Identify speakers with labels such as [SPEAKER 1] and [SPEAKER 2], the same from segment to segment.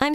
[SPEAKER 1] I'm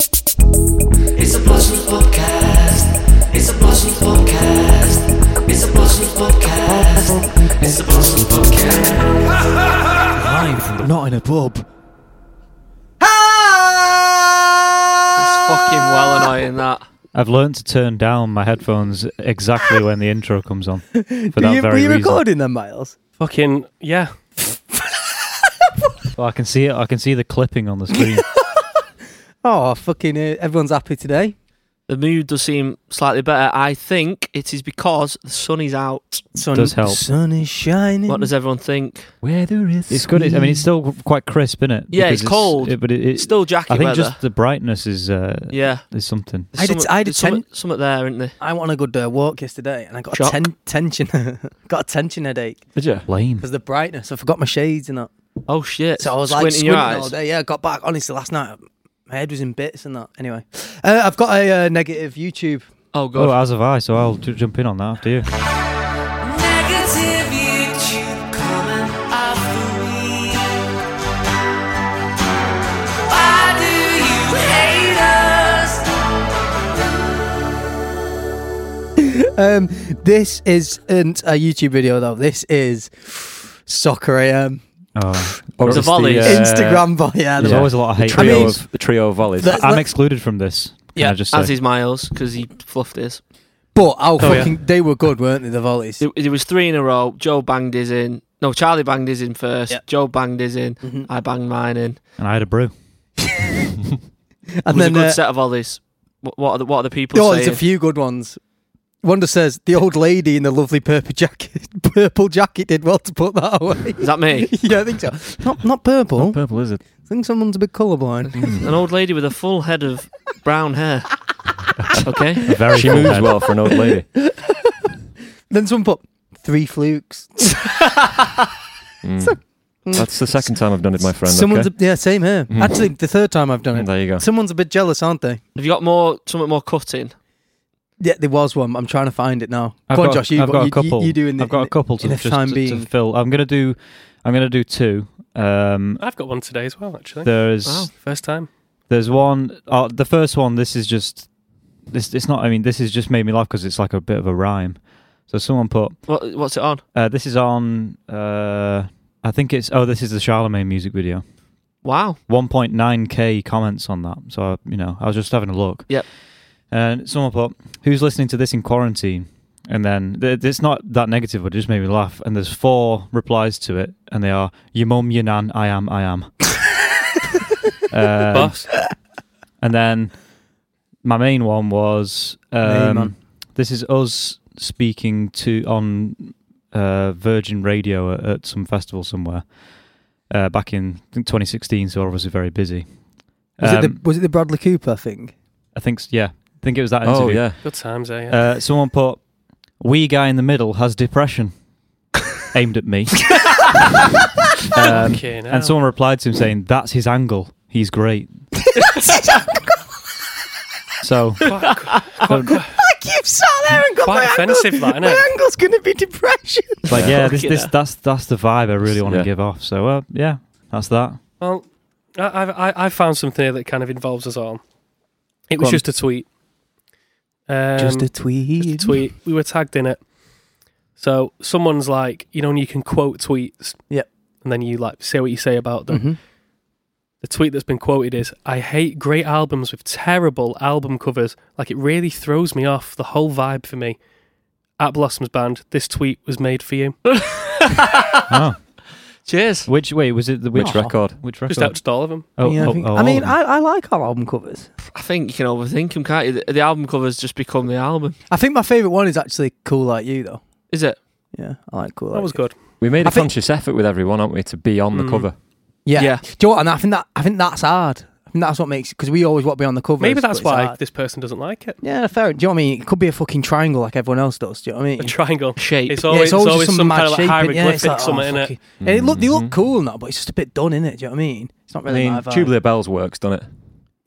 [SPEAKER 2] It's a Blushing Podcast. It's a Blushing Podcast. It's a Blushing Podcast. It's a Blushing Podcast.
[SPEAKER 3] Live from the Not in a Pub.
[SPEAKER 4] It's fucking well annoying that.
[SPEAKER 5] I've learned to turn down my headphones exactly when the intro comes on. For that
[SPEAKER 3] Were you,
[SPEAKER 5] very
[SPEAKER 3] were you
[SPEAKER 5] reason.
[SPEAKER 3] recording them, Miles?
[SPEAKER 4] Fucking yeah.
[SPEAKER 5] Well, I can see it. I can see the clipping on the screen.
[SPEAKER 3] Oh, fucking uh, everyone's happy today.
[SPEAKER 4] The mood does seem slightly better. I think it is because the sun is out.
[SPEAKER 3] Sun,
[SPEAKER 5] Does help.
[SPEAKER 3] Sun is shining.
[SPEAKER 4] What does everyone think?
[SPEAKER 3] Mm-hmm. Weather is
[SPEAKER 5] it's good. I mean, it's still quite crisp, is it?
[SPEAKER 4] Yeah, it's cold.
[SPEAKER 5] but it, it,
[SPEAKER 4] It's still jacket
[SPEAKER 5] I think
[SPEAKER 4] weather.
[SPEAKER 5] just the brightness is uh,
[SPEAKER 4] yeah.
[SPEAKER 5] is something.
[SPEAKER 3] I had a-
[SPEAKER 4] There's
[SPEAKER 3] I had a
[SPEAKER 4] there's something,
[SPEAKER 3] ten-
[SPEAKER 4] something there, isn't there?
[SPEAKER 3] I went on a good uh, walk yesterday, and I got a
[SPEAKER 4] Shock.
[SPEAKER 3] ten- tension. got a tension headache
[SPEAKER 5] Did you? Lame.
[SPEAKER 3] because the brightness. I forgot my shades and that.
[SPEAKER 4] Oh shit!
[SPEAKER 3] So I was like
[SPEAKER 4] Squinting
[SPEAKER 3] squinting
[SPEAKER 4] your eyes.
[SPEAKER 3] all day. Yeah, I got back. Honestly, last night my head was in bits and that. Anyway, uh, I've got a uh, negative YouTube.
[SPEAKER 4] Oh
[SPEAKER 5] Oh,
[SPEAKER 4] god.
[SPEAKER 5] as have I. So I'll ju- jump in on that after you.
[SPEAKER 2] Negative YouTube comment of the week. Why do you hate us?
[SPEAKER 3] Um, this isn't a YouTube video though. This is soccer AM
[SPEAKER 5] Oh,
[SPEAKER 4] The volley.
[SPEAKER 5] Uh,
[SPEAKER 3] Instagram. But yeah, the
[SPEAKER 5] There's always a lot of hate.
[SPEAKER 3] I
[SPEAKER 6] trio
[SPEAKER 3] mean-
[SPEAKER 6] of the trio of volleys.
[SPEAKER 3] That-
[SPEAKER 5] I'm
[SPEAKER 3] that-
[SPEAKER 5] excluded from this. Can
[SPEAKER 3] Yeah,
[SPEAKER 5] I just
[SPEAKER 4] As
[SPEAKER 5] say?
[SPEAKER 4] is Miles because he fluffed his.
[SPEAKER 3] But oh,
[SPEAKER 4] yeah.
[SPEAKER 3] fucking, they were good, weren't they? The volleys.
[SPEAKER 4] There, there was three in a row. Joe banged his in. No, Charlie banged his in first.
[SPEAKER 3] Yeah. Mm-hmm.
[SPEAKER 4] Joe banged his in. I banged mine in.
[SPEAKER 5] and I had a brew.
[SPEAKER 4] It
[SPEAKER 3] and
[SPEAKER 4] was a
[SPEAKER 3] then
[SPEAKER 4] good
[SPEAKER 3] uh,
[SPEAKER 4] set of ollies. What, what are the what are the people
[SPEAKER 3] oh, there's
[SPEAKER 4] saying?
[SPEAKER 3] a few good ones. Wonder says the old lady in the lovely purple jacket. Purple jacket did well to put that away.
[SPEAKER 4] Is that me?
[SPEAKER 3] yeah, I think so. Not not purple.
[SPEAKER 5] Purple lizard.
[SPEAKER 3] I think someone's a bit colourblind.
[SPEAKER 4] An old lady with a full head of brown hair. Okay.
[SPEAKER 5] Very.
[SPEAKER 6] she
[SPEAKER 5] full
[SPEAKER 6] moves
[SPEAKER 5] head.
[SPEAKER 6] well for an old lady.
[SPEAKER 3] then someone put three flukes.
[SPEAKER 6] Mm. That's the second time I've done it, my friend.
[SPEAKER 3] mm. someone's
[SPEAKER 6] okay? Mm.
[SPEAKER 3] a, yeah, same here. Actually, the third time I've done it.
[SPEAKER 6] there you go.
[SPEAKER 3] Someone's a bit jealous, aren't they?
[SPEAKER 4] Have you got more something more cutting?
[SPEAKER 3] Yeah, there was one. I'm trying to find it now.
[SPEAKER 5] I've
[SPEAKER 3] Go on,
[SPEAKER 5] got,
[SPEAKER 3] Josh. You
[SPEAKER 5] I've got
[SPEAKER 3] you,
[SPEAKER 5] a couple.
[SPEAKER 3] You, you doing the,
[SPEAKER 5] I've got a couple to
[SPEAKER 3] in the
[SPEAKER 5] just
[SPEAKER 3] time
[SPEAKER 5] to,
[SPEAKER 3] being.
[SPEAKER 5] to fill. I'm gonna do. I'm gonna do two. Um,
[SPEAKER 7] I've got one today as well, actually.
[SPEAKER 5] there's
[SPEAKER 4] Wow.
[SPEAKER 7] First time.
[SPEAKER 5] there's one. Uh, the first one. This is just. This it's not. I mean, this has just made me laugh because it's like a bit of a rhyme. So someone put.
[SPEAKER 4] What what's it on?
[SPEAKER 5] Uh, this is on. Uh, I think it's. Oh, this is the Charlemagne music video.
[SPEAKER 4] Wow.
[SPEAKER 5] 1.9k comments on that. So I, you know, I was just having a look.
[SPEAKER 4] Yep.
[SPEAKER 5] And someone put, "Who's listening to this in quarantine?" And then th- it's not that negative, but it just made me laugh. And there's four replies to it, and they are, "Your mum, your nan, I am, I am." um,
[SPEAKER 7] Boss.
[SPEAKER 5] and then my main one was,
[SPEAKER 3] Main
[SPEAKER 5] um,
[SPEAKER 3] man.
[SPEAKER 5] "This is us speaking to on uh, Virgin Radio at, at some festival somewhere." Uh, back in I think 2016, so obviously very busy.
[SPEAKER 3] was, it the,
[SPEAKER 5] Um,
[SPEAKER 3] was it the Bradley Cooper thing?
[SPEAKER 5] I think s- yeah, I think it was that interview.
[SPEAKER 6] Oh yeah,
[SPEAKER 7] Good times, eh? Yeah.
[SPEAKER 5] Uh, someone put, "Wee guy in the middle has depression," aimed at me, um,
[SPEAKER 7] okay, now.
[SPEAKER 5] and someone replied to him saying, "That's his angle. He's great." so, so,
[SPEAKER 3] You've sat there and got
[SPEAKER 7] Quite
[SPEAKER 3] my
[SPEAKER 7] offensive,
[SPEAKER 3] angle.
[SPEAKER 7] that, innit?
[SPEAKER 3] My angle's going to be depression.
[SPEAKER 5] like, yeah, this,
[SPEAKER 4] Fucking
[SPEAKER 5] this
[SPEAKER 7] uh.
[SPEAKER 4] hell.
[SPEAKER 5] that's that's the vibe I really want to
[SPEAKER 6] Yeah.
[SPEAKER 5] give off. So, uh, yeah, that's that.
[SPEAKER 7] well, I, I, I- I found something here that kind of involves us all. It
[SPEAKER 5] Go
[SPEAKER 7] was
[SPEAKER 5] on.
[SPEAKER 7] just a tweet. Um,
[SPEAKER 3] just a tweet.
[SPEAKER 7] just a tweet. We were tagged in it. So someone's like, you know, and you can quote tweets.
[SPEAKER 3] Yep.
[SPEAKER 7] And then you like say what you say about them.
[SPEAKER 3] Mhm.
[SPEAKER 7] The tweet that's been quoted is, "I hate great albums with terrible album covers. Like it really throws me off the whole vibe for me." At Blossoms Band, this tweet was made for you.
[SPEAKER 5] Oh,
[SPEAKER 4] Cheers.
[SPEAKER 5] which wait was it? The,
[SPEAKER 6] which record?
[SPEAKER 5] Which
[SPEAKER 7] Just
[SPEAKER 5] record?
[SPEAKER 7] out to all of them.
[SPEAKER 5] Oh,
[SPEAKER 3] Yeah, I,
[SPEAKER 5] oh,
[SPEAKER 3] think-
[SPEAKER 5] oh,
[SPEAKER 3] I
[SPEAKER 5] all
[SPEAKER 3] mean,
[SPEAKER 5] of them.
[SPEAKER 3] I, I like our album covers.
[SPEAKER 4] I think you can overthink them, can't you? The, the album covers just become the album.
[SPEAKER 3] I think my favourite one is actually Cool Like You, though.
[SPEAKER 4] Is it?
[SPEAKER 3] Yeah, I like Cool
[SPEAKER 7] That
[SPEAKER 3] Like
[SPEAKER 7] was
[SPEAKER 3] You.
[SPEAKER 7] good.
[SPEAKER 6] we made a
[SPEAKER 3] I think-
[SPEAKER 6] conscious effort with everyone, aren't we, to be on the
[SPEAKER 7] Mm.
[SPEAKER 6] cover?
[SPEAKER 3] Yeah.
[SPEAKER 4] Yeah.
[SPEAKER 3] Do you know what? And I think that I think that's hard. I think that's what makes because we always want to be on the cover.
[SPEAKER 7] Maybe that's why this person doesn't like it.
[SPEAKER 3] Yeah, fair. Do you know what I mean? It could be a fucking triangle like everyone else does. Do you know what I mean?
[SPEAKER 7] A triangle.
[SPEAKER 4] Shape.
[SPEAKER 7] It's always, it's always some, kind of like
[SPEAKER 3] and- yeah, it's
[SPEAKER 7] hieroglyphic
[SPEAKER 3] like, oh,
[SPEAKER 7] something in it.
[SPEAKER 3] fucking- And it look, they look cool now, but it's just a bit done, innit? Do you know what Mm-hmm. I mean? It's not
[SPEAKER 6] I
[SPEAKER 3] really
[SPEAKER 6] mean,
[SPEAKER 4] uh,
[SPEAKER 3] my vibe.
[SPEAKER 6] Tubular Bells works, doesn't it?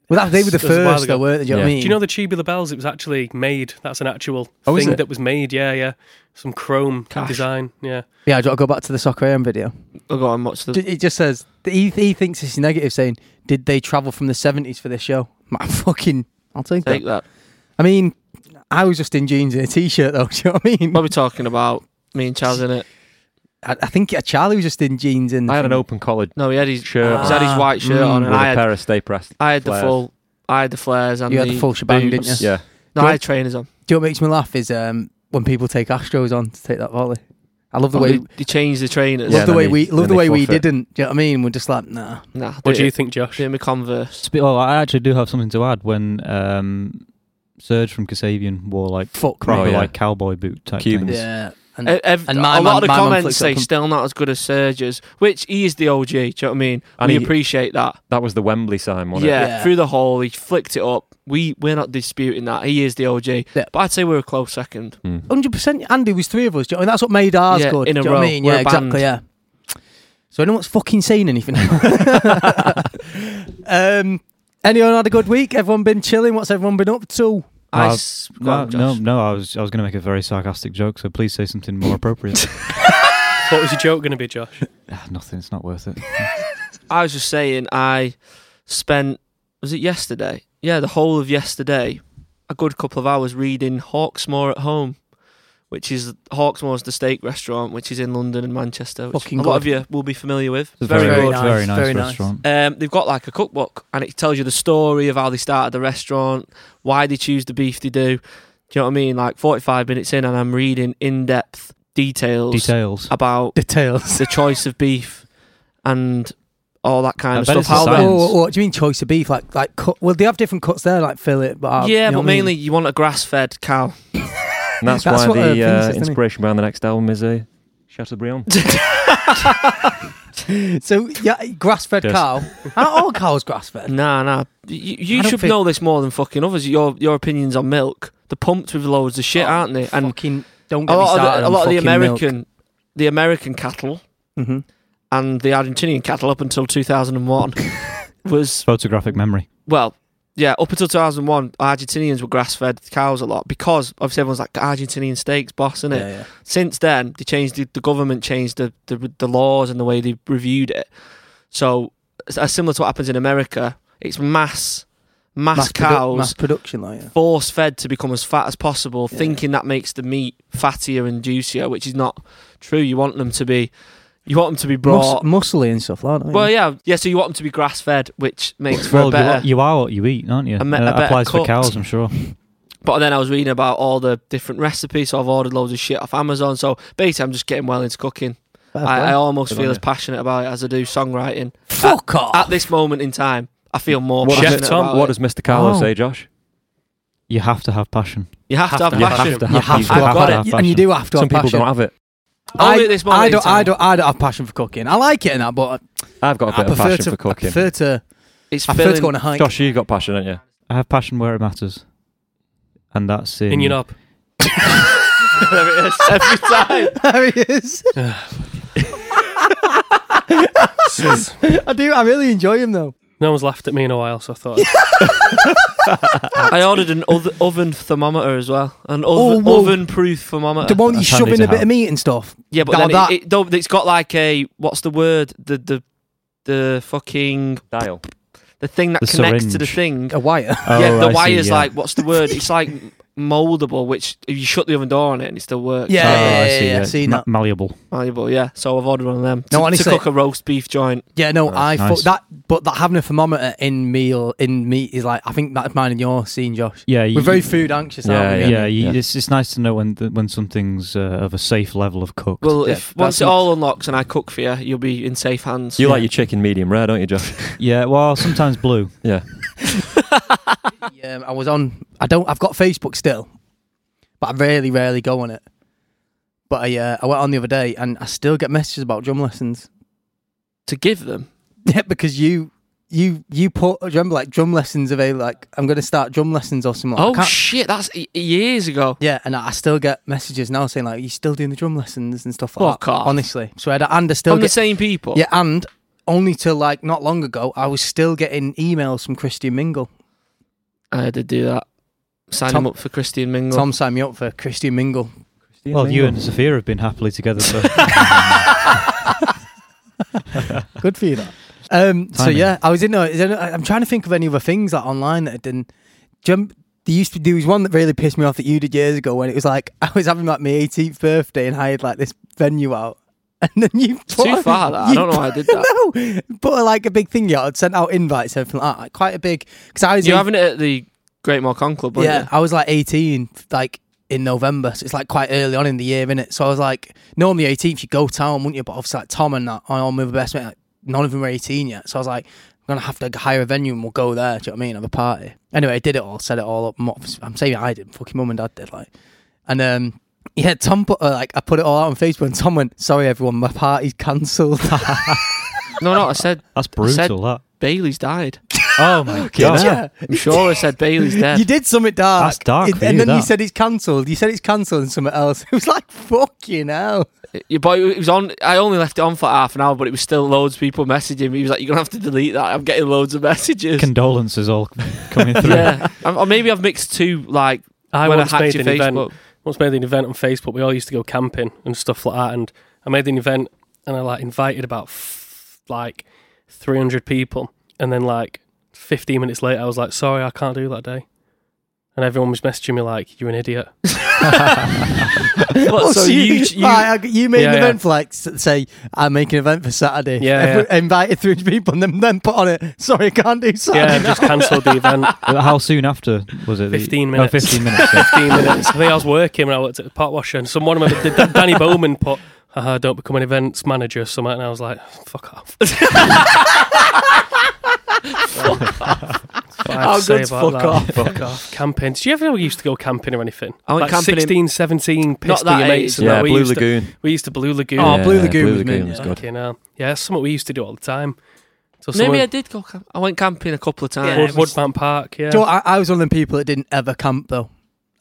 [SPEAKER 3] Well, that, they were the
[SPEAKER 7] That's a while
[SPEAKER 3] first, though,
[SPEAKER 7] ago.
[SPEAKER 3] weren't they? Do you know what I
[SPEAKER 6] Yeah.
[SPEAKER 3] mean?
[SPEAKER 7] Do you know the tubular bells? It was actually made. That's an actual
[SPEAKER 6] Oh, is
[SPEAKER 7] thing
[SPEAKER 6] it?
[SPEAKER 7] that was made. Yeah, yeah. Some chrome design. Yeah.
[SPEAKER 3] yeah, do you want to go back to the Soccer AM video?
[SPEAKER 4] I'll Oh, go and watch the.
[SPEAKER 3] Ju- It just says, he, he thinks it's negative saying, did they travel from the 70s for this show? Man, fucking, I'll take that.
[SPEAKER 4] Take that.
[SPEAKER 3] I mean, I was just in jeans and a t-shirt, though. Do you know what I mean?
[SPEAKER 4] What are we talking about? Me and Charles in it.
[SPEAKER 3] I, I think uh, Charlie was just in jeans and
[SPEAKER 6] I had an open collared
[SPEAKER 4] No, he had his
[SPEAKER 6] Shirt.
[SPEAKER 4] He's had his
[SPEAKER 3] Ah.
[SPEAKER 4] white shirt on,
[SPEAKER 6] Mm, with
[SPEAKER 4] and I
[SPEAKER 6] a
[SPEAKER 4] had,
[SPEAKER 6] pair of stay pressed.
[SPEAKER 4] I had the
[SPEAKER 6] flares.
[SPEAKER 4] full, I had the flares and
[SPEAKER 3] You had the full shebang, didn't
[SPEAKER 4] boots.
[SPEAKER 3] you?
[SPEAKER 6] Yeah.
[SPEAKER 3] Do
[SPEAKER 4] No, I
[SPEAKER 3] you-
[SPEAKER 4] had trainers on.
[SPEAKER 3] Do you know what makes me laugh is um, when people take Astros on to take that volley. I love the
[SPEAKER 4] Oh,
[SPEAKER 3] way,
[SPEAKER 4] they, they changed the trainers.
[SPEAKER 3] love
[SPEAKER 6] Yeah,
[SPEAKER 3] the
[SPEAKER 6] then
[SPEAKER 3] way
[SPEAKER 6] they-
[SPEAKER 3] we, love
[SPEAKER 6] then
[SPEAKER 3] the
[SPEAKER 6] they
[SPEAKER 3] way we
[SPEAKER 6] fluff it.
[SPEAKER 3] didn't. Do you know what I mean? We're just like, nah.
[SPEAKER 4] Nah,
[SPEAKER 7] What
[SPEAKER 4] they-
[SPEAKER 7] do you think, Josh?
[SPEAKER 4] They were Converse.
[SPEAKER 5] Spe- oh, I actually do have something to add. When um, Serge from Kasabian wore like
[SPEAKER 3] Fuck me.
[SPEAKER 5] proper
[SPEAKER 6] yeah.
[SPEAKER 5] like cowboy boot type
[SPEAKER 6] Cuban.
[SPEAKER 5] things.
[SPEAKER 3] Yeah. And,
[SPEAKER 4] Ev- ev-
[SPEAKER 3] Mm. and my
[SPEAKER 4] a
[SPEAKER 3] man-
[SPEAKER 4] lot of the
[SPEAKER 3] my man
[SPEAKER 4] comments
[SPEAKER 3] flicks up
[SPEAKER 4] say
[SPEAKER 3] and-
[SPEAKER 4] still not as good as Serge's, which he is the OG. Do you know what I mean?
[SPEAKER 6] And
[SPEAKER 4] we
[SPEAKER 6] he-
[SPEAKER 4] appreciate that.
[SPEAKER 6] That was the Wembley sign, wasn't
[SPEAKER 4] Yeah,
[SPEAKER 6] it?
[SPEAKER 3] Yeah.
[SPEAKER 4] through the hole, he flicked it up. We we're not disputing that. He is the OG.
[SPEAKER 3] Yeah.
[SPEAKER 4] But I'd say we're a close second.
[SPEAKER 6] Mm.
[SPEAKER 3] Hundred percent. Andy was three of us, do you know, and that's what made ours
[SPEAKER 4] Yeah,
[SPEAKER 3] good.
[SPEAKER 4] in a
[SPEAKER 3] do you know what I
[SPEAKER 4] row.
[SPEAKER 3] mean?
[SPEAKER 4] We're
[SPEAKER 3] yeah,
[SPEAKER 4] a band.
[SPEAKER 3] exactly. Yeah. So anyone's fucking saying anything. um, anyone had a good week? Everyone been chilling? What's everyone been up to?
[SPEAKER 4] I
[SPEAKER 5] Uh,
[SPEAKER 4] s- go
[SPEAKER 5] No,
[SPEAKER 4] on,
[SPEAKER 5] no,
[SPEAKER 4] Josh.
[SPEAKER 5] no, I was I was going to make a very sarcastic joke, so please say something more appropriate.
[SPEAKER 7] What was your joke going to be, Josh?
[SPEAKER 5] Ah, Nothing, it's not worth it.
[SPEAKER 4] I was just saying, I spent was it yesterday? Yeah, the whole of yesterday, a good couple of hours reading Hawksmoor at home, which is Hawksmoor's the steak restaurant, which is in London and Manchester. Which
[SPEAKER 3] Fucking
[SPEAKER 4] a lot
[SPEAKER 3] good.
[SPEAKER 4] of you will be familiar with.
[SPEAKER 5] It's a
[SPEAKER 4] very,
[SPEAKER 3] very
[SPEAKER 4] good.
[SPEAKER 3] nice,
[SPEAKER 5] very nice
[SPEAKER 3] very nice.
[SPEAKER 5] restaurant.
[SPEAKER 4] Um, they've got like a cookbook, and it tells you the story of how they started the restaurant, why they choose the beef they do. Do you know what I mean? Like forty-five minutes in, and I'm reading in-depth details
[SPEAKER 5] Details.
[SPEAKER 4] about
[SPEAKER 3] Details.
[SPEAKER 4] the choice of beef and all that kind
[SPEAKER 5] I
[SPEAKER 4] of
[SPEAKER 5] bet
[SPEAKER 4] stuff.
[SPEAKER 5] it's a
[SPEAKER 4] How
[SPEAKER 5] science.
[SPEAKER 4] they-
[SPEAKER 3] Oh, what, what do you mean choice of beef? Like, like cut? Well, they have different cuts there, like fillet. But uh,
[SPEAKER 4] yeah,
[SPEAKER 3] you know
[SPEAKER 4] but
[SPEAKER 3] what I mean?
[SPEAKER 4] mainly you want a grass-fed cow.
[SPEAKER 6] And that's,
[SPEAKER 3] That's
[SPEAKER 6] why
[SPEAKER 3] what, uh,
[SPEAKER 6] the
[SPEAKER 3] Prince
[SPEAKER 6] uh,
[SPEAKER 3] is, isn't he?
[SPEAKER 6] inspiration behind the next album is a Chateaubriand.
[SPEAKER 3] So yeah, grass-fed
[SPEAKER 5] Yes.
[SPEAKER 3] cow. Aren't all cows grass-fed?
[SPEAKER 4] Nah, nah. You,
[SPEAKER 3] I
[SPEAKER 4] you
[SPEAKER 3] don't
[SPEAKER 4] should
[SPEAKER 3] think-
[SPEAKER 4] know this more than fucking others. Your your opinions on milk. They're pumped with loads of shit,
[SPEAKER 3] Oh,
[SPEAKER 4] aren't they? And
[SPEAKER 3] fucking don't get
[SPEAKER 4] a
[SPEAKER 3] me
[SPEAKER 4] lot of
[SPEAKER 3] started.
[SPEAKER 4] the, a lot of the American, the American cattle
[SPEAKER 3] hmm
[SPEAKER 4] and the Argentinian cattle up until 2001 was
[SPEAKER 5] Photographic memory.
[SPEAKER 4] well, yeah, up until 2001, Argentinians were grass-fed cows a lot because obviously everyone's like Argentinian steaks, boss, innit?
[SPEAKER 3] Yeah, yeah.
[SPEAKER 4] since then they changed the, the government changed the, the the laws and the way they reviewed it so s- uh, similar to what happens in america it's mass mass,
[SPEAKER 3] Mass, produ-
[SPEAKER 4] cows
[SPEAKER 3] mass production, like yeah.
[SPEAKER 4] force fed to become as fat as possible
[SPEAKER 3] Yeah.
[SPEAKER 4] thinking that makes the meat fattier and juicier which is not true you want them to be you want them to be
[SPEAKER 3] Mus-
[SPEAKER 4] brought
[SPEAKER 3] muscly and stuff like that.
[SPEAKER 4] well yeah yeah so you want them to be grass fed which makes for
[SPEAKER 5] Well,
[SPEAKER 4] a
[SPEAKER 5] you are,
[SPEAKER 4] better
[SPEAKER 5] you are what you eat, aren't you?
[SPEAKER 4] A me-
[SPEAKER 5] And
[SPEAKER 4] a
[SPEAKER 5] that
[SPEAKER 4] better
[SPEAKER 5] applies for
[SPEAKER 4] cooked.
[SPEAKER 5] cows, I'm sure.
[SPEAKER 4] But then I was reading about all the different recipes, so I've ordered loads of shit off Amazon. So basically, I'm just getting well into cooking.
[SPEAKER 3] Fair
[SPEAKER 4] I,
[SPEAKER 3] play.
[SPEAKER 4] I almost
[SPEAKER 5] Good
[SPEAKER 4] feel
[SPEAKER 5] on
[SPEAKER 4] as
[SPEAKER 5] you.
[SPEAKER 4] passionate about it as I do songwriting.
[SPEAKER 3] Fuck off.
[SPEAKER 4] At this moment in time, I feel more
[SPEAKER 6] What,
[SPEAKER 4] passionate
[SPEAKER 6] does, Mr-
[SPEAKER 4] about
[SPEAKER 6] what
[SPEAKER 4] it.
[SPEAKER 6] does Mr. Carlo
[SPEAKER 5] Oh.
[SPEAKER 6] say, Josh?
[SPEAKER 5] You have to have passion.
[SPEAKER 4] you have, to have
[SPEAKER 7] You
[SPEAKER 4] passion.
[SPEAKER 7] have to
[SPEAKER 3] you have
[SPEAKER 5] you
[SPEAKER 3] to
[SPEAKER 5] have
[SPEAKER 3] have
[SPEAKER 5] to
[SPEAKER 3] passion.
[SPEAKER 5] have
[SPEAKER 3] and you
[SPEAKER 5] passion.
[SPEAKER 3] do have to
[SPEAKER 6] Some
[SPEAKER 3] have
[SPEAKER 6] people
[SPEAKER 3] passion.
[SPEAKER 6] don't have it.
[SPEAKER 4] Only at this moment
[SPEAKER 3] I
[SPEAKER 4] in
[SPEAKER 3] don't, I
[SPEAKER 4] time.
[SPEAKER 3] don't, I don't have passion for cooking. I like it and that, but
[SPEAKER 6] I've got a
[SPEAKER 3] I
[SPEAKER 6] bit of
[SPEAKER 3] prefer
[SPEAKER 6] passion
[SPEAKER 3] to,
[SPEAKER 6] for
[SPEAKER 3] I
[SPEAKER 6] cooking.
[SPEAKER 3] prefer to,
[SPEAKER 4] It's
[SPEAKER 3] I prefer to go on
[SPEAKER 4] filling.
[SPEAKER 3] a hike.
[SPEAKER 6] Josh, you've got passion, haven't you?
[SPEAKER 5] I have passion where it matters. And that's in,
[SPEAKER 7] In your knob.
[SPEAKER 4] there it is, every time.
[SPEAKER 3] there he is. I do. I really enjoy him though.
[SPEAKER 7] No one's laughed at me in a while, so I thought.
[SPEAKER 4] I ordered an oth- oven thermometer as well, an
[SPEAKER 3] Oh,
[SPEAKER 4] oven,
[SPEAKER 3] whoa.
[SPEAKER 4] oven-proof thermometer.
[SPEAKER 3] The one you
[SPEAKER 5] that's
[SPEAKER 3] shove
[SPEAKER 5] handy
[SPEAKER 3] in
[SPEAKER 5] to
[SPEAKER 3] a bit
[SPEAKER 5] have.
[SPEAKER 3] of meat and stuff.
[SPEAKER 4] yeah, but
[SPEAKER 3] Oh,
[SPEAKER 4] then
[SPEAKER 3] that-
[SPEAKER 4] it, it, don't, it's got like a what's the word? The the the fucking
[SPEAKER 6] Dial.
[SPEAKER 4] the thing that
[SPEAKER 5] The
[SPEAKER 4] connects to the
[SPEAKER 5] syringe.
[SPEAKER 4] thing.
[SPEAKER 3] A wire.
[SPEAKER 5] Oh,
[SPEAKER 4] yeah, the
[SPEAKER 5] I see,
[SPEAKER 4] wire's
[SPEAKER 5] yeah.
[SPEAKER 4] like what's the word? It's like moldable, which if you shut the oven door on it and it still works.
[SPEAKER 3] Yeah,
[SPEAKER 5] Oh,
[SPEAKER 3] yeah,
[SPEAKER 5] I
[SPEAKER 3] yeah,
[SPEAKER 5] see,
[SPEAKER 3] yeah,
[SPEAKER 5] yeah.
[SPEAKER 3] seen
[SPEAKER 5] Ma-
[SPEAKER 3] that.
[SPEAKER 5] malleable.
[SPEAKER 4] Malleable, yeah. So I've ordered one of them.
[SPEAKER 3] No,
[SPEAKER 4] to, to
[SPEAKER 3] honestly-
[SPEAKER 4] cook a roast beef joint.
[SPEAKER 3] Yeah, no,
[SPEAKER 5] Oh,
[SPEAKER 3] I
[SPEAKER 5] nice.
[SPEAKER 3] thought that, but that having a thermometer in meal in meat is like I think that's mine and your scene, Josh.
[SPEAKER 5] Yeah, you,
[SPEAKER 3] We're very food anxious.
[SPEAKER 6] Yeah,
[SPEAKER 3] aren't we?
[SPEAKER 5] yeah,
[SPEAKER 6] yeah.
[SPEAKER 5] you-
[SPEAKER 6] Yeah.
[SPEAKER 5] It's, it's nice to know when the, when something's uh, of a safe level of cooked.
[SPEAKER 4] Well,
[SPEAKER 3] Yeah,
[SPEAKER 4] if once
[SPEAKER 3] that's
[SPEAKER 4] it
[SPEAKER 3] not-
[SPEAKER 4] all unlocks and I cook for you, you'll be in safe hands.
[SPEAKER 6] You like your chicken medium rare, don't you, Josh?
[SPEAKER 5] yeah, well, sometimes blue.
[SPEAKER 6] yeah.
[SPEAKER 3] Yeah, um, I was on. I don't. I've got Facebook still, but I rarely, rarely go on it. But I, uh, I went on the other day, and I still get messages about drum lessons.
[SPEAKER 4] to give them.
[SPEAKER 3] Yeah, because you you you put do you remember like drum lessons available. Like I'm going to start drum lessons or something. I
[SPEAKER 4] Oh
[SPEAKER 3] can't-
[SPEAKER 4] shit, that's e- years ago.
[SPEAKER 3] yeah, and I still get messages now saying like, "You still doing the drum lessons and stuff like
[SPEAKER 4] Fuck
[SPEAKER 3] that."
[SPEAKER 4] off.
[SPEAKER 3] Honestly, so and I still
[SPEAKER 4] Oh, From the
[SPEAKER 3] get
[SPEAKER 4] same people.
[SPEAKER 3] yeah, and only till like not long ago, I was still getting emails from Christian Mingle.
[SPEAKER 4] I had to do that. Sign
[SPEAKER 3] Tom-
[SPEAKER 4] him up for Christian Mingle.
[SPEAKER 3] Tom signed me up for Christian Mingle.
[SPEAKER 5] Well, Oh, you and Sophia have been happily together for
[SPEAKER 3] Good for you. That. Um, so
[SPEAKER 5] Timing.
[SPEAKER 3] yeah, I was in. No, is there- I'm trying to think of any other things like online that I didn't. Jump. They used to do was one that really pissed me off that you did years ago when it was like I was having like my 18th birthday and hired like this venue out. And then you put,
[SPEAKER 4] too far, that. I
[SPEAKER 3] you
[SPEAKER 4] don't know why I did
[SPEAKER 3] that. no, but like a big thing, yeah. I'd sent out invites, everything like that. Like, quite a big because I was
[SPEAKER 4] You're
[SPEAKER 3] in-
[SPEAKER 4] having it at the Great Morcon Club, weren't
[SPEAKER 3] yeah,
[SPEAKER 4] you?
[SPEAKER 3] I was like 18, like in November. So it's like quite early on in the year, innit? So I was like, normally 18th, you go town, wouldn't you? But obviously, like Tom and that, I all my other best mate, like, none of them were 18 yet. So I was like, I'm going to have to hire a venue and we'll go there. Do you know what I mean? Have a party. Anyway, I did it all, set it all up. I'm, not- I'm saying I did, fucking mum and dad did, like. And, um, yeah, Tom put uh, like I put it all out on Facebook, and Tom went, "Sorry, everyone, my party's cancelled."
[SPEAKER 4] No, no, I said
[SPEAKER 5] That's
[SPEAKER 4] I
[SPEAKER 5] brutal.
[SPEAKER 4] said-
[SPEAKER 5] that.
[SPEAKER 4] Bailey's died.
[SPEAKER 5] Oh my god.
[SPEAKER 4] I'm sure I said Bailey's dead.
[SPEAKER 3] You did something dark.
[SPEAKER 5] That's dark
[SPEAKER 3] It-
[SPEAKER 5] for
[SPEAKER 3] and
[SPEAKER 5] you,
[SPEAKER 3] then you
[SPEAKER 5] that.
[SPEAKER 3] said it's cancelled. You said it's cancelled and something else. It was like fucking hell.
[SPEAKER 4] Your boy, it was on. I only left it on for half an hour, but it was still loads of people messaging me. He was like, "You're gonna have to delete that." I'm getting loads of messages.
[SPEAKER 5] Condolences all coming through.
[SPEAKER 4] yeah, Um, or maybe I've mixed two. Like
[SPEAKER 7] I
[SPEAKER 4] when I
[SPEAKER 7] once
[SPEAKER 4] hacked
[SPEAKER 7] made
[SPEAKER 4] your
[SPEAKER 7] an event.
[SPEAKER 4] Facebook,
[SPEAKER 7] Once made an event on Facebook. We all used to go camping and stuff like that. And I made an event, and I like invited about f- like three hundred people. And then like fifteen minutes later, I was like, "Sorry, I can't do that day." And everyone was messaging me like, "You're an idiot."
[SPEAKER 4] What,
[SPEAKER 3] Oh,
[SPEAKER 4] so
[SPEAKER 3] so
[SPEAKER 4] you, you-
[SPEAKER 3] right, I- you made
[SPEAKER 7] Yeah,
[SPEAKER 3] an
[SPEAKER 7] yeah.
[SPEAKER 3] event for like s- say I make an event for Saturday.
[SPEAKER 7] Yeah,
[SPEAKER 3] Every- invited three people and then, then put on it. Sorry, I can't do
[SPEAKER 7] yeah,
[SPEAKER 3] Saturday.
[SPEAKER 7] I've just cancelled the event.
[SPEAKER 5] How soon after was it? that you-
[SPEAKER 7] 15
[SPEAKER 5] Oh,
[SPEAKER 7] minutes.
[SPEAKER 5] 15 minutes. yeah.
[SPEAKER 7] 15 minutes. I think I was working when I worked at the pot washer, and someone remember Dan- Danny Bowman put, Haha, "Don't become an events manager" or something, and I was like, "Fuck off."
[SPEAKER 4] How
[SPEAKER 7] How
[SPEAKER 4] good's fuck off?
[SPEAKER 7] Fuck off. Camping. Did you ever used to go camping or anything?
[SPEAKER 4] I went
[SPEAKER 7] like
[SPEAKER 4] camping in-
[SPEAKER 7] 16, 17, pissed
[SPEAKER 4] Not
[SPEAKER 7] at
[SPEAKER 4] that
[SPEAKER 7] your mates.
[SPEAKER 4] age.
[SPEAKER 7] and
[SPEAKER 6] Yeah,
[SPEAKER 7] that. We
[SPEAKER 6] Blue
[SPEAKER 7] used to-
[SPEAKER 6] Lagoon.
[SPEAKER 7] we used to Blue Lagoon.
[SPEAKER 3] Oh, Blue Lagoon
[SPEAKER 6] Blue
[SPEAKER 3] was me,
[SPEAKER 6] Lagoon
[SPEAKER 3] yeah.
[SPEAKER 6] was good.
[SPEAKER 7] Fucking hell. Yeah, that's something we used to do all the time. So
[SPEAKER 4] maybe I
[SPEAKER 7] someone-
[SPEAKER 4] did go. Camp- I went camping a couple of times.
[SPEAKER 7] Wood- Woodman Park. Yeah.
[SPEAKER 3] Do you know what? I, I was one of the people that didn't ever camp though.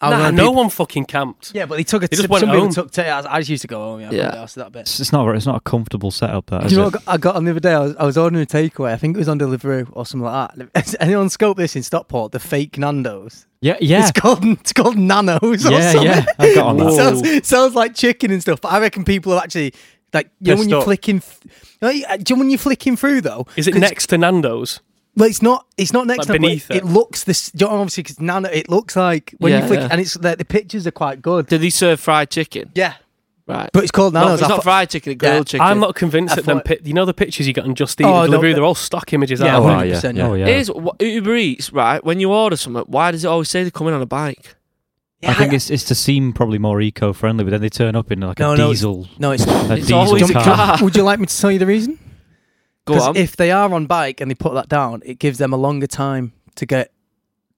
[SPEAKER 3] I was
[SPEAKER 7] Nah,
[SPEAKER 3] of the
[SPEAKER 7] no
[SPEAKER 3] people-
[SPEAKER 7] one fucking camped.
[SPEAKER 3] Yeah, but they took a.
[SPEAKER 7] They
[SPEAKER 3] tip.
[SPEAKER 7] just went
[SPEAKER 3] some people
[SPEAKER 7] home.
[SPEAKER 3] took. T- I, I just used to go home. Yeah,
[SPEAKER 4] Yeah.
[SPEAKER 3] yeah. that bit.
[SPEAKER 5] It's, it's not. It's not a comfortable setup. That
[SPEAKER 3] Do
[SPEAKER 5] is
[SPEAKER 3] you know
[SPEAKER 5] it?
[SPEAKER 3] what I got- I got on the other day? I was, I was ordering a takeaway. I think it was on Deliveroo or something like that. Has anyone scope this in Stockport? The fake Nando's.
[SPEAKER 5] Yeah, yeah,
[SPEAKER 3] It's called it's called Nanos. or
[SPEAKER 5] yeah,
[SPEAKER 3] something.
[SPEAKER 5] yeah. I got on
[SPEAKER 3] It
[SPEAKER 5] that.
[SPEAKER 3] sounds, it sounds like chicken and stuff, but I reckon people are actually like you know when
[SPEAKER 5] Pissed
[SPEAKER 3] you're
[SPEAKER 5] up.
[SPEAKER 3] flicking. Th- no, you- uh, do you know when you're flicking through though?
[SPEAKER 7] Is it
[SPEAKER 3] 'Cause-
[SPEAKER 7] next to Nando's?
[SPEAKER 3] Well, it's not. It's not next.
[SPEAKER 7] Like
[SPEAKER 3] to them, but
[SPEAKER 7] beneath
[SPEAKER 3] it,
[SPEAKER 7] it?
[SPEAKER 3] looks this. You know, obviously, because nano, it looks like when
[SPEAKER 4] Yeah,
[SPEAKER 3] you flick,
[SPEAKER 4] yeah.
[SPEAKER 3] and it's the, the pictures are quite good.
[SPEAKER 4] Did he serve fried chicken?
[SPEAKER 3] Yeah,
[SPEAKER 4] Right,
[SPEAKER 3] but it's called
[SPEAKER 4] no,
[SPEAKER 3] nanos.
[SPEAKER 4] it's
[SPEAKER 3] I
[SPEAKER 4] not
[SPEAKER 3] thought-
[SPEAKER 4] fried chicken. It's grilled
[SPEAKER 3] Yeah.
[SPEAKER 4] chicken.
[SPEAKER 7] I'm not convinced
[SPEAKER 3] I
[SPEAKER 7] that them.
[SPEAKER 3] thought-
[SPEAKER 7] Pi- you know the pictures you got on Just Eat
[SPEAKER 3] Oh,
[SPEAKER 7] and
[SPEAKER 3] no,
[SPEAKER 7] Deliveroo.
[SPEAKER 3] but-
[SPEAKER 7] They're all stock images.
[SPEAKER 3] Yeah,
[SPEAKER 7] aren't
[SPEAKER 6] Oh,
[SPEAKER 7] they?
[SPEAKER 6] right, yeah,
[SPEAKER 3] 100%,
[SPEAKER 5] Oh yeah.
[SPEAKER 4] Here's what, Uber Eats, right? When you order something, why does it always say they're coming on a bike?
[SPEAKER 3] Yeah,
[SPEAKER 5] I think it's it's to seem probably more eco-friendly, but then they turn up in like
[SPEAKER 3] No,
[SPEAKER 5] a
[SPEAKER 3] no, it's-
[SPEAKER 5] diesel.
[SPEAKER 3] no, it's.
[SPEAKER 5] A
[SPEAKER 4] It's
[SPEAKER 5] diesel
[SPEAKER 4] always a
[SPEAKER 5] car.
[SPEAKER 4] car.
[SPEAKER 3] Would you like me to tell you the reason?
[SPEAKER 4] Go on.
[SPEAKER 3] if they are on bike and they put that down, it gives them a longer time to get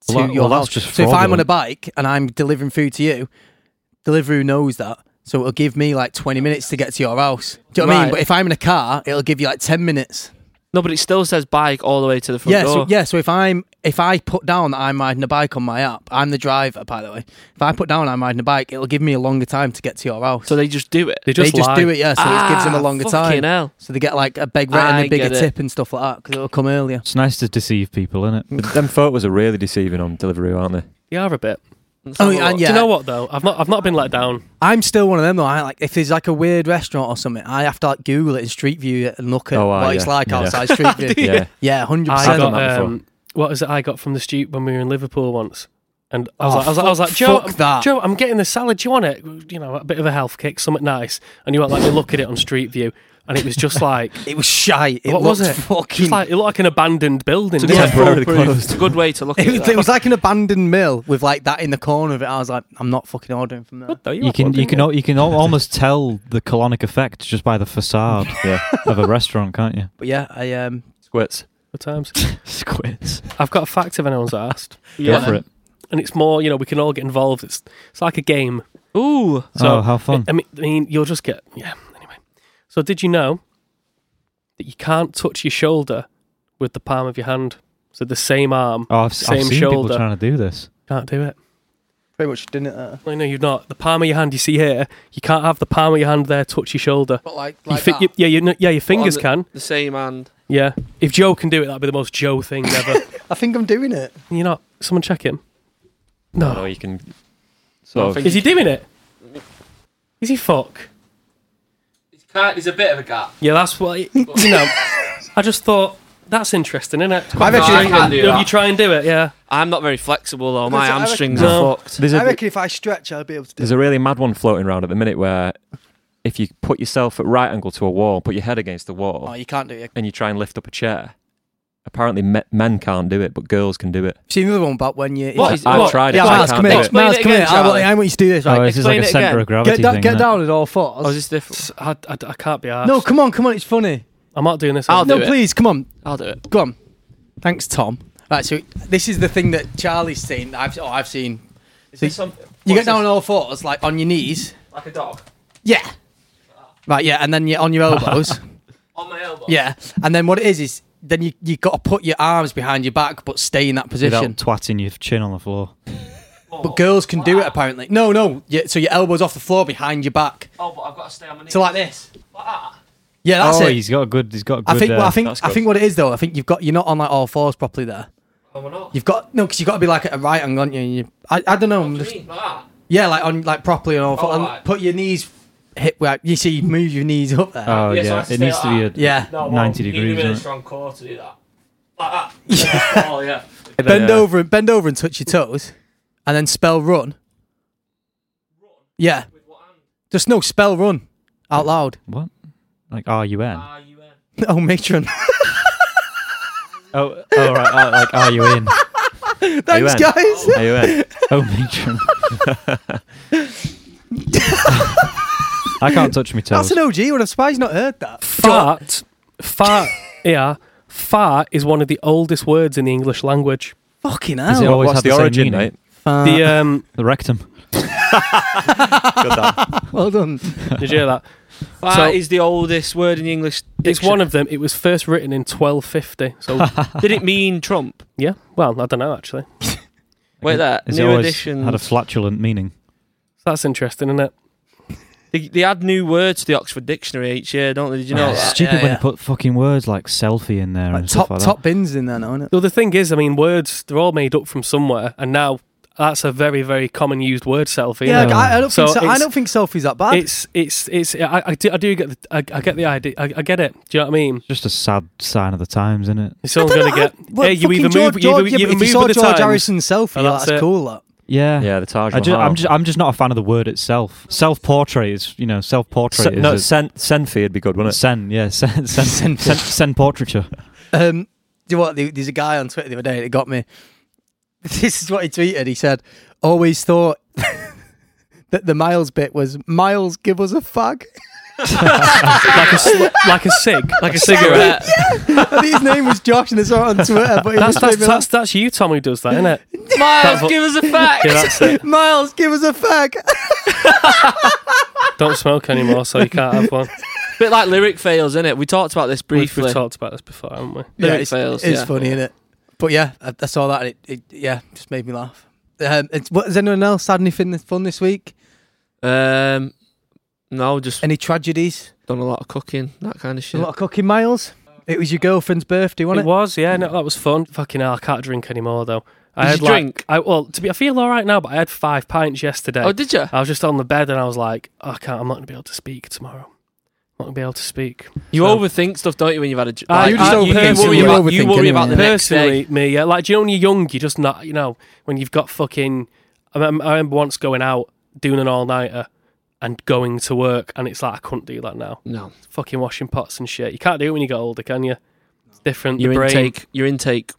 [SPEAKER 3] to
[SPEAKER 5] Well, that-
[SPEAKER 3] your
[SPEAKER 5] well,
[SPEAKER 3] house.
[SPEAKER 5] that's just
[SPEAKER 3] so if I'm on a
[SPEAKER 5] fraudulent.
[SPEAKER 3] bike and I'm delivering food to you, Deliveroo knows that. So it'll give me like 20 minutes to get to your house. Do you know what I mean?
[SPEAKER 4] Right.
[SPEAKER 3] But if I'm in a car, it'll give you like 10 minutes.
[SPEAKER 4] no, but it still says bike all the way to the front
[SPEAKER 3] Yeah,
[SPEAKER 4] door.
[SPEAKER 3] so, yeah. So if I'm if I put down that I'm riding a bike on my app, I'm the driver, by the way. If I put down I'm riding a bike, it'll give me a longer time to get to your house.
[SPEAKER 4] So they just do it.
[SPEAKER 7] They just,
[SPEAKER 3] they just
[SPEAKER 7] lie.
[SPEAKER 3] do it, yeah. So it gives them a
[SPEAKER 4] Ah,
[SPEAKER 3] longer time.
[SPEAKER 4] fucking hell.
[SPEAKER 3] So they get like a big rate and
[SPEAKER 4] I
[SPEAKER 3] a bigger
[SPEAKER 4] get it.
[SPEAKER 3] tip and stuff like that because it'll come earlier.
[SPEAKER 5] It's nice to deceive people, isn't it?
[SPEAKER 6] But them photos are really deceiving on delivery, aren't they?
[SPEAKER 7] They are a bit.
[SPEAKER 4] Let's
[SPEAKER 3] Oh,
[SPEAKER 4] have a
[SPEAKER 3] and
[SPEAKER 4] look.
[SPEAKER 3] yeah.
[SPEAKER 7] Do you know what though? I've not. I've not been let down.
[SPEAKER 3] I'm still one of them though. I like if there's like a weird restaurant or something, I have to like Google it and Street View it and look at
[SPEAKER 6] Oh, wow,
[SPEAKER 3] what it's
[SPEAKER 6] yeah.
[SPEAKER 3] like
[SPEAKER 6] Yeah.
[SPEAKER 3] outside Street View.
[SPEAKER 6] Yeah.
[SPEAKER 3] yeah, hundred
[SPEAKER 7] I
[SPEAKER 6] I've done
[SPEAKER 3] percent.
[SPEAKER 6] that
[SPEAKER 7] got.
[SPEAKER 6] before.
[SPEAKER 7] Um, what was it? I got from the stoop when we were in Liverpool once. And I was,
[SPEAKER 3] Oh,
[SPEAKER 7] like, I was like, I was like,
[SPEAKER 3] fuck-
[SPEAKER 7] Joe,
[SPEAKER 3] fuck that."
[SPEAKER 7] Joe, I'm getting the salad. Do you want it? You know, a bit of a health kick, something nice. And you went like, you look at it on Street View, and it was just like,
[SPEAKER 3] It was shy. It
[SPEAKER 7] what was
[SPEAKER 3] looked
[SPEAKER 7] it?
[SPEAKER 3] Fucking.
[SPEAKER 7] Just like it looked like an abandoned building.
[SPEAKER 4] It's a
[SPEAKER 7] didn't
[SPEAKER 4] good,
[SPEAKER 7] it?
[SPEAKER 6] Temporarily
[SPEAKER 4] foolproof-
[SPEAKER 6] closed.
[SPEAKER 4] good way to look at
[SPEAKER 3] it,
[SPEAKER 4] it.
[SPEAKER 3] was, it was like an abandoned mill with like that in the corner of it. I was like, I'm not fucking ordering from there.
[SPEAKER 7] No,
[SPEAKER 5] You
[SPEAKER 7] are
[SPEAKER 5] can you
[SPEAKER 7] fucking
[SPEAKER 5] can al- you can al- almost tell the colonic effect just by the facade
[SPEAKER 6] Yeah.
[SPEAKER 5] of a restaurant, can't you?
[SPEAKER 3] But yeah, I um.
[SPEAKER 6] Squirts.
[SPEAKER 7] Good times.
[SPEAKER 5] Squids.
[SPEAKER 7] I've got a fact if anyone's asked.
[SPEAKER 5] Go for it.
[SPEAKER 7] and it's more you know we can all get involved it's it's like a game
[SPEAKER 4] Ooh,
[SPEAKER 7] So-
[SPEAKER 5] oh, how fun!
[SPEAKER 7] I mean, I mean you'll just get yeah anyway so did you know that you can't touch your shoulder with the palm of your hand. So the same arm,
[SPEAKER 5] Oh, I've,
[SPEAKER 7] Same
[SPEAKER 5] I've seen
[SPEAKER 7] shoulder.
[SPEAKER 5] people trying to do this.
[SPEAKER 7] can't do it.
[SPEAKER 3] Pretty much didn't it? Uh,
[SPEAKER 7] No, no, you've not. The palm of your hand you see here, you can't have the palm of your hand there touch your shoulder.
[SPEAKER 3] but like,
[SPEAKER 7] You
[SPEAKER 3] like
[SPEAKER 7] fi-
[SPEAKER 3] that.
[SPEAKER 7] you- yeah, you kn- yeah, your fingers
[SPEAKER 4] the-
[SPEAKER 7] can.
[SPEAKER 4] The same hand.
[SPEAKER 7] Yeah. If Joe can do it, that'd be the most Joe thing ever.
[SPEAKER 3] I think I'm doing it.
[SPEAKER 7] You're not. Someone check him.
[SPEAKER 6] Oh,
[SPEAKER 7] No.
[SPEAKER 6] you can.
[SPEAKER 4] No, I
[SPEAKER 6] So
[SPEAKER 4] think-
[SPEAKER 7] Is he doing it? Is he fuck?
[SPEAKER 4] There's a bit of a gap.
[SPEAKER 7] Yeah, that's what. I- You know, I just thought that's interesting, isn't it?
[SPEAKER 3] I reckon,
[SPEAKER 4] I can do
[SPEAKER 7] If you
[SPEAKER 4] that.
[SPEAKER 7] try and do it, yeah.
[SPEAKER 4] I'm not very flexible though. My
[SPEAKER 3] Because I reckon-
[SPEAKER 4] hamstrings
[SPEAKER 7] No.
[SPEAKER 4] are fucked.
[SPEAKER 6] there's
[SPEAKER 3] I
[SPEAKER 6] a
[SPEAKER 3] reckon if I stretch, I'll be able to do
[SPEAKER 6] there's a really mad one floating around at the minute where if you put yourself at right angle to a wall, put your head against the wall,
[SPEAKER 3] Oh, you can't do it.
[SPEAKER 6] and you try and lift up a chair. Apparently, me- men can't do it, but girls can do it.
[SPEAKER 3] See the other one about when you.
[SPEAKER 4] What
[SPEAKER 6] I-
[SPEAKER 4] is-
[SPEAKER 6] I've
[SPEAKER 4] what?
[SPEAKER 6] tried it.
[SPEAKER 3] yeah,
[SPEAKER 6] I
[SPEAKER 3] Miles,
[SPEAKER 6] can't
[SPEAKER 3] come
[SPEAKER 6] do
[SPEAKER 3] here.
[SPEAKER 6] it.
[SPEAKER 4] Explain
[SPEAKER 3] Miles,
[SPEAKER 4] it
[SPEAKER 3] come here.
[SPEAKER 4] again,
[SPEAKER 3] I, want,
[SPEAKER 4] Charlie.
[SPEAKER 3] I want you to do this.
[SPEAKER 5] Oh,
[SPEAKER 3] Right?
[SPEAKER 5] this is
[SPEAKER 4] explain
[SPEAKER 5] like a
[SPEAKER 4] it
[SPEAKER 5] center
[SPEAKER 4] again.
[SPEAKER 5] of gravity
[SPEAKER 3] get down,
[SPEAKER 5] thing.
[SPEAKER 3] get
[SPEAKER 5] innit?
[SPEAKER 3] down at all fours.
[SPEAKER 4] Oh, is this different?
[SPEAKER 7] S- I, I- I can't be arsed.
[SPEAKER 3] no, come on, come on. It's funny.
[SPEAKER 7] I'm not doing this.
[SPEAKER 4] I'll
[SPEAKER 3] no,
[SPEAKER 4] do it.
[SPEAKER 3] please, come on,
[SPEAKER 4] I'll do it.
[SPEAKER 3] go on. Thanks, Tom. Right, so this is the thing that Charlie's seen. That I've oh, I've seen. So you- you get down on all fours, like on your knees.
[SPEAKER 4] like a dog
[SPEAKER 3] Yeah. Right, yeah, and then you're on your elbows.
[SPEAKER 4] on my elbow.
[SPEAKER 3] yeah, and then what it is is then you you got to put your arms behind your back, but stay in that position.
[SPEAKER 5] Without twatting your chin on the floor.
[SPEAKER 3] But girls can do it apparently. No, no. Yeah, so your elbows off the floor behind your back.
[SPEAKER 4] Oh, but I've got to stay on my knees.
[SPEAKER 3] So like this. Yeah, that's
[SPEAKER 5] oh,
[SPEAKER 3] it.
[SPEAKER 5] he's got a good. He's got a good.
[SPEAKER 3] I think. Well,
[SPEAKER 5] uh,
[SPEAKER 3] I think. I think what it is though. I think you've got. You're not on like all fours properly there.
[SPEAKER 4] Oh, we're not.
[SPEAKER 3] You've got no, because you've got to be like at a right angle, aren't you? And you I, I don't know. I'm
[SPEAKER 4] What do
[SPEAKER 3] just-
[SPEAKER 4] you mean? Like that?
[SPEAKER 3] yeah, like on like properly on all fours.
[SPEAKER 4] Oh,
[SPEAKER 3] and
[SPEAKER 4] right.
[SPEAKER 3] Put your knees hip. Like, you see, you move your knees up there.
[SPEAKER 5] Oh
[SPEAKER 4] Yeah,
[SPEAKER 5] yeah,
[SPEAKER 4] so I have to
[SPEAKER 5] it
[SPEAKER 4] stay
[SPEAKER 5] needs to
[SPEAKER 4] like
[SPEAKER 5] be a
[SPEAKER 4] that.
[SPEAKER 3] yeah.
[SPEAKER 4] No,
[SPEAKER 5] well, 90 you need a degrees, really isn't it?
[SPEAKER 4] strong core to do that. Like that. oh yeah.
[SPEAKER 3] bend over and bend over and touch your toes, and then spell run. Yeah. Just no spell run out loud.
[SPEAKER 5] what? Like R U N.
[SPEAKER 4] Uh,
[SPEAKER 3] Oh, matron.
[SPEAKER 5] Oh, oh right. oh, like are you in?
[SPEAKER 3] Thanks,
[SPEAKER 6] UN.
[SPEAKER 3] guys.
[SPEAKER 6] Are you in?
[SPEAKER 5] Oh, matron. I can't touch my toes.
[SPEAKER 3] That's an OG. What I'm surprised you've not heard that.
[SPEAKER 7] Fart, fart, yeah. Fart is one of the oldest words in the English language.
[SPEAKER 3] Fucking
[SPEAKER 5] Is it
[SPEAKER 3] hell.
[SPEAKER 5] always
[SPEAKER 6] What's
[SPEAKER 5] had
[SPEAKER 6] the,
[SPEAKER 5] the same
[SPEAKER 6] origin,
[SPEAKER 5] meaning?
[SPEAKER 6] mate?
[SPEAKER 3] Uh.
[SPEAKER 7] The um,
[SPEAKER 5] The uh, rectum.
[SPEAKER 3] Well done.
[SPEAKER 7] did you hear that?
[SPEAKER 4] That
[SPEAKER 7] So-
[SPEAKER 4] is the oldest word in the English.
[SPEAKER 7] It's one of them. It was first written in 1250. So
[SPEAKER 4] Did it mean Trump?
[SPEAKER 7] yeah. Well, I don't know actually.
[SPEAKER 4] Wait there.
[SPEAKER 5] Is it
[SPEAKER 4] new
[SPEAKER 5] always
[SPEAKER 4] edition.
[SPEAKER 5] had a flatulent meaning?
[SPEAKER 7] That's interesting, isn't it?
[SPEAKER 4] they, they add new words to the Oxford Dictionary each year, don't they? Did you know
[SPEAKER 5] Oh,
[SPEAKER 4] that?
[SPEAKER 5] stupid
[SPEAKER 3] Yeah,
[SPEAKER 5] when
[SPEAKER 3] yeah.
[SPEAKER 5] you put fucking words like selfie in there
[SPEAKER 3] Like,
[SPEAKER 5] and
[SPEAKER 3] top
[SPEAKER 5] stuff like
[SPEAKER 3] top bins in there now, isn't it?
[SPEAKER 7] Though the thing is, I mean, words they're all made up from somewhere, and now that's a very, very common used word. Selfie.
[SPEAKER 3] Yeah,
[SPEAKER 7] isn't it?
[SPEAKER 3] like, I, I don't
[SPEAKER 7] So
[SPEAKER 3] think so, I
[SPEAKER 7] it's-
[SPEAKER 3] don't think selfies that bad.
[SPEAKER 7] It's it's it's. I, I do I do get the, I, I get the idea. I, I get it. Do you know what I mean?
[SPEAKER 5] that. Just a sad sign of the times, isn't it?
[SPEAKER 7] It's all
[SPEAKER 3] I don't
[SPEAKER 7] gonna
[SPEAKER 3] know,
[SPEAKER 7] get.
[SPEAKER 3] I- well,
[SPEAKER 7] hey, you
[SPEAKER 3] fucking
[SPEAKER 7] either
[SPEAKER 3] George,
[SPEAKER 7] move. You
[SPEAKER 3] George,
[SPEAKER 7] either,
[SPEAKER 3] yeah,
[SPEAKER 7] you
[SPEAKER 3] but if
[SPEAKER 7] either
[SPEAKER 3] you
[SPEAKER 7] move
[SPEAKER 3] saw
[SPEAKER 7] with the
[SPEAKER 3] George
[SPEAKER 7] times.
[SPEAKER 3] Harrison selfie,
[SPEAKER 7] Oh,
[SPEAKER 3] that's,
[SPEAKER 7] that's it.
[SPEAKER 3] cool. That.
[SPEAKER 5] Yeah.
[SPEAKER 6] Yeah, the Taj
[SPEAKER 5] I
[SPEAKER 6] Mahal.
[SPEAKER 5] just, I'm just, I'm just not a fan of the word itself. Self portrait is, you know, self portrait.
[SPEAKER 6] no,
[SPEAKER 5] is
[SPEAKER 6] sen- Senfi would be
[SPEAKER 5] a,
[SPEAKER 6] good, wouldn't it?
[SPEAKER 5] sen, yeah, sen, sen, sen,
[SPEAKER 3] Sen-
[SPEAKER 5] sen, portraiture.
[SPEAKER 3] Um, do you know what? There- There's a guy on Twitter the other day that got me. This is what he tweeted. He said, "Always thought that the Miles bit was Miles give us a fag."
[SPEAKER 7] like a sl- like a cig, like a cigarette.
[SPEAKER 3] I think his name was Josh, and I saw it on Twitter. But it
[SPEAKER 7] That's
[SPEAKER 3] just
[SPEAKER 7] that's,
[SPEAKER 3] made me laugh.
[SPEAKER 7] that's that's you, Tom, who does that, isn't it?
[SPEAKER 4] Miles,
[SPEAKER 7] That's what-
[SPEAKER 4] give us a fact.
[SPEAKER 7] Yeah, that's it.
[SPEAKER 3] Miles, give us a fag.
[SPEAKER 7] Don't smoke anymore, so you can't have one.
[SPEAKER 4] bit like lyric fails, isn't it? We talked about this
[SPEAKER 7] We've,
[SPEAKER 4] briefly.
[SPEAKER 7] we've talked about this before, haven't we?
[SPEAKER 4] Lyric
[SPEAKER 3] it's,
[SPEAKER 4] fails,
[SPEAKER 3] It's
[SPEAKER 4] yeah.
[SPEAKER 3] funny, isn't it? But yeah, I, I saw that. And it, it yeah just made me laugh. Um, it's, what, has anyone else had anything that's fun this week?
[SPEAKER 4] um, no, just
[SPEAKER 3] Any tragedies?
[SPEAKER 4] done a lot of cooking, that kind of shit.
[SPEAKER 3] A lot of cooking, Miles. It was your girlfriend's birthday,
[SPEAKER 7] It
[SPEAKER 3] wasn't it?
[SPEAKER 7] was, yeah. No, that was fun. Fucking hell, I can't drink anymore though. I
[SPEAKER 4] Did
[SPEAKER 7] had
[SPEAKER 4] you
[SPEAKER 7] like,
[SPEAKER 4] drink?
[SPEAKER 7] I well, to be, I feel all right now, but I had five pints yesterday.
[SPEAKER 4] Oh, did you?
[SPEAKER 7] I was just on the bed and I was like, oh, I can't. I'm not gonna be able to speak tomorrow. I'm not gonna be able to speak.
[SPEAKER 4] You
[SPEAKER 7] So-
[SPEAKER 4] overthink stuff, don't Uh, you? When you've had a j-
[SPEAKER 7] Ah, you
[SPEAKER 3] just
[SPEAKER 4] I-
[SPEAKER 3] overthink
[SPEAKER 4] You worry
[SPEAKER 3] it.
[SPEAKER 4] about,
[SPEAKER 3] You
[SPEAKER 4] you
[SPEAKER 3] overthink
[SPEAKER 4] worry
[SPEAKER 3] anyway.
[SPEAKER 4] about the next
[SPEAKER 7] personally,
[SPEAKER 4] day.
[SPEAKER 7] me, yeah. Like, do you know when you're young, you're just not, you know, when you've got fucking. I remember, I remember once going out, doing an all nighter, and going to work, and it's like, I couldn't do that now.
[SPEAKER 4] No,
[SPEAKER 7] Fucking washing pots and shit. You can't do it when you get older, can you? It's different. The
[SPEAKER 4] your
[SPEAKER 7] brain.
[SPEAKER 4] intake, your intake.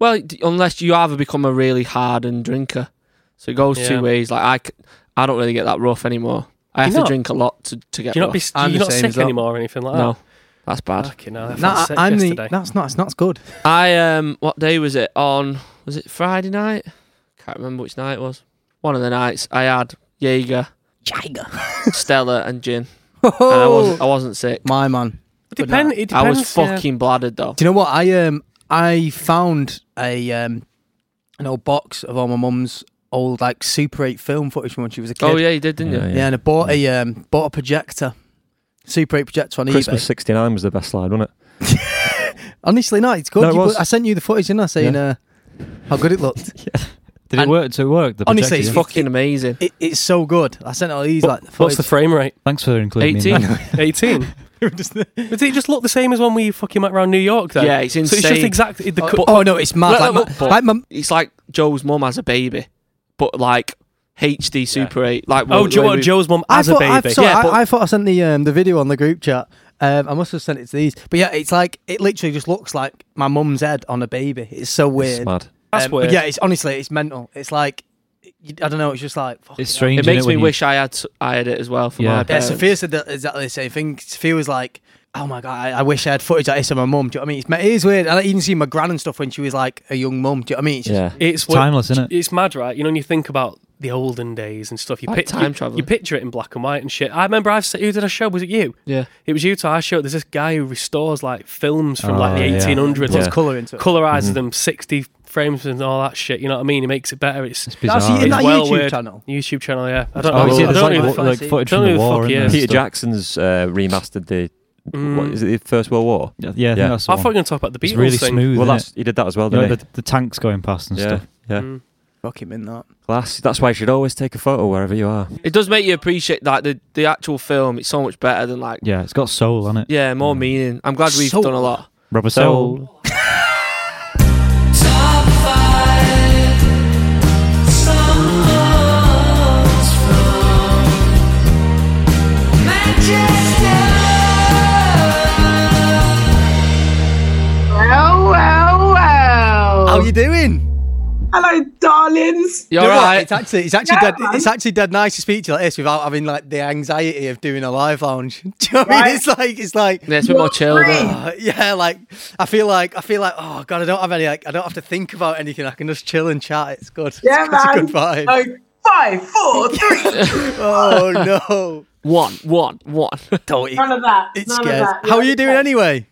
[SPEAKER 4] Well, d- unless you either become a really hardened drinker, so it goes
[SPEAKER 7] Yeah.
[SPEAKER 4] two ways. Like I, c- I don't really get that rough anymore. I have
[SPEAKER 7] You're
[SPEAKER 4] to
[SPEAKER 7] not-
[SPEAKER 4] drink a lot to to get
[SPEAKER 7] Do you not
[SPEAKER 4] rough.
[SPEAKER 7] be
[SPEAKER 3] I'm
[SPEAKER 7] do you
[SPEAKER 3] the
[SPEAKER 7] not
[SPEAKER 3] same
[SPEAKER 7] sick
[SPEAKER 3] as well.
[SPEAKER 7] anymore or anything like
[SPEAKER 4] no, that's
[SPEAKER 7] that?
[SPEAKER 4] bad.
[SPEAKER 7] Fucking hell, I
[SPEAKER 3] No,
[SPEAKER 7] felt
[SPEAKER 3] I-
[SPEAKER 7] sick
[SPEAKER 3] I'm
[SPEAKER 7] yesterday.
[SPEAKER 3] the. That's not. It's not good.
[SPEAKER 4] I um, what day was it? On was it Friday night? Can't remember which night it was. One of the nights I had Jaeger,
[SPEAKER 3] Jagger.
[SPEAKER 4] Stella, and gin. And I wasn't, I wasn't sick.
[SPEAKER 3] Oh, My man.
[SPEAKER 7] Oh. It, depend, it depends.
[SPEAKER 4] I was fucking bladdered though.
[SPEAKER 3] Do you know what I um I found a um an old box of all my mum's old like Super Eight film footage from when she was a kid.
[SPEAKER 4] Oh yeah, you did, didn't you?
[SPEAKER 6] Yeah,
[SPEAKER 3] yeah. and I bought a um bought a projector, Super Eight projector on
[SPEAKER 6] Christmas
[SPEAKER 3] eBay.
[SPEAKER 6] '69 was the best slide, wasn't it?
[SPEAKER 3] Honestly, no, it's good.
[SPEAKER 6] No, it
[SPEAKER 3] You put-
[SPEAKER 6] was.
[SPEAKER 3] I sent you the footage, didn't I? Saying uh, how good it looked.
[SPEAKER 5] Did it
[SPEAKER 3] And-
[SPEAKER 5] work? So it worked. The
[SPEAKER 3] Honestly,
[SPEAKER 4] It's
[SPEAKER 5] projector?
[SPEAKER 4] fucking amazing.
[SPEAKER 3] it, it's so good. I sent all these like the
[SPEAKER 7] What's the
[SPEAKER 3] footage.
[SPEAKER 7] frame rate?
[SPEAKER 5] thanks for including me. in
[SPEAKER 4] 18.
[SPEAKER 5] that.
[SPEAKER 7] 18. Does it just look the same as when we fucking went around New York then?
[SPEAKER 4] Yeah, it's
[SPEAKER 7] So it's just
[SPEAKER 4] insane.
[SPEAKER 7] exactly the.
[SPEAKER 3] Oh,
[SPEAKER 7] co-
[SPEAKER 3] oh no, it's mad.
[SPEAKER 4] Look,
[SPEAKER 3] like,
[SPEAKER 4] look,
[SPEAKER 3] my-
[SPEAKER 4] look.
[SPEAKER 3] like my-
[SPEAKER 4] It's like Joe's mum has a baby, but like HD Super 8. Like
[SPEAKER 7] Oh,
[SPEAKER 4] what-
[SPEAKER 7] Joe,
[SPEAKER 4] the way we-
[SPEAKER 7] Joe's mum
[SPEAKER 3] I
[SPEAKER 7] as
[SPEAKER 3] thought,
[SPEAKER 7] a
[SPEAKER 3] I,
[SPEAKER 7] baby.
[SPEAKER 3] sorry,
[SPEAKER 4] Yeah,
[SPEAKER 3] I-
[SPEAKER 4] but-
[SPEAKER 3] I, thought I sent the um, the video on the group chat. Um, I must have sent it to these, but yeah, it's like it literally just looks like my mum's head on a baby. It's so
[SPEAKER 6] It's
[SPEAKER 3] weird.
[SPEAKER 6] mad.
[SPEAKER 7] That's
[SPEAKER 3] Um, but
[SPEAKER 7] weird.
[SPEAKER 3] Yeah, it's honestly it's mental. It's like you- I don't know. It's just like fucking
[SPEAKER 5] It's
[SPEAKER 3] hell.
[SPEAKER 5] strange.
[SPEAKER 4] It
[SPEAKER 5] innit,
[SPEAKER 4] makes me
[SPEAKER 5] when you-
[SPEAKER 4] wish I had s- I had it as well for
[SPEAKER 5] Yeah.
[SPEAKER 4] my
[SPEAKER 5] Yeah,
[SPEAKER 8] Um,
[SPEAKER 3] Yeah,
[SPEAKER 4] parents.
[SPEAKER 3] Sophia said that exactly the same thing. Sophia was like, "Oh my god, I, I wish I had footage like this of my mum." Do you know what I mean? It's, it is weird. I like, even see my gran and stuff when she was like a young mum. Do you know what I mean? It's just-
[SPEAKER 6] Yeah.
[SPEAKER 7] It's
[SPEAKER 5] It's timeless, isn't it?
[SPEAKER 7] It's mad, right? You know, when you think about the olden days and stuff, you,
[SPEAKER 4] Like
[SPEAKER 7] pic-
[SPEAKER 4] time
[SPEAKER 7] you-
[SPEAKER 4] travel.
[SPEAKER 7] you picture it in black and white and shit. I remember I've said, who did I show? Was it you?
[SPEAKER 4] Yeah.
[SPEAKER 7] It was you to our show. There's this guy who restores like films from like
[SPEAKER 5] Oh,
[SPEAKER 7] the
[SPEAKER 5] yeah. Mm-hmm.
[SPEAKER 7] 1800s,
[SPEAKER 3] puts
[SPEAKER 6] Yeah.
[SPEAKER 3] colour into it.
[SPEAKER 7] colorizes them 60 frames and all that shit. You know what I mean? He makes it better. It's,
[SPEAKER 5] It's
[SPEAKER 3] That's
[SPEAKER 5] bizarre.
[SPEAKER 3] in
[SPEAKER 7] it's
[SPEAKER 3] that
[SPEAKER 7] well
[SPEAKER 3] YouTube
[SPEAKER 7] weird.
[SPEAKER 3] channel.
[SPEAKER 7] YouTube channel, yeah. I don't
[SPEAKER 5] Oh,
[SPEAKER 7] know.
[SPEAKER 5] yeah,
[SPEAKER 7] I
[SPEAKER 5] there's
[SPEAKER 7] don't know
[SPEAKER 5] like,
[SPEAKER 7] who
[SPEAKER 3] even
[SPEAKER 5] what-
[SPEAKER 7] the
[SPEAKER 3] fuck-
[SPEAKER 5] like
[SPEAKER 3] see.
[SPEAKER 5] footage
[SPEAKER 7] Don't
[SPEAKER 5] from the
[SPEAKER 7] know who the
[SPEAKER 5] war.
[SPEAKER 7] fuck he
[SPEAKER 5] and
[SPEAKER 7] is.
[SPEAKER 6] Peter
[SPEAKER 5] stuff.
[SPEAKER 6] Jackson's uh, remastered the what
[SPEAKER 7] Mm.
[SPEAKER 6] is it? The First World War.
[SPEAKER 5] Yeah, yeah, I think
[SPEAKER 6] Yeah.
[SPEAKER 5] that's the
[SPEAKER 7] I
[SPEAKER 5] one.
[SPEAKER 7] thought you were going to talk about the Beatles
[SPEAKER 5] It's really
[SPEAKER 7] thing.
[SPEAKER 5] smooth.
[SPEAKER 6] Well,
[SPEAKER 5] isn't
[SPEAKER 6] that's
[SPEAKER 5] it?
[SPEAKER 6] he did that as well,
[SPEAKER 5] You know,
[SPEAKER 6] didn't
[SPEAKER 5] the, the tanks going past and
[SPEAKER 6] he? Yeah,
[SPEAKER 5] stuff.
[SPEAKER 6] yeah.
[SPEAKER 7] Mm.
[SPEAKER 3] Fuck him in that.
[SPEAKER 6] Glass. That's why you should always take a photo wherever you are.
[SPEAKER 4] It does make you appreciate like the the actual film. It's so much better than like
[SPEAKER 5] Yeah, it's got soul on it.
[SPEAKER 4] yeah, more meaning. I'm glad we've
[SPEAKER 3] So-
[SPEAKER 4] done a lot.
[SPEAKER 5] Rubber
[SPEAKER 6] Soul.
[SPEAKER 5] soul.
[SPEAKER 2] Top five songs from Manchester.
[SPEAKER 8] Well, well, well.
[SPEAKER 3] How you doing?
[SPEAKER 8] Hello, darlings.
[SPEAKER 4] You're
[SPEAKER 3] You know what?
[SPEAKER 4] right.
[SPEAKER 3] It's actually it's actually
[SPEAKER 8] Yeah,
[SPEAKER 3] dead
[SPEAKER 8] man.
[SPEAKER 3] it's actually dead nice to speak to you like this without having like the anxiety of doing a live lounge. Do you know what I mean?
[SPEAKER 8] Right.
[SPEAKER 3] It's like it's like
[SPEAKER 4] Yeah, it's a bit more chilled. out.
[SPEAKER 3] Uh, yeah, like I feel like I feel like oh god, I don't have any like I don't have to think about anything. I can just chill and chat. It's good.
[SPEAKER 8] Yeah,
[SPEAKER 3] it's,
[SPEAKER 8] man.
[SPEAKER 3] a good vibe.
[SPEAKER 8] So, five, four, three.
[SPEAKER 3] Oh no,
[SPEAKER 4] One, one, one.
[SPEAKER 3] don't it,
[SPEAKER 8] None of that.
[SPEAKER 3] it
[SPEAKER 8] None
[SPEAKER 3] scares.
[SPEAKER 8] Of that.
[SPEAKER 3] How are
[SPEAKER 8] Yeah,
[SPEAKER 3] you doing
[SPEAKER 8] yeah.
[SPEAKER 3] anyway?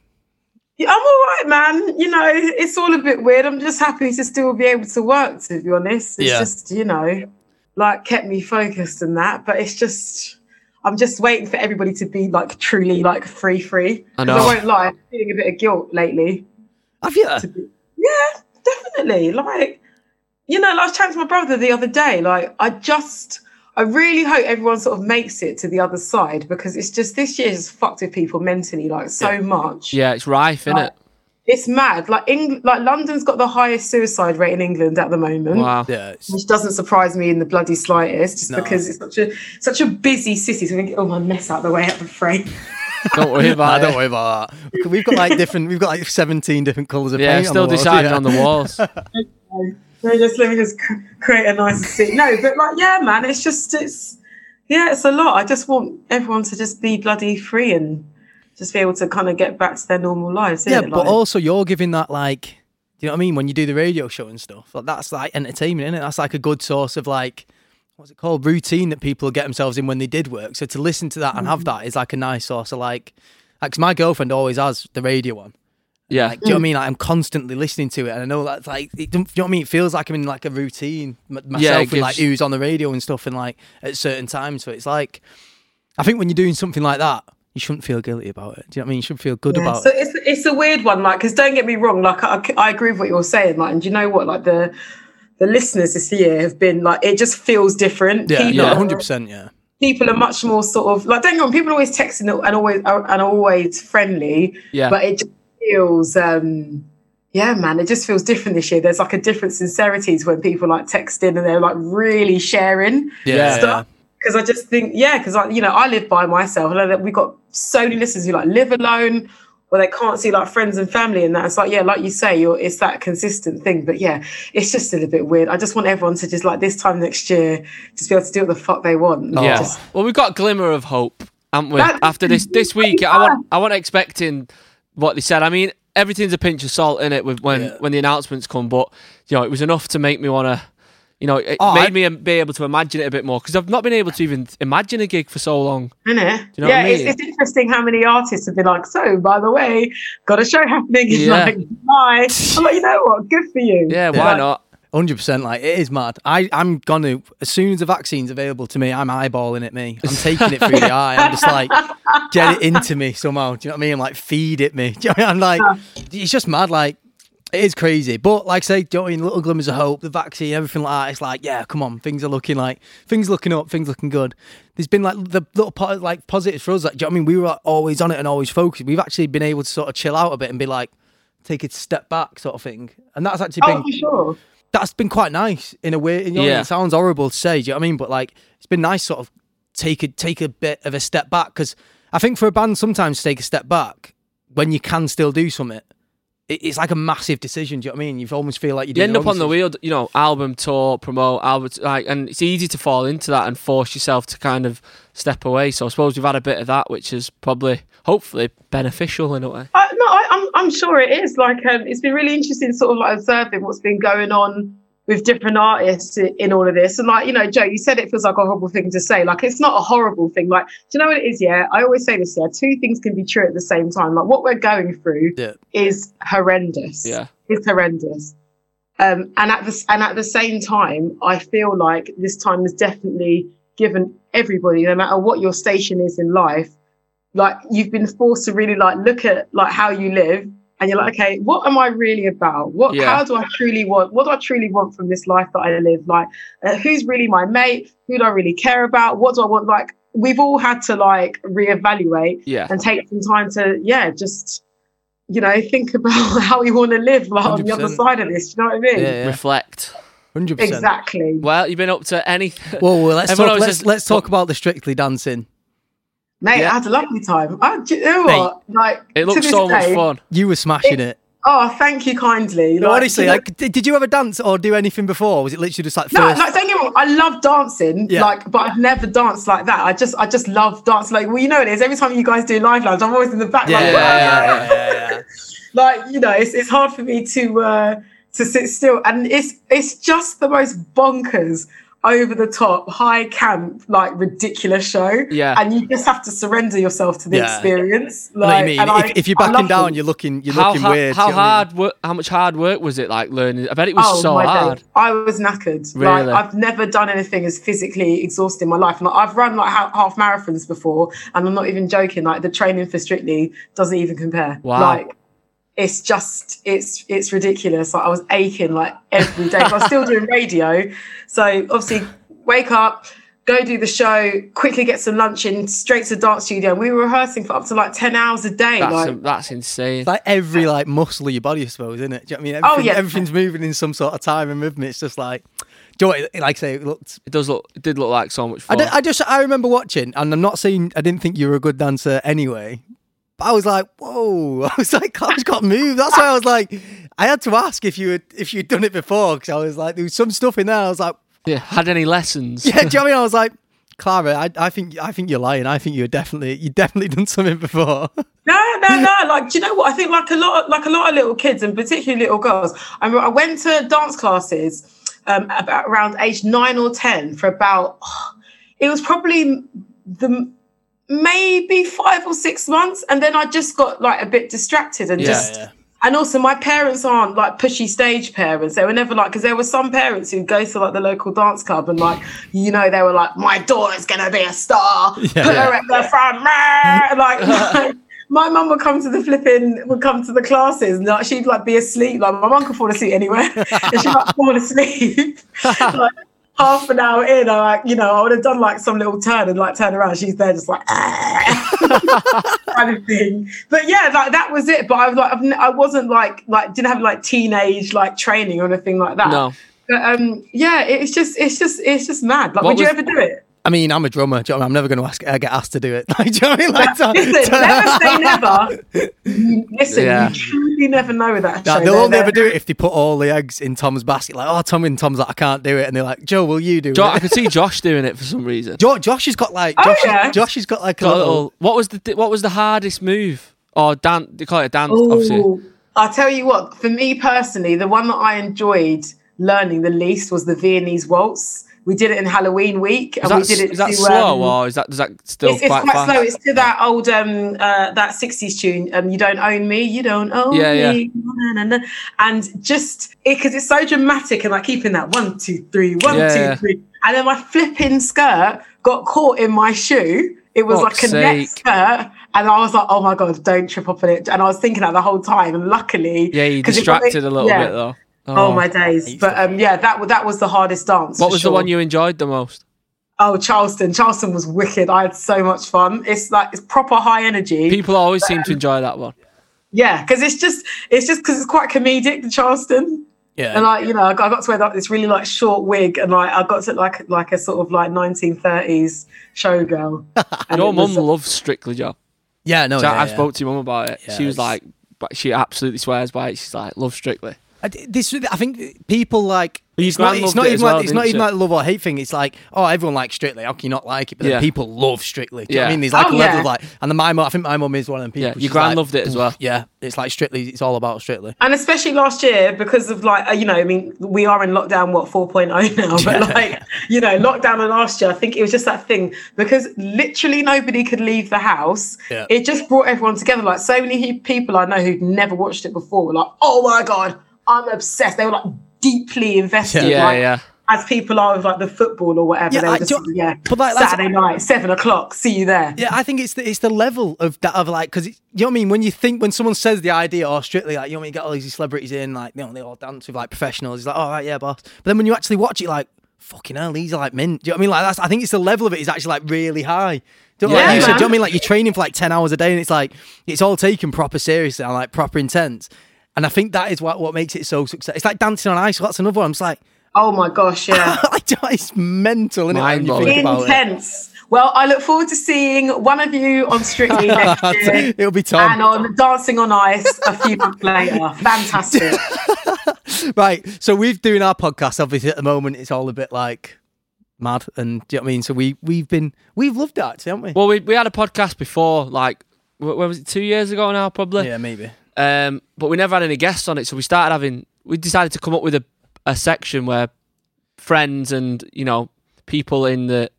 [SPEAKER 8] Yeah, I'm all right, man. You know, it's all a bit weird. I'm just happy to still be able to work, to be honest. It's
[SPEAKER 3] Yeah.
[SPEAKER 8] just, you know, like kept me focused and that. But it's just, I'm just waiting for everybody to be like truly like free, free.
[SPEAKER 4] I know.
[SPEAKER 8] 'Cause I won't lie, I'm feeling a bit of guilt lately.
[SPEAKER 3] Have you?
[SPEAKER 8] Yeah, definitely. Like, you know, like I was chatting to my brother the other day. Like, I just, I really hope everyone sort of makes it to the other side because it's just this year has fucked with people mentally like so much.
[SPEAKER 4] Yeah, it's rife, innit?
[SPEAKER 8] It's mad. Like, Eng- like London's got the highest suicide rate in England at the moment.
[SPEAKER 4] Wow.
[SPEAKER 3] Yeah, it's-
[SPEAKER 8] Which doesn't surprise me in the bloody slightest, just
[SPEAKER 3] No.
[SPEAKER 8] because it's such a such a busy city. So I think, oh, my mess out of the way, I'm afraid.
[SPEAKER 4] Don't worry
[SPEAKER 3] Nah,
[SPEAKER 4] about
[SPEAKER 3] don't
[SPEAKER 4] it.
[SPEAKER 3] worry about that. Look, We've got like different. We've got like seventeen different colours of
[SPEAKER 4] Yeah,
[SPEAKER 3] paint.
[SPEAKER 4] still
[SPEAKER 3] on the walls,
[SPEAKER 4] deciding
[SPEAKER 3] yeah.
[SPEAKER 4] on the walls.
[SPEAKER 8] Let me just let me just cr- create a nicer seat. No, but like, yeah, man, it's just it's yeah, it's a lot. I just want everyone to just be bloody free and just be able to kind of get back to their normal lives.
[SPEAKER 3] Yeah,
[SPEAKER 8] innit?
[SPEAKER 3] but
[SPEAKER 8] Like-
[SPEAKER 3] also you're giving that like. Do you know what I mean? When you do the radio show and stuff, like that's like entertainment, isn't it? That's like a good source of like, what's it called? Routine that people get themselves in when they did work. So to listen to that and have that is like a nice source of like, because my girlfriend always has the radio on.
[SPEAKER 4] Yeah.
[SPEAKER 3] Like, do you know what I mean? Like, I'm constantly listening to it, and I know that's like, it, don't- do you know what I mean? It feels like I'm in like a routine m- myself, with
[SPEAKER 4] gives-
[SPEAKER 3] like who's on the radio and stuff, and like at certain times. So it's like, I think when you're doing something like that, you shouldn't feel guilty about it. Do you know what I mean? You should feel good
[SPEAKER 8] Yeah,
[SPEAKER 3] about
[SPEAKER 8] so
[SPEAKER 3] it.
[SPEAKER 8] it's it's a weird one, like because don't get me wrong, like I, I agree with what you're saying, like and you know what, like the the listeners this year have been like it just feels different.
[SPEAKER 3] Yeah,
[SPEAKER 8] people,
[SPEAKER 3] yeah,
[SPEAKER 8] are-
[SPEAKER 3] hundred percent. Yeah,
[SPEAKER 8] people are much more sort of like don't get me wrong, people are always texting and always and are always friendly,
[SPEAKER 4] Yeah.
[SPEAKER 8] but it just feels um yeah, man, it just feels different this year. There's like a different sincerity to when people like texting and they're like really sharing
[SPEAKER 4] Yeah.
[SPEAKER 8] stuff. Because I just think, yeah, because I, you know, I live by myself. And I know that we got so many listeners who like live alone or they can't see like friends and family and that. It's like, yeah, like you say, you're it's that consistent thing. But yeah, it's just still a bit weird. I just want everyone to just like this time next year, just be able to do what the fuck they want.
[SPEAKER 4] Yeah.
[SPEAKER 8] Just-
[SPEAKER 4] Well, we've got a glimmer of hope, haven't we?
[SPEAKER 8] That-
[SPEAKER 4] After this this week, I want I want expecting what they said. I mean, everything's a pinch of salt in it with when when the announcements come, but you know, it was enough to make me want to You know, it
[SPEAKER 3] Oh,
[SPEAKER 4] made
[SPEAKER 3] I-
[SPEAKER 4] me be able to imagine it a bit more because I've not been able to even imagine a gig for so long.
[SPEAKER 8] isn't it?
[SPEAKER 4] you know
[SPEAKER 8] yeah,
[SPEAKER 4] what I mean?
[SPEAKER 8] it's, it's interesting how many artists have been like, so by the way, got a show happening in
[SPEAKER 4] Yeah.
[SPEAKER 8] like July. I'm like, you know what? Good for you.
[SPEAKER 4] Yeah, why
[SPEAKER 8] Like,
[SPEAKER 4] not?
[SPEAKER 3] Hundred percent, like it is mad. I I'm gonna as soon as the vaccine's available to me, I'm eyeballing it. Me, I'm taking it through the eye. I'm just like, get it into me somehow. Do you know what I mean? Like feed it me. Do you know what I mean? I'm like, it's just mad. Like it is crazy, but like I say, do you know what I mean? Little glimmers of hope. The vaccine, everything like that. It's like, yeah, come on, things are looking like things looking up, things looking good. There's been like the little po- like positives for us. Like, do you know what I mean? We were like, always on it and always focused. We've actually been able to sort of chill out a bit and be like. Take a step back, sort of thing, and that's actually been
[SPEAKER 8] Oh, for sure.
[SPEAKER 3] that's been quite nice in a way. You know,
[SPEAKER 4] Yeah.
[SPEAKER 3] It sounds horrible to say, do you know what I mean? But like, it's been nice sort of take a take a bit of a step back because I think for a band sometimes to take a step back when you can still do something, it, it's like a massive decision. Do you know what I mean? You almost feel like you're
[SPEAKER 4] You
[SPEAKER 3] doing
[SPEAKER 4] end
[SPEAKER 3] your
[SPEAKER 4] up
[SPEAKER 3] own
[SPEAKER 4] on the
[SPEAKER 3] decision.
[SPEAKER 4] wheel, you know, album tour, promote, album, like, and it's easy to fall into that and force yourself to kind of step away. So I suppose we've had a bit of that, which is probably, hopefully, beneficial in a way.
[SPEAKER 8] I, no, I, I'm, I'm sure it is. Like, um, it's been really interesting, sort of like observing what's been going on with different artists i- in all of this. And like, you know, Joe, you said it feels like a horrible thing to say. Like, it's not a horrible thing. Like, do you know what it is? Yeah, I always say this. Yeah, two things can be true at the same time. Like, what we're going through
[SPEAKER 3] Yeah.
[SPEAKER 8] is horrendous.
[SPEAKER 4] Yeah.
[SPEAKER 8] is horrendous. Um, and at the s- and at the same time, I feel like this time has definitely given everybody, no matter what your station is in life, like you've been forced to really like look at like how you live, and you're like, okay, what am I really about? What
[SPEAKER 4] Yeah.
[SPEAKER 8] how do I truly want? What do I truly want from this life that I live? Like, uh, who's really my mate? Who do I really care about? What do I want? Like, we've all had to like reevaluate
[SPEAKER 4] Yeah.
[SPEAKER 8] and take some time to yeah just you know think about how you want to live like, on the other
[SPEAKER 3] 100%.
[SPEAKER 8] side of this do you know what i mean
[SPEAKER 3] Yeah, yeah,
[SPEAKER 4] Reflect.
[SPEAKER 3] hundred percent.
[SPEAKER 8] exactly
[SPEAKER 4] Well, you've been up to anything.
[SPEAKER 3] Well, well, let's
[SPEAKER 4] Everyone
[SPEAKER 3] talk,
[SPEAKER 4] always
[SPEAKER 3] let's,
[SPEAKER 4] says-
[SPEAKER 3] let's talk about the strictly dancing.
[SPEAKER 8] mate
[SPEAKER 4] Yeah.
[SPEAKER 8] i had a lovely time I, do you know what like
[SPEAKER 4] It
[SPEAKER 8] to
[SPEAKER 4] looks
[SPEAKER 8] this
[SPEAKER 4] so much
[SPEAKER 8] day-
[SPEAKER 4] fun.
[SPEAKER 3] You were smashing it.
[SPEAKER 8] oh thank you kindly
[SPEAKER 3] No,
[SPEAKER 8] Like,
[SPEAKER 3] honestly,
[SPEAKER 8] you know-
[SPEAKER 3] like, did, did you ever dance or do anything before? Was it literally just like
[SPEAKER 8] no,
[SPEAKER 3] first?
[SPEAKER 8] like, don't get me wrong. I love dancing,
[SPEAKER 3] Yeah.
[SPEAKER 8] like, but I've never danced like that. I just, I just love dance. Like, well, you know, what it is every time you guys do live lounge, I'm always in the back,
[SPEAKER 3] yeah,
[SPEAKER 8] like,
[SPEAKER 3] yeah, yeah, yeah, yeah, yeah.
[SPEAKER 8] like you know it's, it's hard for me to uh to sit still and it's it's just the most bonkers over the top high camp like ridiculous show
[SPEAKER 4] Yeah.
[SPEAKER 8] and you just have to surrender yourself to the
[SPEAKER 3] Yeah.
[SPEAKER 8] experience
[SPEAKER 3] I know what
[SPEAKER 8] like,
[SPEAKER 3] you mean?
[SPEAKER 8] and I-
[SPEAKER 3] If, if you're
[SPEAKER 8] I love
[SPEAKER 3] backing down,
[SPEAKER 8] them.
[SPEAKER 3] you're looking, you're
[SPEAKER 4] How,
[SPEAKER 3] looking
[SPEAKER 4] ha-
[SPEAKER 3] weird. do
[SPEAKER 4] how
[SPEAKER 3] you know what I mean?
[SPEAKER 4] hard? wo- how much hard work was it like learning? I bet it was
[SPEAKER 8] oh
[SPEAKER 4] so
[SPEAKER 8] my
[SPEAKER 4] hard.
[SPEAKER 8] days. I was knackered.
[SPEAKER 4] Really?
[SPEAKER 8] Like I've never done anything as physically exhausting in my life. And like, I've run like ha- half marathons before, and I'm not even joking. Like the training for Strictly doesn't even compare.
[SPEAKER 4] Wow.
[SPEAKER 8] Like it's just it's it's ridiculous. Like I was aching like every day. but I was still doing radio, so obviously wake up. Go do the show, quickly get some lunch in, straight to the dance studio. And we were rehearsing for up to like 10 hours a day.
[SPEAKER 4] That's
[SPEAKER 8] like,
[SPEAKER 4] that's insane.
[SPEAKER 3] It's like every like muscle of your body, I suppose, isn't it? Do you know what I mean?
[SPEAKER 8] Oh,
[SPEAKER 3] Everything,
[SPEAKER 8] yeah.
[SPEAKER 3] Everything's moving in some sort of time and movement. It's just like, do you know what, it- like I say, it looked.
[SPEAKER 4] it does look. It did look like so
[SPEAKER 3] I,
[SPEAKER 4] much fun.
[SPEAKER 3] don't- I just, I remember watching, and I'm not saying I didn't think you were a good dancer anyway. But I was like, whoa! I was like, Carl's got moved. That's why I was like, I had to ask if you had, if you'd done it before because I was like, there was some stuff in there. I was like,
[SPEAKER 4] yeah. Had any lessons?
[SPEAKER 3] yeah, do you know what I mean? I was like, Clara, I, I think, I think you're lying. I think you're definitely, you definitely done something before.
[SPEAKER 8] No, no, no. Like, do you know what? I think like a lot, of, like a lot of little kids, and particularly little girls. I, remember I went to dance classes um, about around age nine or ten for about. It was probably the maybe five or six months, and then I just got like a bit distracted and
[SPEAKER 4] Yeah,
[SPEAKER 8] just
[SPEAKER 3] yeah.
[SPEAKER 8] and also, my parents aren't like pushy stage parents. They were never like, because there were some parents who go to like the local dance club and like, you know, they were like, my daughter's gonna be a star. Put her at the front. rah!" like, my- my mum would come to the flipping, would come to the classes, and like, she'd like be asleep. Like my mum could fall asleep anywhere, and she'd like fall asleep. like, Half an hour in, I like, you know, I would have done like some little turn and like turn around. She's there, just like, "Ah." kind of thing. But yeah, like that was it. But I was like, I've, n- I wasn't like like didn't have like teenage like training or anything like that.
[SPEAKER 4] No.
[SPEAKER 8] But um, yeah, it's just it's just it's just mad. Like,
[SPEAKER 4] What
[SPEAKER 8] would you
[SPEAKER 4] was-
[SPEAKER 8] ever do it?
[SPEAKER 3] I mean, I'm a drummer. Do you know what I mean? I'm never going to ask, uh, get asked to do it. Like, do you know what I mean? Like,
[SPEAKER 4] Uh,
[SPEAKER 3] so-
[SPEAKER 8] Listen,
[SPEAKER 3] so-
[SPEAKER 8] never say never. You- Listen,
[SPEAKER 4] Yeah.
[SPEAKER 8] you truly never know with that.
[SPEAKER 3] Nah,
[SPEAKER 8] show.
[SPEAKER 3] they'll
[SPEAKER 8] They're-
[SPEAKER 3] only ever
[SPEAKER 8] they're-
[SPEAKER 3] do it if they put all the eggs in Tom's basket. Like, oh, Tom and Tom's like, I can't do it. And they're like, Joe, will you do
[SPEAKER 4] Jo- I
[SPEAKER 3] it?
[SPEAKER 4] could see Josh doing it for some reason.
[SPEAKER 3] Jo- Josh has got like,
[SPEAKER 8] Oh,
[SPEAKER 3] Josh,
[SPEAKER 8] yeah.
[SPEAKER 3] Josh has got like a
[SPEAKER 4] Got a
[SPEAKER 3] little,
[SPEAKER 4] little- what was the what was the hardest move or dance? They call it a dance, obviously.
[SPEAKER 8] Ooh. I'll tell you what, for me personally, the one that I enjoyed learning the least was the Viennese waltz. We did it in Halloween week, and
[SPEAKER 4] Is that,
[SPEAKER 8] we did it.
[SPEAKER 4] is that
[SPEAKER 8] to,
[SPEAKER 4] slow
[SPEAKER 8] um,
[SPEAKER 4] or is that does that still
[SPEAKER 8] it's, it's
[SPEAKER 4] quite,
[SPEAKER 8] quite,
[SPEAKER 4] fast?
[SPEAKER 8] slow. It's to that old um uh, that sixties tune. Um, you don't own me. You don't own
[SPEAKER 4] Yeah, yeah.
[SPEAKER 8] me. Na, na, na. And just it because it's so dramatic and like keeping that one two three one two
[SPEAKER 4] Yeah,
[SPEAKER 8] three.
[SPEAKER 4] yeah.
[SPEAKER 8] And then my flipping skirt got caught in my shoe. It was
[SPEAKER 4] Fuck's
[SPEAKER 8] like a net
[SPEAKER 4] sake.
[SPEAKER 8] skirt, and I was like, "Oh my god, don't trip up on it!" And I was thinking that the whole time. And luckily,
[SPEAKER 4] Yeah, you
[SPEAKER 8] 'cause it-
[SPEAKER 4] distracted a little
[SPEAKER 8] yeah.
[SPEAKER 4] bit though.
[SPEAKER 8] Oh, my days! But um, yeah, that wa- that was the hardest dance.
[SPEAKER 4] What
[SPEAKER 8] for
[SPEAKER 4] was
[SPEAKER 8] sure.
[SPEAKER 4] the one you enjoyed the most?
[SPEAKER 8] Oh, Charleston! Charleston was wicked. I had so much fun. It's like it's proper high energy.
[SPEAKER 4] People always seem
[SPEAKER 8] um,
[SPEAKER 4] to enjoy that one.
[SPEAKER 8] Yeah, because it's just it's just because it's quite comedic, the Charleston.
[SPEAKER 3] Yeah.
[SPEAKER 8] And like you know, I got, I got to wear like, this really like short wig, and like I got to look like like a sort of like 1930s showgirl. And
[SPEAKER 4] Your
[SPEAKER 8] it was,
[SPEAKER 4] mum
[SPEAKER 8] uh,
[SPEAKER 4] loves Strictly Joe.
[SPEAKER 3] yeah, no,
[SPEAKER 4] So
[SPEAKER 3] yeah,
[SPEAKER 4] I
[SPEAKER 3] Oh, yeah.
[SPEAKER 4] spoke to your mum about it.
[SPEAKER 3] Yeah,
[SPEAKER 4] she was
[SPEAKER 3] it's-
[SPEAKER 4] like, but she absolutely swears by it. She's like, love Strictly.
[SPEAKER 3] I d- This, I think people like.
[SPEAKER 4] But your
[SPEAKER 3] It's not,
[SPEAKER 4] gran
[SPEAKER 3] it's
[SPEAKER 4] loved
[SPEAKER 3] not
[SPEAKER 4] it
[SPEAKER 3] even
[SPEAKER 4] as well,
[SPEAKER 3] like it's not
[SPEAKER 4] didn't
[SPEAKER 3] even
[SPEAKER 4] she?
[SPEAKER 3] like love or hate thing. It's like oh, everyone likes Strictly. How can you not like it? But then
[SPEAKER 4] Yeah.
[SPEAKER 3] people love Strictly. Do you know what
[SPEAKER 4] Yeah.
[SPEAKER 3] I mean? There's like a
[SPEAKER 8] Oh,
[SPEAKER 3] level
[SPEAKER 8] yeah.
[SPEAKER 3] of like, and then my mum. I think my mum is one of them people.
[SPEAKER 4] Yeah,
[SPEAKER 3] she's
[SPEAKER 4] your gran
[SPEAKER 3] like,
[SPEAKER 4] loved it as well.
[SPEAKER 3] Yeah, it's like Strictly. It's all about Strictly.
[SPEAKER 8] and especially last year because of like uh, you know i mean we are in lockdown what 4.0 now but like you know lockdown and last year i think it was just that thing because literally nobody could leave the house
[SPEAKER 3] Yeah.
[SPEAKER 8] it just brought everyone together like so many he- people i know who'd never watched it before were like oh my god i'm obsessed they were like deeply invested
[SPEAKER 4] Yeah,
[SPEAKER 8] like,
[SPEAKER 4] yeah.
[SPEAKER 8] as people are with like the football or whatever
[SPEAKER 3] Yeah,
[SPEAKER 8] they were
[SPEAKER 3] I-
[SPEAKER 8] just,
[SPEAKER 3] do-
[SPEAKER 8] yeah
[SPEAKER 3] but, like, that's-
[SPEAKER 8] saturday night seven o'clock see you there
[SPEAKER 3] Yeah, I think it's the, it's the level of that of like because you know what I mean when you think when someone says the idea or strictly like you know what I mean, you get all these celebrities in like you know they all dance with like professionals it's like all right yeah boss but then when you actually watch it like fucking hell these are like mint do you know what I mean like that's I think it's the level of it is actually like really high do you know,
[SPEAKER 4] Yeah,
[SPEAKER 3] like you said, do you know
[SPEAKER 8] man.
[SPEAKER 3] what I mean like you're training for like ten hours a day and it's like it's all taken proper seriously and like proper intense and I think that is what what makes it so successful it's like dancing on ice that's another one I'm just like
[SPEAKER 8] oh my gosh yeah
[SPEAKER 3] it's mental isn't it like, when you think about it
[SPEAKER 8] Intense. Well, I look forward to seeing one of you on Strictly next year.
[SPEAKER 3] It'll be Tom.
[SPEAKER 8] And on Dancing on Ice a few months later. Fantastic.
[SPEAKER 3] Right. So we've doing our podcast. Obviously, at the moment, it's all a bit like mad, and do you know what I mean? So we we've been we've loved that, haven't we?
[SPEAKER 4] Well, we, we had a podcast before, like, wh- when was it? Two years ago now, probably.
[SPEAKER 3] yeah, maybe.
[SPEAKER 4] Um, but we never had any guests on it, so we started having. We decided to come up with a, a section where friends and you know people in the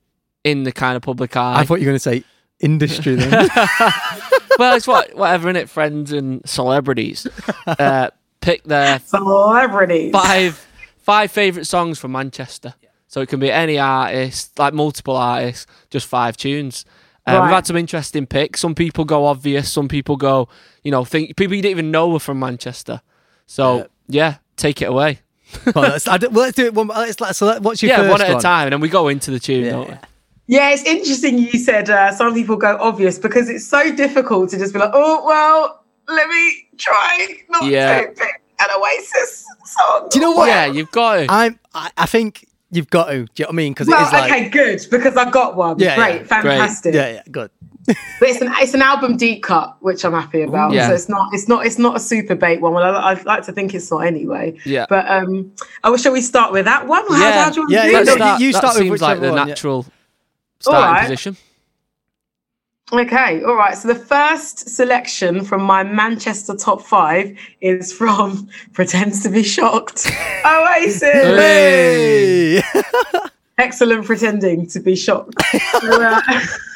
[SPEAKER 4] in the kind of public
[SPEAKER 3] I
[SPEAKER 4] eye.
[SPEAKER 3] thought you were going to say industry. Then.
[SPEAKER 4] well, it's what whatever in it. Friends and celebrities uh, pick their
[SPEAKER 8] Celebrities.
[SPEAKER 4] five five favorite songs from Manchester. So it can be any artist, like multiple artists, just five tunes. Uh, We've
[SPEAKER 8] Right.
[SPEAKER 4] had some interesting picks. Some people go obvious. Some people go, you know, think people you didn't even know were from Manchester. So yeah, take it away.
[SPEAKER 3] well, let's, I don't- well, let's do it one. Let's, let's, so let- what's your
[SPEAKER 4] yeah,
[SPEAKER 3] first
[SPEAKER 4] one at a time, and then we go into the tune.
[SPEAKER 3] Yeah.
[SPEAKER 4] Don't we?
[SPEAKER 8] Yeah, it's interesting you said uh, some people go obvious because it's so difficult to just be like, oh, well, let me try not
[SPEAKER 4] Yeah.
[SPEAKER 8] to pick an Oasis song.
[SPEAKER 3] Do you know what?
[SPEAKER 4] Yeah, you've got to.
[SPEAKER 3] I'm. I, I think you've got to. Do you know what I mean? Because it
[SPEAKER 8] Well,
[SPEAKER 3] is like.
[SPEAKER 8] okay, good, because I got one.
[SPEAKER 3] Yeah, yeah,
[SPEAKER 8] great,
[SPEAKER 3] great.
[SPEAKER 8] fantastic.
[SPEAKER 3] Yeah, yeah, good.
[SPEAKER 8] But it's an it's an album deep cut, which I'm happy about.
[SPEAKER 4] Yeah.
[SPEAKER 8] So it's not it's not it's not a super bait one. Well, I, I'd like to think it's not anyway.
[SPEAKER 4] Yeah.
[SPEAKER 8] But um, oh, shall we start with that one? How,
[SPEAKER 4] Yeah.
[SPEAKER 8] how do you want
[SPEAKER 3] Yeah,
[SPEAKER 8] to
[SPEAKER 3] yeah,
[SPEAKER 8] do
[SPEAKER 4] Let's
[SPEAKER 3] no,
[SPEAKER 8] it?
[SPEAKER 4] start-
[SPEAKER 3] you
[SPEAKER 4] that
[SPEAKER 3] start with
[SPEAKER 4] seems
[SPEAKER 3] which
[SPEAKER 4] like the
[SPEAKER 3] one, yeah.
[SPEAKER 4] natural starting
[SPEAKER 8] Alright.
[SPEAKER 4] position.
[SPEAKER 8] Okay, all right. So the first selection from my Manchester top five is from "Pretends to Be Shocked" Oasis.
[SPEAKER 3] Hey.
[SPEAKER 8] excellent pretending to be shocked. So,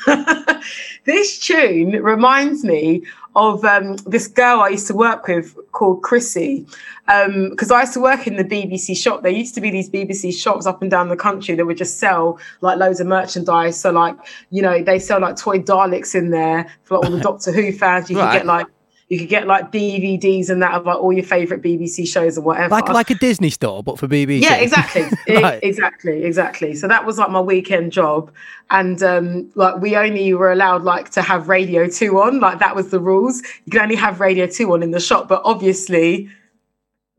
[SPEAKER 8] uh, this tune reminds me of um, this girl I used to work with called Chrissy, because I used to work in the BBC shop. There used to be these BBC shops up and down the country that would just sell like loads of merchandise. So like you know they sell like toy Daleks in there for like, all the Doctor Who fans. You
[SPEAKER 4] Right.
[SPEAKER 8] could get like. You could get like DVDs and that of like all your favorite BBC shows and whatever.
[SPEAKER 3] like like a Disney store, but for BBC.
[SPEAKER 8] Yeah, exactly. E-
[SPEAKER 3] Right.
[SPEAKER 8] Exactly, exactly. So that was like my weekend job. And um, like we only were allowed like to have radio two on. Like that was the rules. You could only have radio two on in the shop, but obviously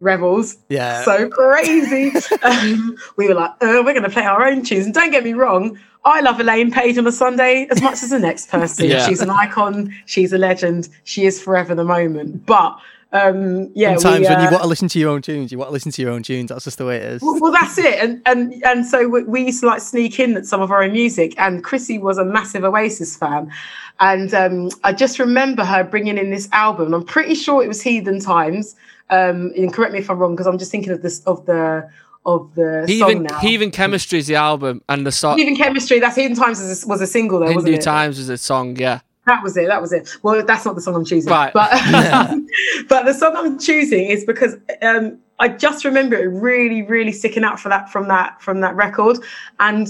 [SPEAKER 8] Rebels,
[SPEAKER 3] Yeah.
[SPEAKER 8] so crazy. um, we were like, uh, we're going to play our own tunes. And don't get me wrong, I love Elaine Page on a Sunday as much as the next person.
[SPEAKER 4] Yeah.
[SPEAKER 8] She's an icon. She's a legend. She is forever the moment. But um, yeah,
[SPEAKER 3] Sometimes
[SPEAKER 8] we,
[SPEAKER 3] when
[SPEAKER 8] uh,
[SPEAKER 3] you want to listen to your own tunes, you want to listen to your own tunes. That's just the way it is.
[SPEAKER 8] well, well, that's it, and and and so we, we used to like sneak in at some of our own music, and Chrissy was a massive Oasis fan, and um, I just remember her bringing in this album. I'm pretty sure it was Heathen Times, um, and correct me if I'm wrong because I'm just thinking of this of the of the song
[SPEAKER 4] Heathen,
[SPEAKER 8] now.
[SPEAKER 4] Heathen Chemistry is the album, and the song
[SPEAKER 8] Even chemistry. That's Hidden Times was a, was a single though, wasn't
[SPEAKER 4] Hindu
[SPEAKER 8] it?
[SPEAKER 4] Times is a song. Yeah,
[SPEAKER 8] That was it. That was it. Well, that's not the song I'm choosing.
[SPEAKER 4] Right.
[SPEAKER 8] But um, but the song I'm choosing is because um, I just remember it really, really sticking out for that from that from that record, and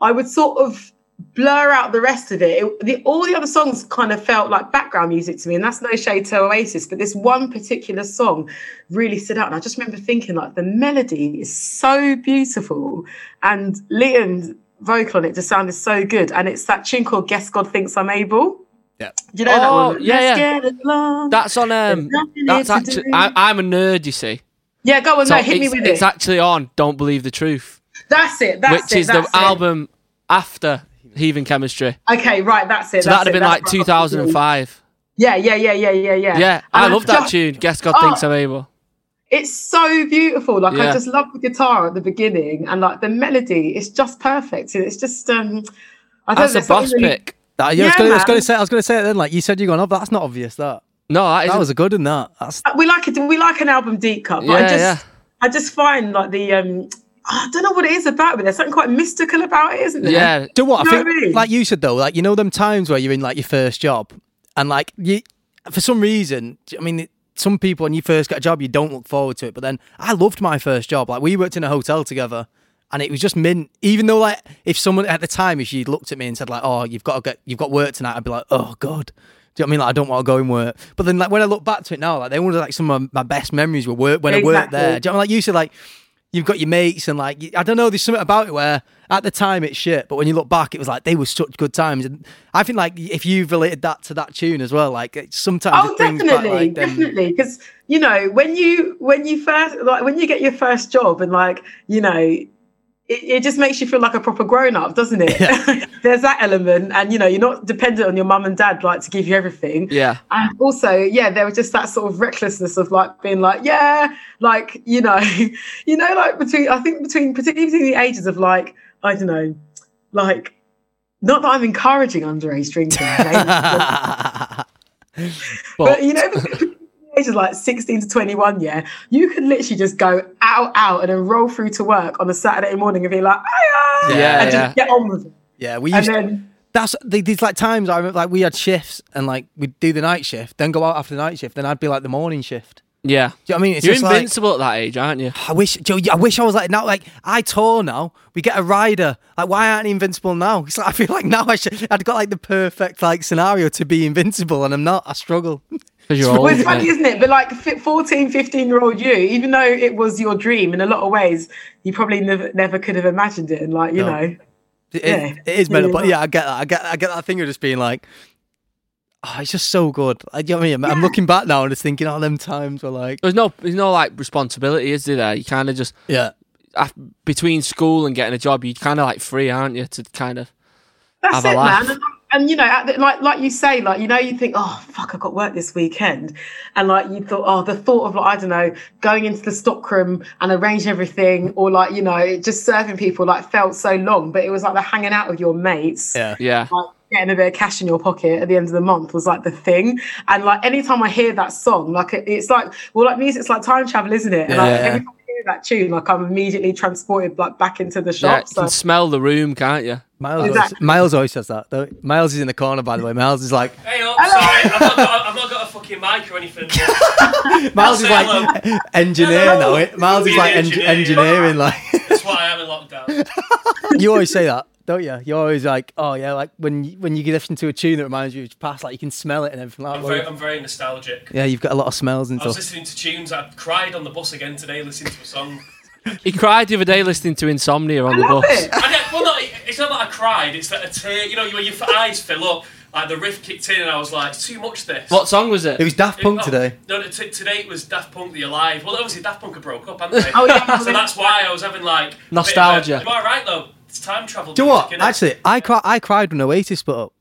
[SPEAKER 8] I would sort of blur out the rest of it. It- the, all the other songs kind of felt like background music to me, and that's no shade to Oasis, but this one particular song really stood out, and I just remember thinking like the melody is so beautiful, and Liam's vocal on it just sounded so good, and it's that tune called "Guess God Thinks I'm Able."
[SPEAKER 3] Yeah.
[SPEAKER 8] Do you know that
[SPEAKER 4] Oh,
[SPEAKER 8] one?
[SPEAKER 4] yeah,
[SPEAKER 8] Let's
[SPEAKER 4] yeah.
[SPEAKER 8] get along.
[SPEAKER 4] that's on. Um,
[SPEAKER 8] nothing
[SPEAKER 4] that's
[SPEAKER 8] here to
[SPEAKER 4] actually.
[SPEAKER 8] do.
[SPEAKER 4] I, I'm a nerd, you see.
[SPEAKER 8] yeah, go on,
[SPEAKER 4] So
[SPEAKER 8] no, hit me
[SPEAKER 4] it's,
[SPEAKER 8] with
[SPEAKER 4] it's
[SPEAKER 8] it.
[SPEAKER 4] actually on. Don't believe the truth,
[SPEAKER 8] that's it. That's
[SPEAKER 4] which
[SPEAKER 8] it.
[SPEAKER 4] is the
[SPEAKER 8] that's it.
[SPEAKER 4] album after Heathen Chemistry.
[SPEAKER 8] Okay, right, that's it.
[SPEAKER 4] So
[SPEAKER 8] that's
[SPEAKER 4] that'd have
[SPEAKER 8] it,
[SPEAKER 4] been
[SPEAKER 8] that's
[SPEAKER 4] like
[SPEAKER 8] right.
[SPEAKER 4] 2005.
[SPEAKER 8] Yeah, yeah, yeah, yeah, yeah, yeah.
[SPEAKER 4] Yeah, I
[SPEAKER 8] And
[SPEAKER 4] love that
[SPEAKER 8] just-
[SPEAKER 4] tune. Guess God
[SPEAKER 8] Oh.
[SPEAKER 4] thinks I'm able.
[SPEAKER 8] It's so beautiful. Like
[SPEAKER 4] Yeah.
[SPEAKER 8] I just love the guitar at the beginning, and like the melody, it's just perfect. It's just um, I don't
[SPEAKER 4] That's a
[SPEAKER 8] know, there's
[SPEAKER 4] boss
[SPEAKER 8] something really-
[SPEAKER 4] pick.
[SPEAKER 3] That, yeah, I, was
[SPEAKER 8] Yeah,
[SPEAKER 3] gonna, I was
[SPEAKER 8] man.
[SPEAKER 3] gonna say, I was gonna say it then. Like you said, you're going up. That's not obvious. That
[SPEAKER 4] No, that is.
[SPEAKER 3] that was a good one. That that's
[SPEAKER 8] we like it. We like an album deep cut, but I
[SPEAKER 4] Yeah,
[SPEAKER 8] just
[SPEAKER 4] yeah.
[SPEAKER 8] I just find like the um, I don't know what it is about it. There's something quite mystical about it, isn't there?
[SPEAKER 4] yeah.
[SPEAKER 3] Do you know what? I
[SPEAKER 8] You know
[SPEAKER 3] think,
[SPEAKER 8] what I mean?
[SPEAKER 3] like you said though, like you know them times where you're in like your first job, and like you, for some reason, I mean, it- some people when you first get a job, you don't look forward to it. But then I loved my first job. Like we worked in a hotel together, and it was just mint. Even though like if someone at the time, if she looked at me and said like, "Oh, you've got to get, you've got work tonight," I'd be like, "Oh God." Do you know what I mean? Like I don't want to go and work, but then like when I look back to it now, like they were like some of my best memories were work when I worked
[SPEAKER 8] Exactly.
[SPEAKER 3] there. Do you know what I mean? Like you said, like you've got your mates and like you- I don't know, there's something about it where at the time it's shit, but when you look back, it was like they were such good times. And I think like if you've related that to that tune as well, like it, sometimes
[SPEAKER 8] Oh,
[SPEAKER 3] it brings
[SPEAKER 8] definitely,
[SPEAKER 3] back like them-
[SPEAKER 8] definitely. Because you know, when you when you first like when you get your first job and like you know, it, it just makes you feel like a proper grown up, doesn't it? There's that element, and you know, you're not dependent on your mum and dad like to give you everything.
[SPEAKER 4] Yeah.
[SPEAKER 8] And also, yeah, there was just that sort of recklessness of like being like, yeah, like you know, you know, like between I think between particularly between the ages of like I don't know, like not that I'm encouraging underage drinking. okay? But you know, the ages like 16 to 21, yeah, you could literally just go out, out, and then roll through to work on a Saturday morning and be like, "Hiya,"
[SPEAKER 4] Yeah, yeah.
[SPEAKER 8] and just get on with it.
[SPEAKER 3] yeah, we
[SPEAKER 8] And
[SPEAKER 3] used to,
[SPEAKER 8] then,
[SPEAKER 3] that's the- these like times I remember like we had shifts and like we'd do the night shift, then go out after the night shift, then I'd be like the morning shift.
[SPEAKER 4] Yeah.
[SPEAKER 3] Do you know what I mean? It's
[SPEAKER 4] You're
[SPEAKER 3] just like,
[SPEAKER 4] invincible at that age, aren't you?
[SPEAKER 3] I wish, Joe. I wish I was like now. Like I tour now. We get a rider. Like why aren't I invincible now? It's like I feel like now I should. I'd got like the perfect like scenario to be invincible, and I'm not. I struggle.
[SPEAKER 4] Because you're old.
[SPEAKER 8] well, it's funny,
[SPEAKER 4] mate.
[SPEAKER 8] isn't it? But like fi- 14, 15 year old you, even though it was your dream in a lot of ways, you probably never, never could have imagined it. And like, you
[SPEAKER 3] No.
[SPEAKER 8] know,
[SPEAKER 3] It,
[SPEAKER 8] Yeah.
[SPEAKER 3] it- it is
[SPEAKER 8] Yeah,
[SPEAKER 3] mental,
[SPEAKER 8] you're
[SPEAKER 3] but yeah, I get that. I get. I get that thing of just being like, oh, it's just so good. Like, you know what I mean? I'm, I'm looking back now and just thinking, oh, them times were like,
[SPEAKER 4] There's no, there's no like responsibility, is there? You kind of just
[SPEAKER 3] yeah.
[SPEAKER 4] af- between school and getting a job, you're kind of like free, aren't you? To kind of
[SPEAKER 8] that's
[SPEAKER 4] Have a
[SPEAKER 8] it,
[SPEAKER 4] laugh.
[SPEAKER 8] man. And, and, you know, at the, like like you say, like you know, you think, oh fuck, I got work this weekend, and like you thought, oh, the thought of like I don't know, going into the stockroom and arranging everything, or like you know, just serving people, like felt so long, but it was like the hanging out with your mates.
[SPEAKER 3] Yeah.
[SPEAKER 4] yeah,
[SPEAKER 8] Like getting a bit of cash in your pocket at the end of the month was like the thing. And like anytime I hear that song, like it, it's like well, like music's like time travel, isn't it? And like
[SPEAKER 3] Yeah.
[SPEAKER 8] every time I hear that tune, like I'm immediately transported like back into the
[SPEAKER 4] yeah.
[SPEAKER 8] shop.
[SPEAKER 4] You can
[SPEAKER 8] so
[SPEAKER 4] smell the room, can't you?
[SPEAKER 3] Miles, always,
[SPEAKER 8] Exactly.
[SPEAKER 3] Miles always says that. Though. Miles is in the corner, by the way. Miles is like,
[SPEAKER 7] Hey, oh, sorry, I've not, got a, I've not got a fucking mic or anything.
[SPEAKER 3] Miles is
[SPEAKER 7] say
[SPEAKER 3] like engineer now. eh? Miles is
[SPEAKER 7] You're
[SPEAKER 3] like
[SPEAKER 7] an
[SPEAKER 3] en-
[SPEAKER 7] engineer.
[SPEAKER 3] engineering, like.
[SPEAKER 7] That's why I am in lockdown.
[SPEAKER 3] you always say that, don't you? You're always like, oh yeah, like when you, when you listen to a tune that reminds you of your past, like you can smell it and everything like
[SPEAKER 7] I'm very,
[SPEAKER 3] that.
[SPEAKER 7] I'm very nostalgic.
[SPEAKER 3] Yeah, you've got a lot of smells and
[SPEAKER 7] I was
[SPEAKER 3] stuff.
[SPEAKER 7] listening to tunes. I cried on the bus again today listening to a song.
[SPEAKER 4] He cried the other day listening to Insomnia on the
[SPEAKER 8] love
[SPEAKER 4] bus.
[SPEAKER 8] it.
[SPEAKER 7] I get, well, not, it's not that I cried. It's that a tear. You know, when your eyes fill up, like the riff kicked in, and I was like, it's too much this.
[SPEAKER 4] What song was it?
[SPEAKER 3] It was Daft Punk
[SPEAKER 7] Oh,
[SPEAKER 3] today.
[SPEAKER 7] No, no, t- today it was Daft Punk the Alive. Well, obviously Daft Punk had broke up, hadn't they?
[SPEAKER 8] Oh, yeah.
[SPEAKER 7] so that's why I was having like a bit of a-
[SPEAKER 4] Nostalgia.
[SPEAKER 7] Am I right though? It's time travel.
[SPEAKER 3] Do you know
[SPEAKER 7] music,
[SPEAKER 3] what?
[SPEAKER 7] innit?
[SPEAKER 3] Actually, I cri- I cried when Oasis split up.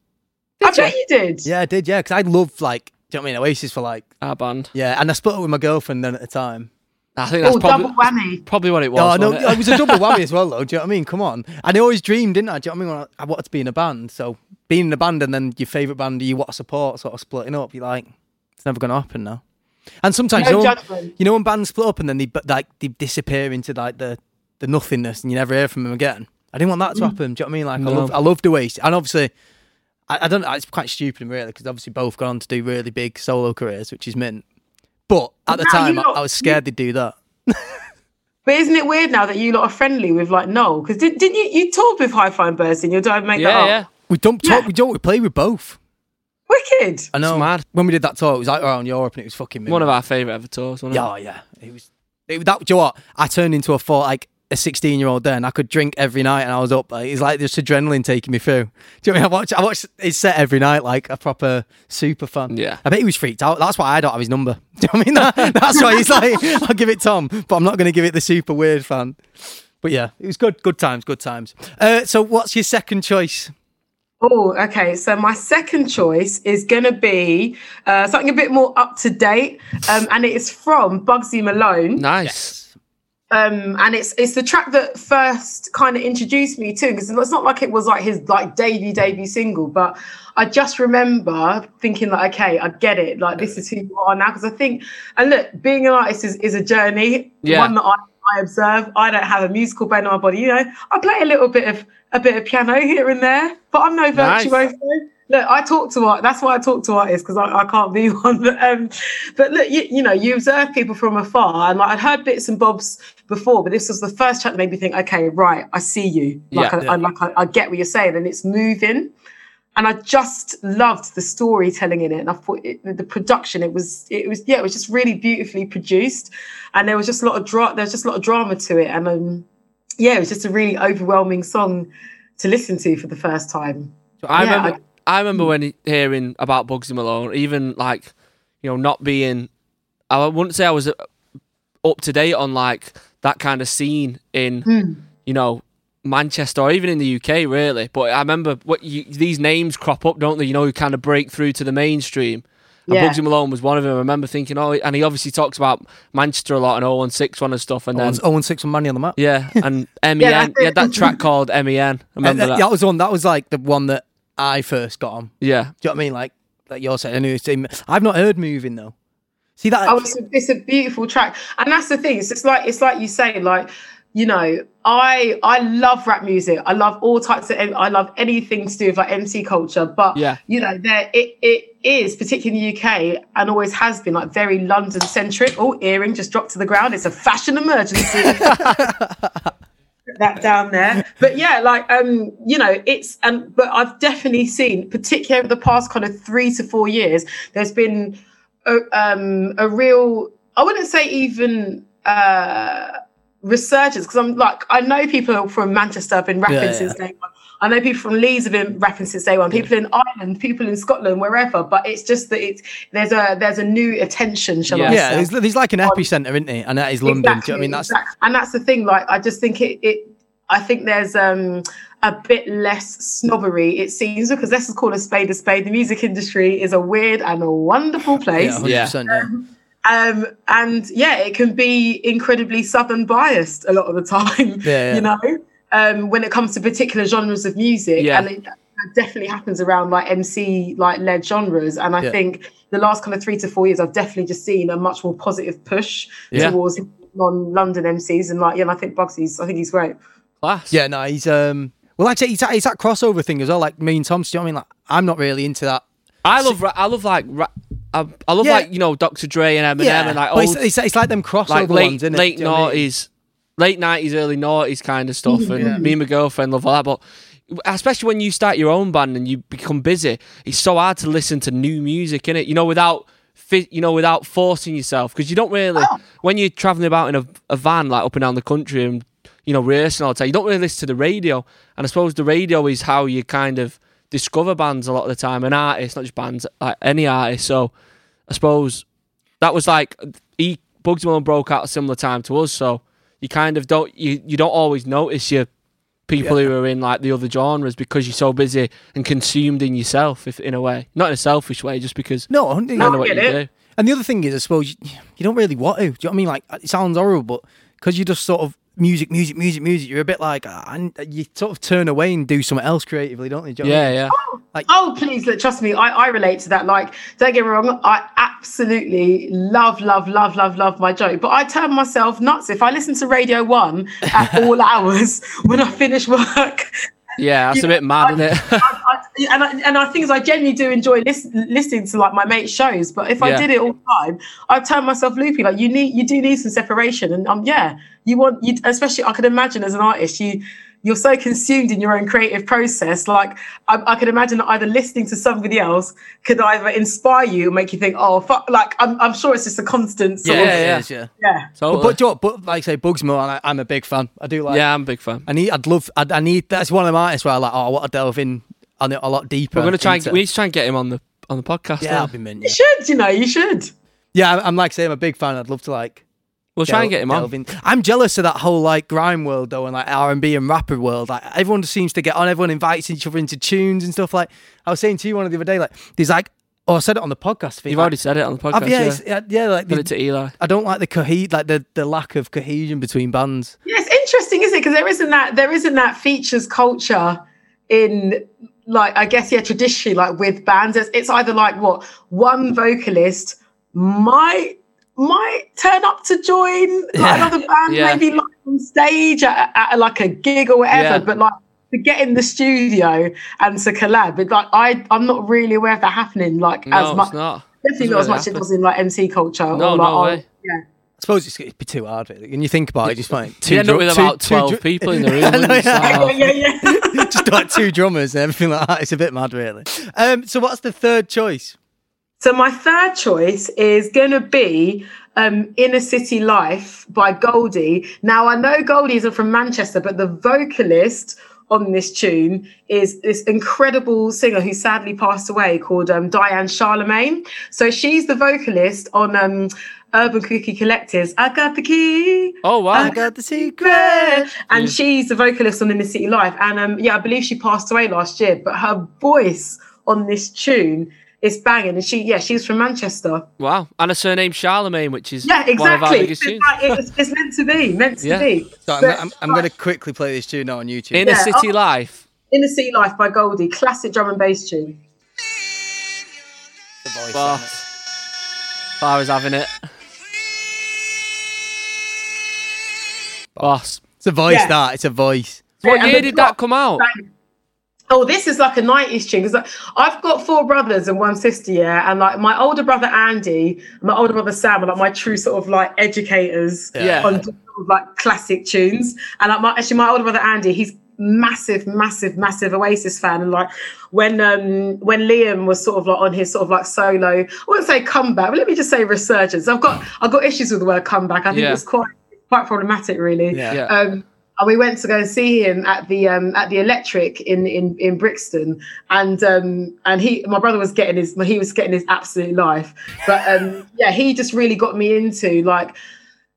[SPEAKER 8] I bet you did.
[SPEAKER 3] Yeah, I did. Yeah, because I loved like, do you know what I mean? Oasis for like,
[SPEAKER 4] Our band.
[SPEAKER 3] yeah, and I split up with my girlfriend then at the time.
[SPEAKER 4] I think that's
[SPEAKER 8] Oh,
[SPEAKER 4] probably,
[SPEAKER 8] double whammy.
[SPEAKER 4] probably what it was.
[SPEAKER 3] Oh no,
[SPEAKER 4] wasn't
[SPEAKER 3] it was a double whammy as well, though. Do you know what I mean? Come on. And I always dreamed, didn't I? Do you know what I mean? I wanted to be in a band, so being in a band and then your favorite band you want to support sort of splitting up, you're like, it's never going to happen now. And sometimes
[SPEAKER 8] No
[SPEAKER 3] you, know,
[SPEAKER 8] judgment.
[SPEAKER 3] you know when bands split up and then they but like they disappear into like the the nothingness and you never hear from him again. I didn't want that
[SPEAKER 8] Mm.
[SPEAKER 3] to happen. Do you know what I mean? Like I
[SPEAKER 4] No.
[SPEAKER 3] love I love the way, he- and obviously, I, I don't. It's quite stupid of him really because obviously both gone on to do really big solo careers, which is mint. But at the
[SPEAKER 8] No,
[SPEAKER 3] time,
[SPEAKER 8] you
[SPEAKER 3] I,
[SPEAKER 8] lot-
[SPEAKER 3] I was scared they'd do that.
[SPEAKER 8] But isn't it weird now that you lot are friendly with like Noel? Because did, didn't you you toured with High Fine Burst and you're trying to make
[SPEAKER 4] Yeah,
[SPEAKER 8] that
[SPEAKER 4] yeah.
[SPEAKER 8] up?
[SPEAKER 3] We don't talk.
[SPEAKER 8] Yeah.
[SPEAKER 3] We don't. We play with both.
[SPEAKER 8] Wicked.
[SPEAKER 3] I know.
[SPEAKER 4] mad.
[SPEAKER 3] When we did that tour, it was like "Oh, around Europe, and it was fucking.
[SPEAKER 4] One of our favourite ever tours. One
[SPEAKER 3] Yeah,
[SPEAKER 4] Of
[SPEAKER 3] oh, yeah. It was. It, that. Do you know what? I turned into a four like a sixteen year old then. I could drink every night, and I was up. Like, it's like just adrenaline taking me through. Do you know what I mean? I watched. I watched his set every night, like a proper super fan.
[SPEAKER 4] Yeah.
[SPEAKER 3] I bet he was freaked out. That's why I don't have his number. Do you know what I mean? That, that's why he's like, I'll give it Tom, but I'm not going to give it the super weird fan. But yeah, it was good. Good times. Good times. Uh, so, what's your second choice?
[SPEAKER 8] Oh, okay. So my second choice is going to be uh, something a bit more up to date, um, and it is from Bugsy Malone.
[SPEAKER 4] Nice.
[SPEAKER 8] um, and it's it's the track that first kind of introduced me to because it's not like it was like his like debut debut single, but I just remember thinking like, okay, I get it, like this is who you are now because I think and look, being an artist is, is a journey,
[SPEAKER 4] Yeah.
[SPEAKER 8] one that I, I observe. I don't have a musical bone in my body, you know. I play a little bit of a bit of piano here and there, but I'm no
[SPEAKER 4] Nice.
[SPEAKER 8] virtuoso. Look, I talk to art. That's why I talk to artists because I, I can't be one. But, um, but look, you, you know, you observe people from afar, and like, I'd heard bits and bobs before, but this was the first track that made me think, okay, right, I see you. Like,
[SPEAKER 4] Yeah.
[SPEAKER 8] I, I, like I, I get what you're saying, and it's moving. And I just loved the storytelling in it, and I thought it, the- the production. It was, it was, yeah, it was just really beautifully produced, and there was just a lot of dra- there was just a lot of drama to it, and um, yeah, it was just a really overwhelming song to listen to for the first time.
[SPEAKER 4] I
[SPEAKER 8] Yeah, Hmm.
[SPEAKER 4] remember. I, remember when he- hearing about Bugsy Malone, even like, you know, not being. I wouldn't say I was uh, up to date on like that kind of scene in,
[SPEAKER 8] Hmm.
[SPEAKER 4] you know, Manchester or even in the UK, really. But I remember what you, these names crop up, don't they? You know, who kind of break through to the mainstream. And
[SPEAKER 8] Yeah.
[SPEAKER 4] Bugsy Malone was one of them. I remember thinking, oh, and he obviously talks about Manchester a lot and 016 and stuff. And then,
[SPEAKER 3] Owen's- Owen Oh, Six and Manny on the map.
[SPEAKER 4] yeah, and MEN.
[SPEAKER 8] Yeah, that's
[SPEAKER 4] he
[SPEAKER 8] it.
[SPEAKER 4] had that track called MEN. I remember
[SPEAKER 3] Uh, that,
[SPEAKER 4] that.
[SPEAKER 3] was one. That was like the one that I first got on.
[SPEAKER 4] Yeah.
[SPEAKER 3] Do you know what I mean? Like like you're saying. Anyway, same- I've not heard moving though. See that?
[SPEAKER 8] Oh, it's a, it's a beautiful track, and that's the thing. It's just like it's like you say, like you know, I I love rap music. I love all types of. I love anything to do with like MC culture, but
[SPEAKER 4] Yeah.
[SPEAKER 8] you know, there it it is particularly in the UK and always has been like very London centric. Oh, earring just dropped to the ground. It's a fashion emergency. that down there. But yeah, like um, you know, it's and but I've definitely seen, particularly over the past kind of three to four years, there's been a, um, a real. I wouldn't say even. Uh, resurgence because I'm like I know people from Manchester have been rapping
[SPEAKER 3] Yeah, yeah.
[SPEAKER 8] since day one. I know people from Leeds have been rapping since day one. People in Ireland, people in Scotland, wherever. But it's just that it's there's a there's a new attention, shall I
[SPEAKER 4] Yeah.
[SPEAKER 8] say?
[SPEAKER 3] yeah, there's, there's like an epicenter, isn't it? And that is London. Do you know what I mean? That's
[SPEAKER 8] exactly. and that's the thing. Like, I just think it. it I think there's um a bit less snobbery. It seems because let's just call a spade a spade. The music industry is a weird and a wonderful place.
[SPEAKER 4] Yeah.
[SPEAKER 3] yeah, 100%, yeah.
[SPEAKER 8] Um, and yeah, it can be incredibly southern biased a lot of the time.
[SPEAKER 3] Yeah, yeah.
[SPEAKER 8] You know, um, when it comes to particular genres of music,
[SPEAKER 4] Yeah.
[SPEAKER 8] and it, that definitely happens around like MC like led genres. And I
[SPEAKER 3] Yeah.
[SPEAKER 8] think the last kind of three to four years, I've definitely just seen a much more positive push
[SPEAKER 4] Yeah.
[SPEAKER 8] towards non-London MCs. And like, yeah, and I think Bugsy's, I think he's great.
[SPEAKER 4] Class.
[SPEAKER 3] Yeah, no, he's um. Well, like I say, he's that, he's that crossover thing as well. Like me and Tom, do you know what I mean? Like I'm not really into that.
[SPEAKER 4] I love ra- I love like ra- I, I love
[SPEAKER 3] Yeah.
[SPEAKER 4] like you know Dr. Dre and Eminem and like
[SPEAKER 3] but it's,
[SPEAKER 4] old
[SPEAKER 3] it's, it's like them crossover
[SPEAKER 4] like
[SPEAKER 3] ones,
[SPEAKER 4] late
[SPEAKER 3] isn't it?
[SPEAKER 4] late
[SPEAKER 3] Do you know what I mean?
[SPEAKER 4] nineties, late nineties, early nineties kind of stuff. And me and my girlfriend love all that, but especially when you start your own band and you become busy, it's so hard to listen to new music in it. You know, without fi- you know without forcing yourself because you don't really when you're traveling about in a, a van like up and down the country and you know rehearsing all the time. You don't really listen to the radio, and I suppose the radio is how you kind of discover bands a lot of the time and artists, not just bands, like any artist. So I suppose that was like he Bugsy Malone broke out a similar time to us, so you kind of don't you, you don't always notice your people who are in like the other genres because you're so busy and consumed in yourself, if in a way, not in a selfish way, just because
[SPEAKER 3] No, 100
[SPEAKER 4] you don't know what
[SPEAKER 8] I
[SPEAKER 4] you
[SPEAKER 8] get
[SPEAKER 4] do.
[SPEAKER 8] it.
[SPEAKER 3] And the other thing is, I suppose you, you don't really want to. Do you know what I mean? Like uh, it sounds horrible, but because you just sort of music, music, uh, music, music, you're a bit like, ah, and you sort of turn away and do something else creatively, don't you? Do you know what I
[SPEAKER 4] Yeah,
[SPEAKER 3] mean?
[SPEAKER 4] yeah,
[SPEAKER 3] Like,
[SPEAKER 8] Oh, please, look, trust me, I, I relate to that. Like, don't get me wrong, I absolutely love, love, love, love, love my joke. But I turn myself nuts if I listen to Radio One at all hours when I finish work.
[SPEAKER 4] Yeah, that's a
[SPEAKER 8] You know,
[SPEAKER 4] bit mad,
[SPEAKER 8] I-
[SPEAKER 4] isn't it?
[SPEAKER 8] I, I, and I, and I think I genuinely do enjoy lis- listening to like my mates' shows. But if I
[SPEAKER 4] Yeah.
[SPEAKER 8] did it all the time, I'd turn myself loopy. Like you need, you do need some separation. And um, yeah, you want you especially. I can imagine as an artist, you you're so consumed in your own creative process. Like I, I can imagine that either listening to somebody else could either inspire you, make you think, oh fuck, like I'm, I'm sure it's just a constant. Sort
[SPEAKER 4] Yeah,
[SPEAKER 8] of,
[SPEAKER 4] yeah.
[SPEAKER 3] it is, yeah.
[SPEAKER 8] yeah.
[SPEAKER 4] Totally.
[SPEAKER 3] But, but, do you know what? but like I say, Bugsmo, I, I'm a big fan. I do like.
[SPEAKER 4] yeah, I'm a big fan.
[SPEAKER 3] I need. I'd love. I'd, I need. That's one of them artists where I like. Oh, I want to delve in on it a lot deeper.
[SPEAKER 4] We're gonna try. And,
[SPEAKER 3] into-
[SPEAKER 4] we need to try and get him on the on the podcast.
[SPEAKER 3] yeah,
[SPEAKER 4] don't
[SPEAKER 3] that'd
[SPEAKER 4] we?
[SPEAKER 3] be mint.
[SPEAKER 8] You
[SPEAKER 3] Yeah,
[SPEAKER 8] should, you know, you should.
[SPEAKER 3] yeah I'm, I'm like saying I'm a big fan. I'd love to like.
[SPEAKER 4] we'll try and
[SPEAKER 3] del-
[SPEAKER 4] get him on.
[SPEAKER 3] delve in. I'm jealous of that whole like grime world though, and like R and B and rapper world. Like everyone seems to get on. Everyone invites each other into tunes and stuff. Like I was saying to you one the other day, like there's like. Oh, I said it on the podcast. I think,
[SPEAKER 4] You've
[SPEAKER 3] like,
[SPEAKER 4] already said it on the podcast.
[SPEAKER 3] I've-
[SPEAKER 4] yeah,
[SPEAKER 3] yeah, it's- yeah, yeah, like
[SPEAKER 4] Give
[SPEAKER 3] the-
[SPEAKER 4] it to Eli.
[SPEAKER 3] I don't like the cohe- like the, the lack of cohesion between bands.
[SPEAKER 8] Yeah, it's interesting, isn't it? Because there isn't that there isn't that features culture in like I guess yeah traditionally like with bands. It's, it's either like what one vocalist might might turn up to join like, another band
[SPEAKER 4] Yeah.
[SPEAKER 8] maybe like on stage at, at, like a gig or whatever,
[SPEAKER 4] Yeah.
[SPEAKER 8] but like to get in the studio and to collab, it, like I I'm not really aware of that happening like
[SPEAKER 4] No,
[SPEAKER 8] as much.
[SPEAKER 4] it's not.
[SPEAKER 8] Definitely
[SPEAKER 4] Doesn't
[SPEAKER 8] not
[SPEAKER 4] really
[SPEAKER 8] as much as it
[SPEAKER 4] happen.
[SPEAKER 8] was in like MC culture. or,
[SPEAKER 4] No,
[SPEAKER 8] like,
[SPEAKER 4] no
[SPEAKER 8] oh,
[SPEAKER 4] way.
[SPEAKER 8] Yeah.
[SPEAKER 3] I suppose it's, it'd be too hard. Really. When you think about it, just like two
[SPEAKER 4] You end up
[SPEAKER 3] dru-
[SPEAKER 4] with
[SPEAKER 3] two-
[SPEAKER 4] about
[SPEAKER 3] two
[SPEAKER 4] 12
[SPEAKER 3] dru-
[SPEAKER 4] people in the room.
[SPEAKER 3] I know,
[SPEAKER 4] wouldn't you?
[SPEAKER 3] yeah.
[SPEAKER 4] So-
[SPEAKER 8] yeah, yeah,
[SPEAKER 4] Oh,
[SPEAKER 8] yeah.
[SPEAKER 3] just like two drummers and everything like that. It's a bit mad, really. Um, so what's the third choice?
[SPEAKER 8] So my third choice is going to be um, "Inner City Life" by Goldie. Now I know Goldie isn't from Manchester, but the vocalist on this tune is this incredible singer who sadly passed away called um, Diane Charlemagne. So she's the vocalist on um, Urban Cookie Collective's "I Got the Key."
[SPEAKER 4] Oh wow!
[SPEAKER 3] I got the secret.
[SPEAKER 8] Secret. And she's the vocalist on In the City Life. And um, yeah, I believe she passed away last year, but her voice on this tune is banging. And she, yeah, she's from Manchester.
[SPEAKER 4] Wow, and a surname Charlemagne, which is
[SPEAKER 8] Yeah,
[SPEAKER 4] one of our
[SPEAKER 8] exactly.
[SPEAKER 4] biggest
[SPEAKER 8] It's,
[SPEAKER 4] tunes.
[SPEAKER 8] like- it's, it's meant to be, meant to
[SPEAKER 4] Yeah.
[SPEAKER 8] be.
[SPEAKER 3] So I'm,
[SPEAKER 8] But-
[SPEAKER 3] I'm, I'm going to quickly play this tune now on YouTube.
[SPEAKER 4] Inner
[SPEAKER 8] Yeah,
[SPEAKER 4] City
[SPEAKER 8] oh.
[SPEAKER 4] Life.
[SPEAKER 8] In the City Life by Goldie, classic drum and bass tune.
[SPEAKER 3] The voice,
[SPEAKER 4] But
[SPEAKER 3] isn't it?
[SPEAKER 4] Farah's having it. Boss.
[SPEAKER 3] It's a voice.
[SPEAKER 8] Yeah.
[SPEAKER 3] That it's a voice.
[SPEAKER 4] What
[SPEAKER 8] and
[SPEAKER 4] year
[SPEAKER 8] the
[SPEAKER 4] did that
[SPEAKER 8] drop-
[SPEAKER 4] come out?
[SPEAKER 8] Like, oh, this is like a 90s tune. Because I've got four brothers and one sister, yeah. And like my older brother Andy, and my older brother Sam are like my true sort of like educators
[SPEAKER 4] Yeah.
[SPEAKER 8] on sort of, like classic tunes. And like my actually my older brother Andy, he's massive, massive, massive Oasis fan. And like when um when Liam was sort of like on his sort of like solo, I wouldn't say comeback, but let me just say resurgence. I've got I've got issues with the word comeback. I think
[SPEAKER 4] Yeah.
[SPEAKER 8] it's quite quite problematic really.
[SPEAKER 3] Yeah.
[SPEAKER 4] Yeah.
[SPEAKER 8] Um, and we went to go and see him at the um, at the Electric in in, in Brixton, and um, and he my brother was getting his he was getting his absolute life, but um, yeah, he just really got me into like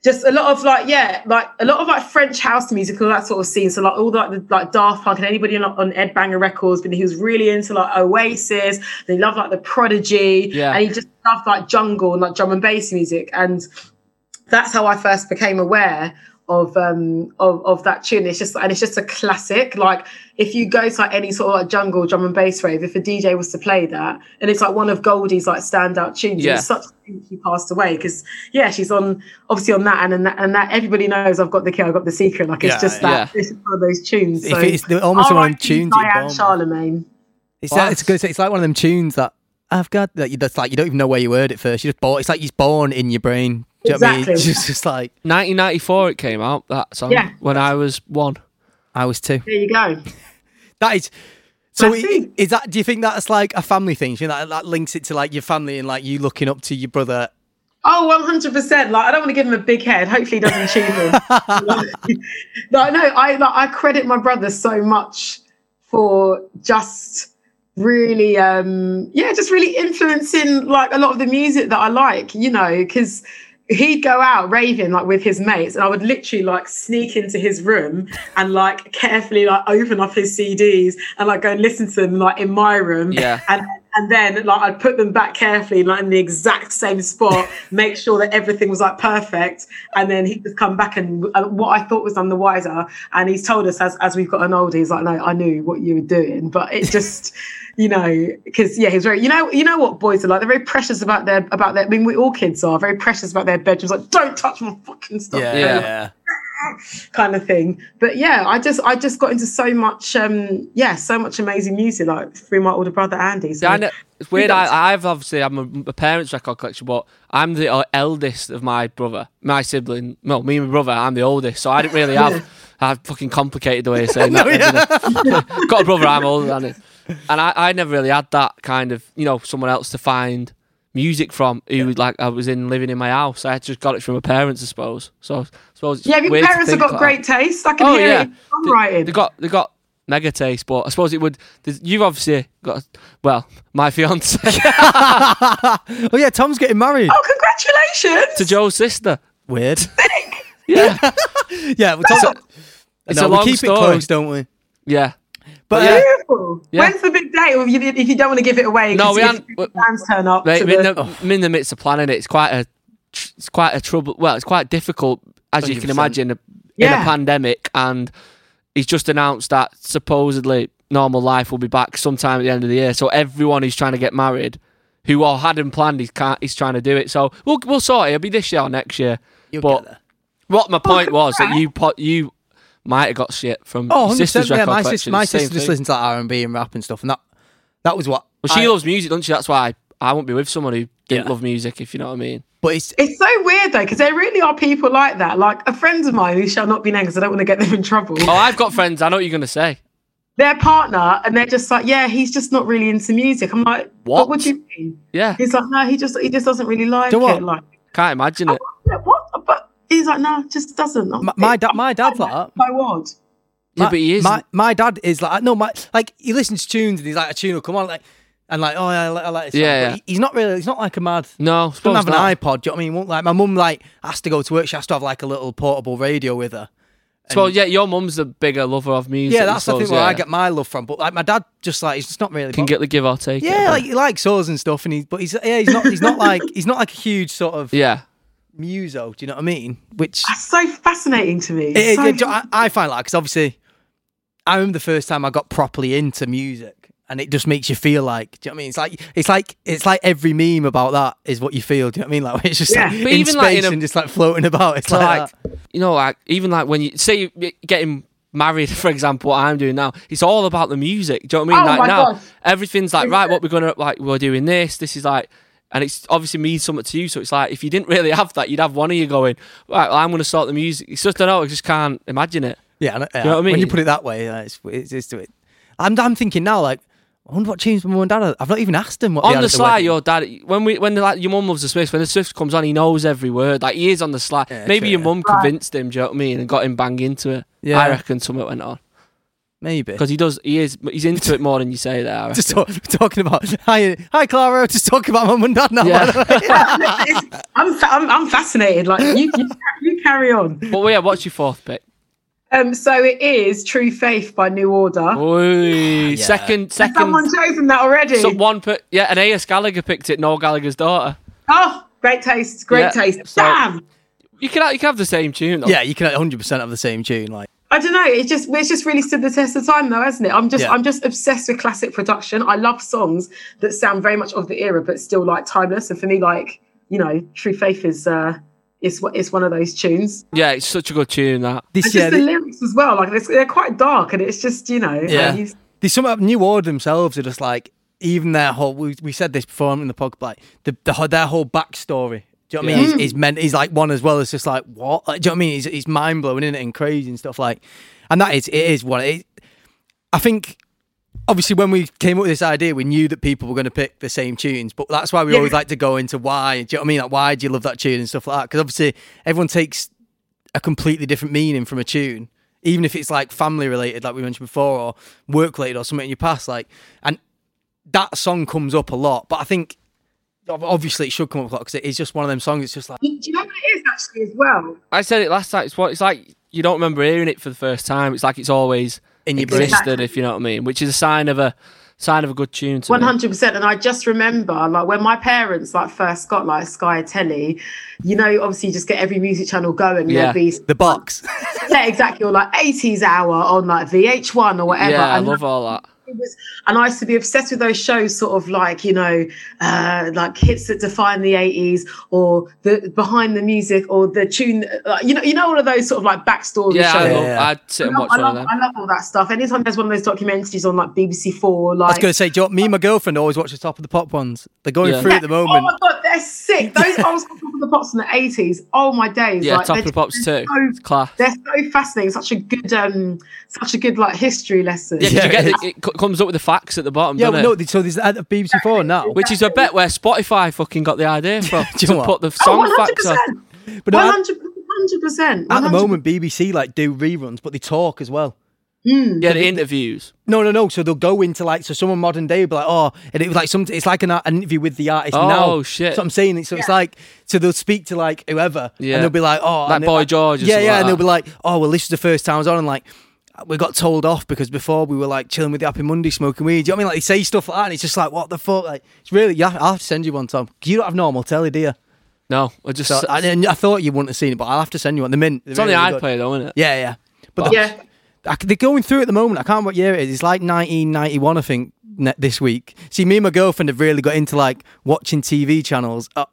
[SPEAKER 8] just a lot of like yeah like a lot of like French house music all that sort of scene. So like all like the like Daft Punk and anybody on, on Ed Banger Records, but he was really into like Oasis. And he loved like the Prodigy,
[SPEAKER 4] Yeah.
[SPEAKER 8] and he just loved like jungle and like drum and bass music and that's how I first became aware of um of, of that tune. It's just and it's just a classic. Like if you go to like any sort of like jungle drum and bass rave, if a DJ was to play that, and it's like one of Goldie's like standout tunes.
[SPEAKER 4] Yeah.
[SPEAKER 8] It's such a shame she passed away because yeah, she's on obviously on that and and that, and that everybody knows I've got the key, I've got the secret. Like it's
[SPEAKER 3] Yeah,
[SPEAKER 8] just that it's just one of those tunes.
[SPEAKER 3] If
[SPEAKER 8] So
[SPEAKER 3] it's the- almost one of them
[SPEAKER 8] RIP
[SPEAKER 3] tunes you
[SPEAKER 8] Diane
[SPEAKER 3] bomb.
[SPEAKER 8] Charlemagne.
[SPEAKER 3] It's like, it's, good, it's like one of them tunes that I've got. That you, that's like you don't even know where you heard it first. You just born. It's like you're born in your brain. Do you know what I mean?
[SPEAKER 8] Exactly.
[SPEAKER 3] It's just, just like
[SPEAKER 4] 1994 it came out, that song,
[SPEAKER 8] Yeah.
[SPEAKER 4] when I was one.
[SPEAKER 3] I was too.
[SPEAKER 8] There you go.
[SPEAKER 3] That is. So i-
[SPEAKER 8] That's it.
[SPEAKER 3] is that? Do you think that's like a family thing? Do you think that, that links it to like your family and like you looking up to your brother?
[SPEAKER 8] Oh, 100%. Like, I don't want to give him a big head. Hopefully, he doesn't cheat me. no, no, I, like, I credit my brother so much for just really, um, yeah, just really influencing like a lot of the music that I like, you know, because he'd go out raving like with his mates and I would literally like sneak into his room and like carefully like open up his CDs and like go and listen to them like in my room
[SPEAKER 4] Yeah.
[SPEAKER 8] and and then like I'd put them back carefully, like in the exact same spot, make sure that everything was like perfect, and then he'd just come back and uh, what I thought was none the wiser. And he's told us as as we've gotten older, he's like, no, I knew what you were doing, but it just, you know, because yeah, he's very, you know, you know what boys are like. They're very precious about their about their. I mean, we all kids are very precious about their bedrooms. Like, don't touch my fucking stuff.
[SPEAKER 3] Yeah.
[SPEAKER 4] Yeah.
[SPEAKER 8] kind of thing. But yeah, I just I just got into so much um yeah, so much amazing music like through my older brother Andy. So
[SPEAKER 4] Yeah, I know. It's weird. I, I've obviously I'm a, a parents' record collection, but I'm the uh, eldest of my brother, my sibling. Well, me and my brother, I'm the oldest, so I didn't really have. I've fucking complicated the way of saying that. yeah. Got a brother, I'm older than him, and I, I never really had that kind of you know someone else to find music from who was like I was in living in my house. I just got it from my parents, I suppose. So I suppose it's
[SPEAKER 8] yeah, your
[SPEAKER 4] weird to
[SPEAKER 8] parents have
[SPEAKER 4] think like
[SPEAKER 8] got
[SPEAKER 4] that. Oh,
[SPEAKER 8] great taste. I can hear it in
[SPEAKER 4] They-
[SPEAKER 8] songwriting.
[SPEAKER 4] They got they got mega taste, but I suppose it would. there's- You've obviously got well, my fiance
[SPEAKER 3] Oh yeah, Tom's getting married.
[SPEAKER 8] oh, congratulations!
[SPEAKER 4] to Joe's sister.
[SPEAKER 3] Weird.
[SPEAKER 4] Yeah,
[SPEAKER 3] yeah, well, Tom's,
[SPEAKER 4] it's
[SPEAKER 3] no,
[SPEAKER 4] a
[SPEAKER 3] we
[SPEAKER 4] long
[SPEAKER 3] keep
[SPEAKER 4] story.
[SPEAKER 3] it close, don't we?
[SPEAKER 4] yeah.
[SPEAKER 3] But uh,
[SPEAKER 4] yeah.
[SPEAKER 3] yeah.
[SPEAKER 8] Beautiful.
[SPEAKER 4] Yeah.
[SPEAKER 8] When's the big day? Well, you- If you don't want to give it away,
[SPEAKER 4] No,
[SPEAKER 8] 'cause
[SPEAKER 4] we
[SPEAKER 8] if
[SPEAKER 4] haven't-
[SPEAKER 8] the Fans turn up.
[SPEAKER 4] They,
[SPEAKER 8] to
[SPEAKER 4] we're in
[SPEAKER 8] the-
[SPEAKER 4] the,
[SPEAKER 3] Oh.
[SPEAKER 4] I'm in the midst of planning it. It's quite a tr- it's quite a trouble. Well, it's quite difficult as you can
[SPEAKER 3] 100%.
[SPEAKER 4] imagine in a
[SPEAKER 8] Yeah.
[SPEAKER 4] pandemic, and he's just announced that supposedly normal life will be back sometime at the end of the year. So everyone who's trying to get married, who all hadn't planned, he's can't, he's trying to do it. So we'll we'll sort it. It'll be this year or next year.
[SPEAKER 3] You'll
[SPEAKER 4] but
[SPEAKER 3] get there. Oh,
[SPEAKER 4] what my point was that you pot you might have got shit from
[SPEAKER 3] Oh,
[SPEAKER 4] your
[SPEAKER 3] 100%,
[SPEAKER 4] sister's
[SPEAKER 3] yeah,
[SPEAKER 4] record
[SPEAKER 3] my sister,
[SPEAKER 4] collection.
[SPEAKER 3] my
[SPEAKER 4] Same
[SPEAKER 3] sister just
[SPEAKER 4] thing.
[SPEAKER 3] listens to like R and B and rap and stuff, and that that was what.
[SPEAKER 4] Well, she
[SPEAKER 3] I-
[SPEAKER 4] loves music, doesn't she? That's why I won't be with someone who didn't
[SPEAKER 3] Yeah.
[SPEAKER 4] love music, if you know what I mean.
[SPEAKER 3] But it's
[SPEAKER 8] It's so weird though, because there really are people like that. Like a friend of mine who shall not be named, because I don't want to get them in trouble.
[SPEAKER 4] Oh, I've got friends. I know what you're gonna say.
[SPEAKER 8] Their partner, and they're just like, yeah, he's just not really into music. I'm like,
[SPEAKER 4] What?
[SPEAKER 8] what, would you mean?
[SPEAKER 4] Yeah,
[SPEAKER 8] He's like, no, he just he just doesn't really like
[SPEAKER 3] Do you know what?
[SPEAKER 8] it. Like,
[SPEAKER 4] can't imagine it.
[SPEAKER 3] Oh,
[SPEAKER 8] yeah, what? But he's like, no, just doesn't. I'm
[SPEAKER 3] my, my
[SPEAKER 8] like,
[SPEAKER 3] dad. My dad like that.
[SPEAKER 8] I would.
[SPEAKER 4] Yeah,
[SPEAKER 3] My-
[SPEAKER 4] but he is.
[SPEAKER 3] My, my dad is like no, my like he listens to tunes and he's like a tune will come on like and like oh yeah, I like, I like this. song."
[SPEAKER 4] Yeah,
[SPEAKER 3] But
[SPEAKER 4] yeah.
[SPEAKER 3] he- he's not really. He's not like a mad.
[SPEAKER 4] no,
[SPEAKER 3] Doesn't
[SPEAKER 4] suppose
[SPEAKER 3] have an
[SPEAKER 4] not.
[SPEAKER 3] iPod. Do you know what I mean? Won't, like my mum like has to go to work. She has to have like a little portable radio with her.
[SPEAKER 4] Suppose yeah, your mum's the bigger lover of music.
[SPEAKER 3] Yeah, that's the
[SPEAKER 4] suppose,
[SPEAKER 3] thing where
[SPEAKER 4] yeah.
[SPEAKER 3] I get my love from. But like my dad, just like he's just not really.
[SPEAKER 4] Can
[SPEAKER 3] bothered.
[SPEAKER 4] get the give or take. it,
[SPEAKER 3] yeah,
[SPEAKER 4] but-
[SPEAKER 3] like he likes ours and stuff, and he's but he's yeah he's not he's not like he's not like a huge sort of
[SPEAKER 4] yeah.
[SPEAKER 3] muso. Do you know what I mean? Which
[SPEAKER 8] That's so fascinating to me.
[SPEAKER 3] It-
[SPEAKER 8] so
[SPEAKER 3] it- I, I find like because obviously, I remember the first time I got properly into music, and it just makes you feel like, do you know what I mean? It's like it's like it's like every meme about that is what you feel. Do you know what I mean? Like it's just
[SPEAKER 8] Yeah.
[SPEAKER 3] like
[SPEAKER 4] But
[SPEAKER 3] in
[SPEAKER 4] even,
[SPEAKER 3] space
[SPEAKER 4] like, in a-
[SPEAKER 3] and just like floating about. It's
[SPEAKER 4] So
[SPEAKER 3] like,
[SPEAKER 4] like,
[SPEAKER 3] that.
[SPEAKER 4] you know, like even like when you say you're getting married, for example, what I'm doing now, it's all about the music. Do you know what I mean?
[SPEAKER 8] Oh
[SPEAKER 4] like
[SPEAKER 8] my
[SPEAKER 4] now,
[SPEAKER 8] gosh.
[SPEAKER 4] everything's like right. What we're gonna like, we're doing this. This is like, and it's obviously means something to you. So it's like if you didn't really have that, you'd have one of you going, right. Well, I'm gonna sort the music. It's just I don't know. I just can't imagine it.
[SPEAKER 3] yeah. I know- yeah.
[SPEAKER 4] know what I
[SPEAKER 3] When you
[SPEAKER 4] mean?
[SPEAKER 3] put it that way, like, it's it's just it. I'm I'm thinking now like. I wonder what tunes my mum and dad. had. I've not even asked them what they
[SPEAKER 4] On
[SPEAKER 3] had
[SPEAKER 4] the
[SPEAKER 3] at
[SPEAKER 4] sly,
[SPEAKER 3] wedding.
[SPEAKER 4] your dad. When we, when like your mum loves the Swifts, when the Swift comes on, he knows every word. Like he is on the sly.
[SPEAKER 3] Yeah,
[SPEAKER 4] Maybe
[SPEAKER 3] true,
[SPEAKER 4] your
[SPEAKER 3] yeah.
[SPEAKER 4] mum convinced him. Do you know what I mean? And got him bang into it.
[SPEAKER 3] Yeah.
[SPEAKER 4] I reckon something went on
[SPEAKER 3] maybe.
[SPEAKER 4] because he does. He is. He's into it more than you say. There. I reckon.
[SPEAKER 3] Just talk, talking about hi, hi, Clara. Just talking about mum and dad now.
[SPEAKER 4] Yeah.
[SPEAKER 3] by the way.
[SPEAKER 8] It's- I'm, fa- I'm I'm fascinated. Like you, you, you carry on.
[SPEAKER 4] Well, yeah, what's your fourth pick?
[SPEAKER 8] Um, so it is True Faith by New Order.
[SPEAKER 4] Oi, second,
[SPEAKER 8] Has Someone
[SPEAKER 4] second.
[SPEAKER 8] chosen that already.
[SPEAKER 4] So one, pick, yeah, and A.S. Gallagher picked it. Noel Gallagher's daughter.
[SPEAKER 8] oh, great taste, great
[SPEAKER 4] Yeah,
[SPEAKER 8] taste.
[SPEAKER 4] so-
[SPEAKER 8] Damn.
[SPEAKER 4] You can, ha- you can have the same tune. Though.
[SPEAKER 3] yeah, you can 100 percent have the same tune. Like,
[SPEAKER 8] I don't know. It's just it's just really stood the test of time, though, hasn't it? I'm just
[SPEAKER 3] Yeah.
[SPEAKER 8] I'm just obsessed with classic production. I love songs that sound very much of the era, but still like timeless. And for me, like you know, True Faith is uh is what is one of those tunes.
[SPEAKER 4] yeah, it's such a good tune that.
[SPEAKER 3] this
[SPEAKER 8] It's
[SPEAKER 3] year,
[SPEAKER 8] just the lyrics as well. Like it's, they're quite dark, and it's just you know.
[SPEAKER 3] Yeah.
[SPEAKER 8] and you-
[SPEAKER 3] There's some of New Order themselves are just like even their whole. We, we said this before in the podcast, like the, the whole- their whole backstory. Do you know what I mean? Is, is meant is like one as well. It's just like what? Like, do you know what I mean? It's, it's mind blowing, isn't it? And crazy and stuff like, and that is it is what it. I think. Obviously, when we came up with this idea, we knew that people were going to pick the same tunes, but that's why we
[SPEAKER 8] Yeah.
[SPEAKER 3] always like to go into why. Do you know what I mean? Like, why do you love that tune and stuff like that? Because obviously, everyone takes a completely different meaning from a tune, even if it's like family related, like we mentioned before, or work related or something in your past. Like, and that song comes up a lot, but I think ob- obviously it should come up a lot because it is just one of them songs. It's just like,
[SPEAKER 8] Do you know what it is actually as well?
[SPEAKER 4] I said it last night. It's what it's like. You don't remember hearing it for the first time. It's like it's always
[SPEAKER 3] In your brain.
[SPEAKER 4] existed, if you know what I mean. Which is a sign of a sign of a good tune to
[SPEAKER 8] One
[SPEAKER 4] me.
[SPEAKER 8] hundred percent. And I just remember, like, when my parents like first got like Sky Telly, you know, obviously you just get every music channel going.
[SPEAKER 4] Yeah.
[SPEAKER 8] Yeah. There'll be
[SPEAKER 3] The box.
[SPEAKER 8] yeah, exactly, or like eighties hour on like VH1 or whatever.
[SPEAKER 4] Yeah, I
[SPEAKER 8] and
[SPEAKER 4] love all that.
[SPEAKER 8] it was, and I used to be obsessed with those shows, sort of like you know, uh, like hits that define the eighties, or the behind the music, or the tune, uh, you know, you know, all of those sort of like backstory
[SPEAKER 4] Yeah, I
[SPEAKER 8] shows.
[SPEAKER 4] love,
[SPEAKER 3] yeah.
[SPEAKER 4] I'd sit
[SPEAKER 8] I
[SPEAKER 4] and
[SPEAKER 8] love,
[SPEAKER 4] watch
[SPEAKER 8] I,
[SPEAKER 4] one of
[SPEAKER 8] love,
[SPEAKER 4] them.
[SPEAKER 8] I love all that stuff. Anytime there's one of those documentaries on like BBC Four,
[SPEAKER 3] I
[SPEAKER 8] like
[SPEAKER 3] was going to say, do you know, what? me and my girlfriend always watch the top of the pop ones. They're going
[SPEAKER 4] Yeah.
[SPEAKER 3] through at the
[SPEAKER 8] Oh
[SPEAKER 3] moment.
[SPEAKER 8] my god, they're sick. Those I was top of the pops in the eighties. Oh my days.
[SPEAKER 4] Yeah,
[SPEAKER 8] like,
[SPEAKER 4] Top
[SPEAKER 8] they're
[SPEAKER 4] of the
[SPEAKER 8] just-
[SPEAKER 4] Pops too.
[SPEAKER 8] they're
[SPEAKER 4] It's
[SPEAKER 8] so-
[SPEAKER 4] class.
[SPEAKER 8] They're so fascinating. Such a good, um, such a good like history lesson.
[SPEAKER 4] Yeah, 'cause
[SPEAKER 3] Yeah,
[SPEAKER 4] you get
[SPEAKER 3] it
[SPEAKER 4] the- it, co- comes up with the facts at the bottom,
[SPEAKER 3] Yeah,
[SPEAKER 4] doesn't
[SPEAKER 3] well,
[SPEAKER 4] it?
[SPEAKER 3] no, so there's at BBC Four now.
[SPEAKER 4] Which is a bet where Spotify fucking got the idea from
[SPEAKER 3] you
[SPEAKER 4] to
[SPEAKER 3] know what?
[SPEAKER 4] put the
[SPEAKER 8] Oh,
[SPEAKER 4] song facts on.
[SPEAKER 8] 100%.
[SPEAKER 3] But no, at,
[SPEAKER 8] 100 percent.
[SPEAKER 3] at the moment, BBC like do reruns, but they talk as well.
[SPEAKER 4] Yeah, the interviews.
[SPEAKER 3] No, no, no. So they'll go into like so someone modern day would be like, oh, and it was like some. It's like an, art- an interview with the artist
[SPEAKER 4] Oh,
[SPEAKER 3] now.
[SPEAKER 4] shit.
[SPEAKER 3] So I'm saying it. So it's like so they'll speak to like whoever,
[SPEAKER 4] Yeah.
[SPEAKER 3] and they'll be like, oh,
[SPEAKER 4] Like
[SPEAKER 3] and it-
[SPEAKER 4] Boy George or
[SPEAKER 3] yeah,
[SPEAKER 4] something
[SPEAKER 3] yeah,
[SPEAKER 4] like
[SPEAKER 3] and they'll
[SPEAKER 4] that.
[SPEAKER 3] be like, oh, well, this is the first time I was on, and like. We got told off because before we were like chilling with the Happy Monday, smoking weed. Do you know what I mean? Like they say stuff like that, and it's just like, what the fuck? Like it's really. Yeah, I'll have to send you one, Tom. You don't have normal telly, do you?
[SPEAKER 4] No, I just
[SPEAKER 3] So I, I thought you wouldn't have seen it, but I'll have to send you one. The mint.
[SPEAKER 4] it's on the iPlayer though, isn't it?
[SPEAKER 3] Yeah, yeah. But the-
[SPEAKER 8] yeah.
[SPEAKER 3] I c- they're going through at the moment. I can't remember what year it is. It's like 1991, I think, ne- this week. See, me and my girlfriend have really got into like watching TV channels. Uh,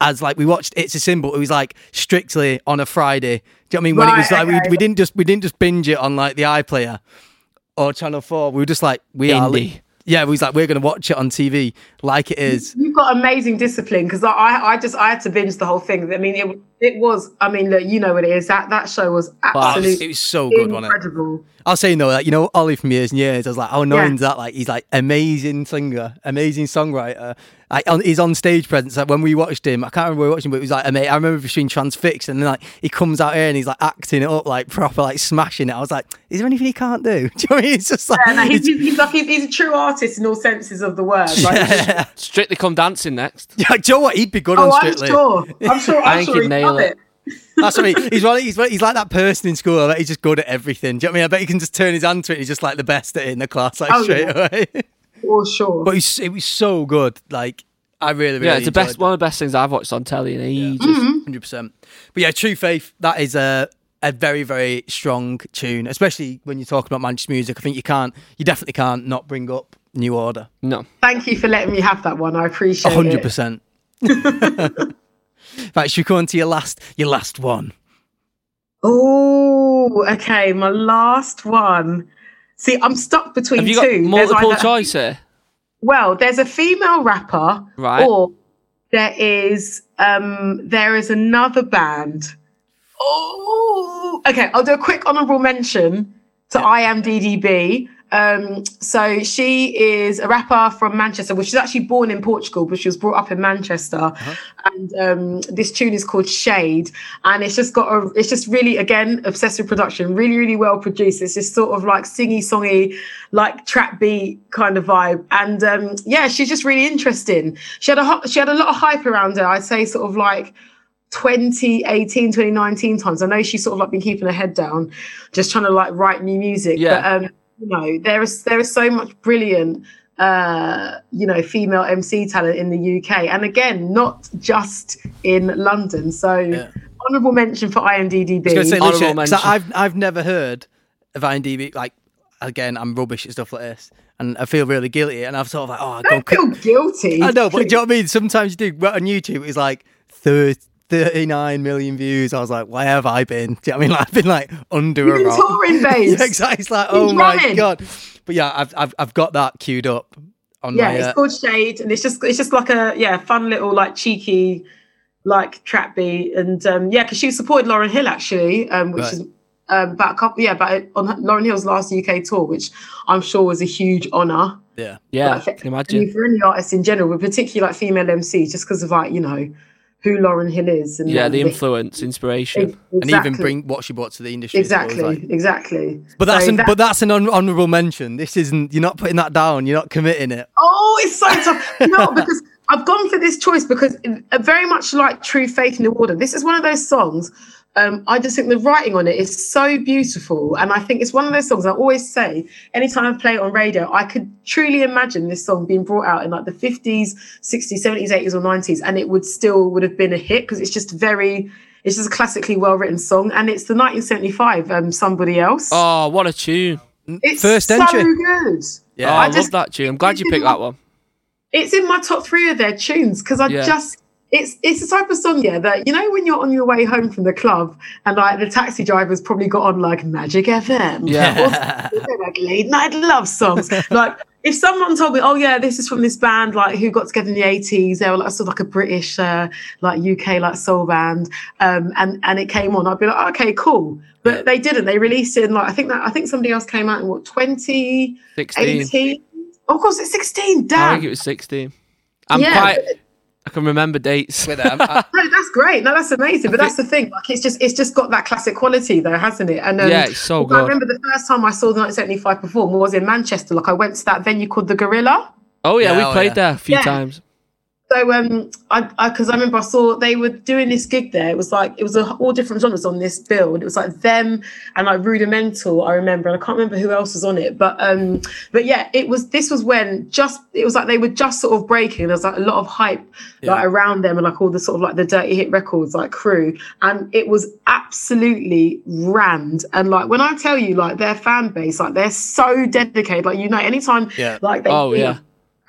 [SPEAKER 3] as like we watched It's a Symbol, it was like strictly on a Friday. Do you know what I mean? When it
[SPEAKER 8] Right,
[SPEAKER 3] was like
[SPEAKER 8] okay.
[SPEAKER 3] we, we didn't just we didn't just binge it on like the iPlayer or Channel Four. We were just like we are. li-
[SPEAKER 4] Indie.
[SPEAKER 3] yeah, we was like we're gonna watch it on TV like it is.
[SPEAKER 8] You've got amazing discipline because I, I, I just, I had to binge the whole thing. I mean, it, it was. I mean, look, you know what it is. That that show was
[SPEAKER 3] Oh, it, was,
[SPEAKER 8] absolutely
[SPEAKER 3] it was so good, wasn't it?
[SPEAKER 8] incredible.
[SPEAKER 3] I'll say no, like, you know, Ollie from years and years. I was like, how annoying's
[SPEAKER 8] Yeah.
[SPEAKER 3] that? Like, he's like amazing singer, amazing songwriter. Like, on, his on stage presence. Like when we watched him, I can't remember where we watched him, but it was like, ama- I remember between transfixed and then like he comes out here and he's like acting it up, like proper, like smashing it. I was like, is there anything he can't do? Do you know what I mean? It's just like,
[SPEAKER 8] And
[SPEAKER 3] it's-
[SPEAKER 8] he's, he's, he's like he's, he's a true artist in all senses of the word. Like,
[SPEAKER 4] Strictly Come Dancing next.
[SPEAKER 3] yeah, do you know what? He'd be good
[SPEAKER 8] Oh,
[SPEAKER 3] on
[SPEAKER 8] I'm
[SPEAKER 3] Strictly.
[SPEAKER 8] sure. I'm sure.
[SPEAKER 4] I
[SPEAKER 8] I'm
[SPEAKER 4] think
[SPEAKER 8] sure
[SPEAKER 4] he'd
[SPEAKER 8] he'd
[SPEAKER 4] nail
[SPEAKER 8] love
[SPEAKER 4] it.
[SPEAKER 8] it.
[SPEAKER 3] That's what I mean. He's, one, he's, one- he's like that person in school. I bet he's just good at everything. Do you know what I mean? I bet he can just turn his hand to it. And he's just like the best at it in the class, like
[SPEAKER 8] Oh,
[SPEAKER 3] straight
[SPEAKER 8] yeah.
[SPEAKER 3] away.
[SPEAKER 8] For sure.
[SPEAKER 3] but it was, it was so good. Like, I really, really
[SPEAKER 4] Yeah, it's the
[SPEAKER 3] enjoyed
[SPEAKER 4] best
[SPEAKER 3] that.
[SPEAKER 4] one of the best things I've watched on telly in ages.
[SPEAKER 8] Mm.
[SPEAKER 3] hundred percent. But yeah, True Faith. That is a a very very strong tune, especially when you talk about Manchester music. I think you can't, you definitely can't not bring up New Order.
[SPEAKER 4] No.
[SPEAKER 8] Thank you for letting me have that one. I appreciate it.
[SPEAKER 3] hundred percent. Right, should we go on to your last your last one?
[SPEAKER 8] Oh, okay. My last one. See, I'm stuck between
[SPEAKER 4] Have you got
[SPEAKER 8] two. There's
[SPEAKER 4] multiple
[SPEAKER 8] either-
[SPEAKER 4] choice here?
[SPEAKER 8] Well, there's a female rapper,
[SPEAKER 4] Right.
[SPEAKER 8] Or there is um there is another band. Oh, okay. I'll do a quick honourable mention to I Am DDB. Um, so she is a rapper from Manchester, which is actually born in Portugal, but she was brought up in Manchester. And um, this tune is called Shade, and it's just got a, it's just really again obsessed with production, really really well produced. It's just sort of like singy songy, like trap beat kind of vibe, and um, yeah, she's just really interesting. She had a ho- she had a lot of hype around her. I'd say sort of like 2018 2019 times i know she's sort of like been keeping her head down just trying to like write new music
[SPEAKER 4] Yeah.
[SPEAKER 8] but um you know there is there is so much brilliant uh you know female mc talent in the uk and again not just in london so honorable mention for imddb
[SPEAKER 3] I was going to say,
[SPEAKER 4] Honourable
[SPEAKER 3] literally, 'cause
[SPEAKER 4] mention.
[SPEAKER 3] I've I've never heard of IMDb. Like again, I'm rubbish at stuff like this, and I feel really guilty. And I've sort of like, oh, I
[SPEAKER 8] don't feel guilty
[SPEAKER 3] I know, but do you know what I mean? Sometimes you do. Well, on YouTube, it was like thir 39 million views. I was like, where have I been? Do you know what I mean? Like, I've been like under
[SPEAKER 8] You've
[SPEAKER 3] a
[SPEAKER 8] been
[SPEAKER 3] rock.
[SPEAKER 8] touring, babes.
[SPEAKER 3] yeah, exactly. It's like,
[SPEAKER 8] Been
[SPEAKER 3] oh my
[SPEAKER 8] drumming.
[SPEAKER 3] God. But yeah, I've, I've, I've got that queued up on
[SPEAKER 8] yeah
[SPEAKER 3] my.
[SPEAKER 8] it's
[SPEAKER 3] uh,
[SPEAKER 8] called shade and it's just it's just like a yeah fun little like cheeky like trap beat and um yeah because she supported lauren hill actually um which
[SPEAKER 3] Right.
[SPEAKER 8] is um about a couple yeah about on her- lauren hill's last uk tour which i'm sure was a huge honor
[SPEAKER 3] yeah.
[SPEAKER 4] Yeah,
[SPEAKER 8] Like,
[SPEAKER 4] I can
[SPEAKER 8] I mean,
[SPEAKER 4] imagine.
[SPEAKER 8] for any artist in general but particularly like female mc just because of like you know who lauren hill is and
[SPEAKER 4] Yeah,
[SPEAKER 8] um,
[SPEAKER 4] the influence, inspiration.
[SPEAKER 3] And
[SPEAKER 8] exactly,
[SPEAKER 3] even bring what she brought to the industry. as well, it was
[SPEAKER 8] exactly
[SPEAKER 3] like-
[SPEAKER 8] exactly
[SPEAKER 3] but that's
[SPEAKER 8] So
[SPEAKER 3] an,
[SPEAKER 8] that-
[SPEAKER 3] but that's an hon- honourable mention. This isn't you're not putting that down. You're not committing it.
[SPEAKER 8] Oh, it's so tough. No, because I've gone for this choice because uh, very much like True Faith New Order, this is one of those songs um, I just think the writing on it is so beautiful. And I think it's one of those songs I always say, anytime I play it on radio, I could truly imagine this song being brought out in like the 50s, 60s, 70s, 80s, or 90s, and it would still would have been a hit because it's just very, it's just a classically well written song. And it's the 1975, um, Somebody Else.
[SPEAKER 4] Oh, what a tune!
[SPEAKER 8] it's
[SPEAKER 3] first
[SPEAKER 8] so
[SPEAKER 3] entry.
[SPEAKER 8] good.
[SPEAKER 4] Yeah,
[SPEAKER 3] Oh,
[SPEAKER 4] I, love
[SPEAKER 8] just-
[SPEAKER 4] that tune. I'm glad you picked that one.
[SPEAKER 8] It's in my top three of their tunes because I
[SPEAKER 4] Yeah.
[SPEAKER 8] just it's it's the type of song yeah that you know when you're on your way home from the club and like the taxi driver's probably got on like Magic FM
[SPEAKER 4] Yeah.
[SPEAKER 8] or something, like late night love songs like. If someone told me, "Oh yeah, this is from this band like who got together in the '80s, they were like sort of like a British, uh, like UK, like soul band, um, and and it came on," I'd be like, "Okay, cool," but they didn't. They released it in like I think that I think somebody else came out in what 20,
[SPEAKER 4] 16.
[SPEAKER 8] 18? Of course, it's 16.
[SPEAKER 4] Oh, I
[SPEAKER 8] Damn.
[SPEAKER 4] think it was 16. I'm
[SPEAKER 8] Yeah.
[SPEAKER 4] quite. I can remember dates.
[SPEAKER 3] With it, I'm- I-
[SPEAKER 8] No, that's great. No, that's amazing. But that's the thing. Like, it's just it's just got that classic quality though, hasn't it? And um,
[SPEAKER 4] Yeah, it's so
[SPEAKER 8] I
[SPEAKER 4] good.
[SPEAKER 8] remember the first time I saw the 1975 perform was in Manchester. Like, I went to that venue called the Gorilla.
[SPEAKER 4] Oh yeah,
[SPEAKER 3] Yeah,
[SPEAKER 4] we
[SPEAKER 3] oh,
[SPEAKER 4] played
[SPEAKER 3] yeah.
[SPEAKER 4] there a few
[SPEAKER 8] Yeah.
[SPEAKER 4] times.
[SPEAKER 8] So um, I I because I, remember I saw they were doing this gig there. It was like it was a, all different genres on this bill. It was like them and like Rudimental. I remember, and I can't remember who else was on it. But um, but yeah, it was this was when just it was like they were just sort of breaking. There was like a lot of hype like around them and like all the sort of like the Dirty Hit Records like crew, and it was absolutely rammed. And like when I tell you, like their fan base, like they're so dedicated. Like you know, anytime
[SPEAKER 3] Yeah.
[SPEAKER 8] like they
[SPEAKER 4] Oh,
[SPEAKER 8] hear
[SPEAKER 4] yeah.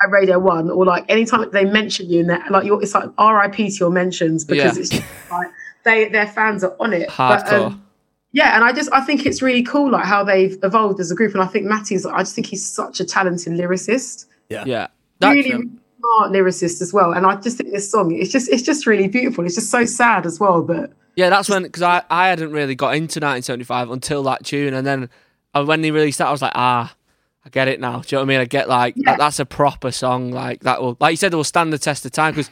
[SPEAKER 8] at Radio One, or like anytime they mention you, and they're- like you're, it's like R.I.P. to your mentions because
[SPEAKER 4] Yeah.
[SPEAKER 8] it's just, like they their fans are on it. But,
[SPEAKER 4] Hardcore.
[SPEAKER 8] um, yeah, and I just I think it's really cool like how they've evolved as a group, and I think Matty's I just think he's such a talented lyricist,
[SPEAKER 4] yeah. That
[SPEAKER 8] really,
[SPEAKER 4] tune-
[SPEAKER 8] really smart lyricist as well. And I just think this song it's just it's just really beautiful. It's just so sad as well, but
[SPEAKER 4] Yeah, that's when because I, I hadn't really got into 1975 until that tune, and then uh, when they released that, I was like, ah, I get it now. Do you know what I mean? I get like that, that's a proper song, like that will, like you said, it will stand the test of time because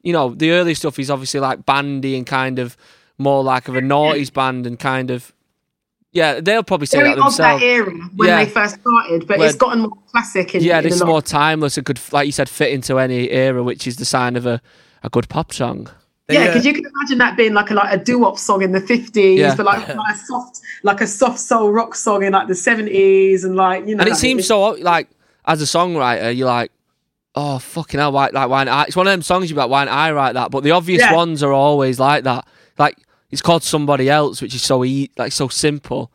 [SPEAKER 4] you know the early stuff is obviously like bandy and kind of more like of a noughties band and kind of yeah, they'll probably say
[SPEAKER 8] very
[SPEAKER 4] that
[SPEAKER 8] of that
[SPEAKER 4] themselves.
[SPEAKER 8] era when
[SPEAKER 4] Yeah.
[SPEAKER 8] they first started. But
[SPEAKER 4] Where-
[SPEAKER 8] it's gotten more classic. In,
[SPEAKER 4] Yeah,
[SPEAKER 8] in a
[SPEAKER 4] this is
[SPEAKER 8] lot.
[SPEAKER 4] more timeless. It could, like you said, fit into any era, which is the sign of a, a good pop song.
[SPEAKER 8] Yeah,
[SPEAKER 3] Yeah.
[SPEAKER 8] because you can imagine that being like a like a doo-wop song in the fifties,
[SPEAKER 4] Yeah.
[SPEAKER 8] but like, like a soft like a soft soul rock song in like the seventies, and like you know.
[SPEAKER 4] And it
[SPEAKER 8] like,
[SPEAKER 4] seems so like as a songwriter, you're like, oh fucking hell, why like why? not I? It's one of them songs you're like, why didn't I write that? But the obvious
[SPEAKER 8] Yeah.
[SPEAKER 4] ones are always like that. Like it's called somebody else, which is so e- like so simple.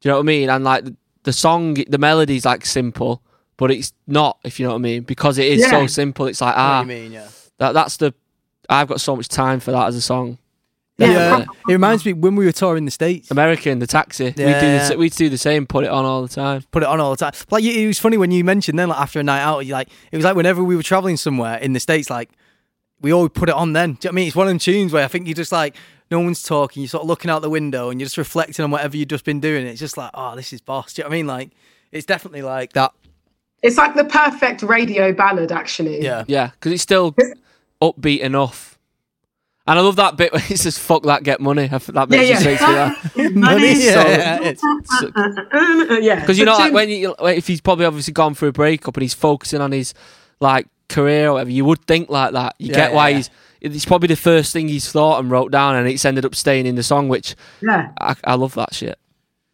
[SPEAKER 4] Do you know what I mean? And like the, the song, the melody's like simple, but it's not. If you know what I mean, because it is so
[SPEAKER 8] Yeah.
[SPEAKER 4] simple, it's like
[SPEAKER 3] I
[SPEAKER 4] ah,
[SPEAKER 3] know what you mean, yeah.
[SPEAKER 4] that that's the. I've got so much time for that as a song.
[SPEAKER 8] Yeah,
[SPEAKER 4] Yeah.
[SPEAKER 8] proper-
[SPEAKER 3] It reminds me when we were touring the states.
[SPEAKER 4] American, the taxi. we do the,
[SPEAKER 3] Yeah.
[SPEAKER 4] sa- we do the same. Put it on all the time.
[SPEAKER 3] put it on all the time. Like it was funny when you mentioned then, like after a night out, you like it was like whenever we were traveling somewhere in the states, like we always put it on then. Do you know what I mean? It's one of them tunes where I think you just like no one's talking, you're sort of looking out the window and you're just reflecting on whatever you've just been doing. It's just like, oh, this is boss. Do you know what I mean? Like it's definitely like that.
[SPEAKER 8] it's like the perfect radio ballad, actually.
[SPEAKER 3] Yeah.
[SPEAKER 4] Yeah, because it's still upbeat enough. And I love that bit where it says "fuck that, get money." I f- That
[SPEAKER 8] yeah,
[SPEAKER 4] makes you
[SPEAKER 8] yeah.
[SPEAKER 4] say to that
[SPEAKER 3] Money. Yeah. it's-
[SPEAKER 8] yeah.
[SPEAKER 4] because you know,
[SPEAKER 8] But
[SPEAKER 4] like
[SPEAKER 8] Jim-
[SPEAKER 4] when you, like, if he's probably obviously gone through a breakup and he's focusing on his like career or whatever, you would think like that. You
[SPEAKER 3] Yeah,
[SPEAKER 4] get
[SPEAKER 3] yeah,
[SPEAKER 4] why
[SPEAKER 3] yeah.
[SPEAKER 4] he's. It's probably the first thing he's thought and wrote down, and it's ended up staying in the song, which
[SPEAKER 8] yeah,
[SPEAKER 4] I, I love that shit.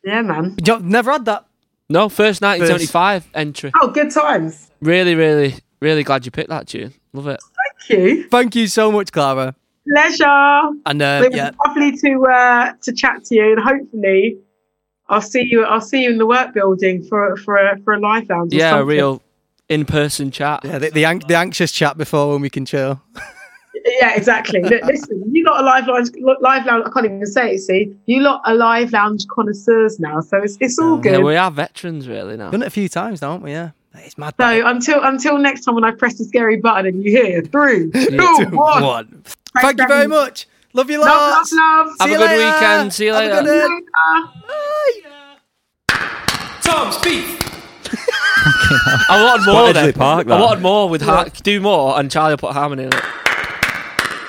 [SPEAKER 8] yeah, man.
[SPEAKER 3] Do you know- never had that.
[SPEAKER 4] No, first 1975 entry.
[SPEAKER 8] Oh, good times.
[SPEAKER 4] Really, really, really glad you picked that tune. Love it.
[SPEAKER 8] Thank you.
[SPEAKER 3] Thank you so much, Clara.
[SPEAKER 8] Pleasure.
[SPEAKER 3] And uh,
[SPEAKER 4] Um,
[SPEAKER 8] it was
[SPEAKER 3] yeah,
[SPEAKER 8] lovely to uh, to chat to you, and hopefully, I'll see you. I'll see you in the work building for for a, for a live round. or
[SPEAKER 4] Yeah, a
[SPEAKER 8] something.
[SPEAKER 4] real in-person chat.
[SPEAKER 3] yeah the, the, anx- the anxious chat before when we can chill.
[SPEAKER 8] Yeah, exactly. Li- Listen, you lot are live lounge, lo- live lounge. I can't even say it. See, you lot are live lounge connoisseurs now, so it's it's all
[SPEAKER 4] Yeah,
[SPEAKER 8] good.
[SPEAKER 4] we are veterans really now.
[SPEAKER 3] Done it a few times now, haven't we? Yeah. It's mad.
[SPEAKER 8] so
[SPEAKER 3] that-
[SPEAKER 8] until until next time when I press the scary button and you hear three, two, one.
[SPEAKER 3] One. Thank you very much. Love you
[SPEAKER 8] Love,
[SPEAKER 3] lots.
[SPEAKER 8] love, love.
[SPEAKER 4] Have
[SPEAKER 3] See you
[SPEAKER 4] a good
[SPEAKER 3] later.
[SPEAKER 4] weekend. See you
[SPEAKER 3] Have a
[SPEAKER 4] later.
[SPEAKER 3] good day.
[SPEAKER 4] Tom's beef. I want more.
[SPEAKER 6] Edgeley
[SPEAKER 4] Then.
[SPEAKER 6] Park,
[SPEAKER 4] I
[SPEAKER 6] that.
[SPEAKER 4] want more with har- do more, and Charlie will put harmony in it.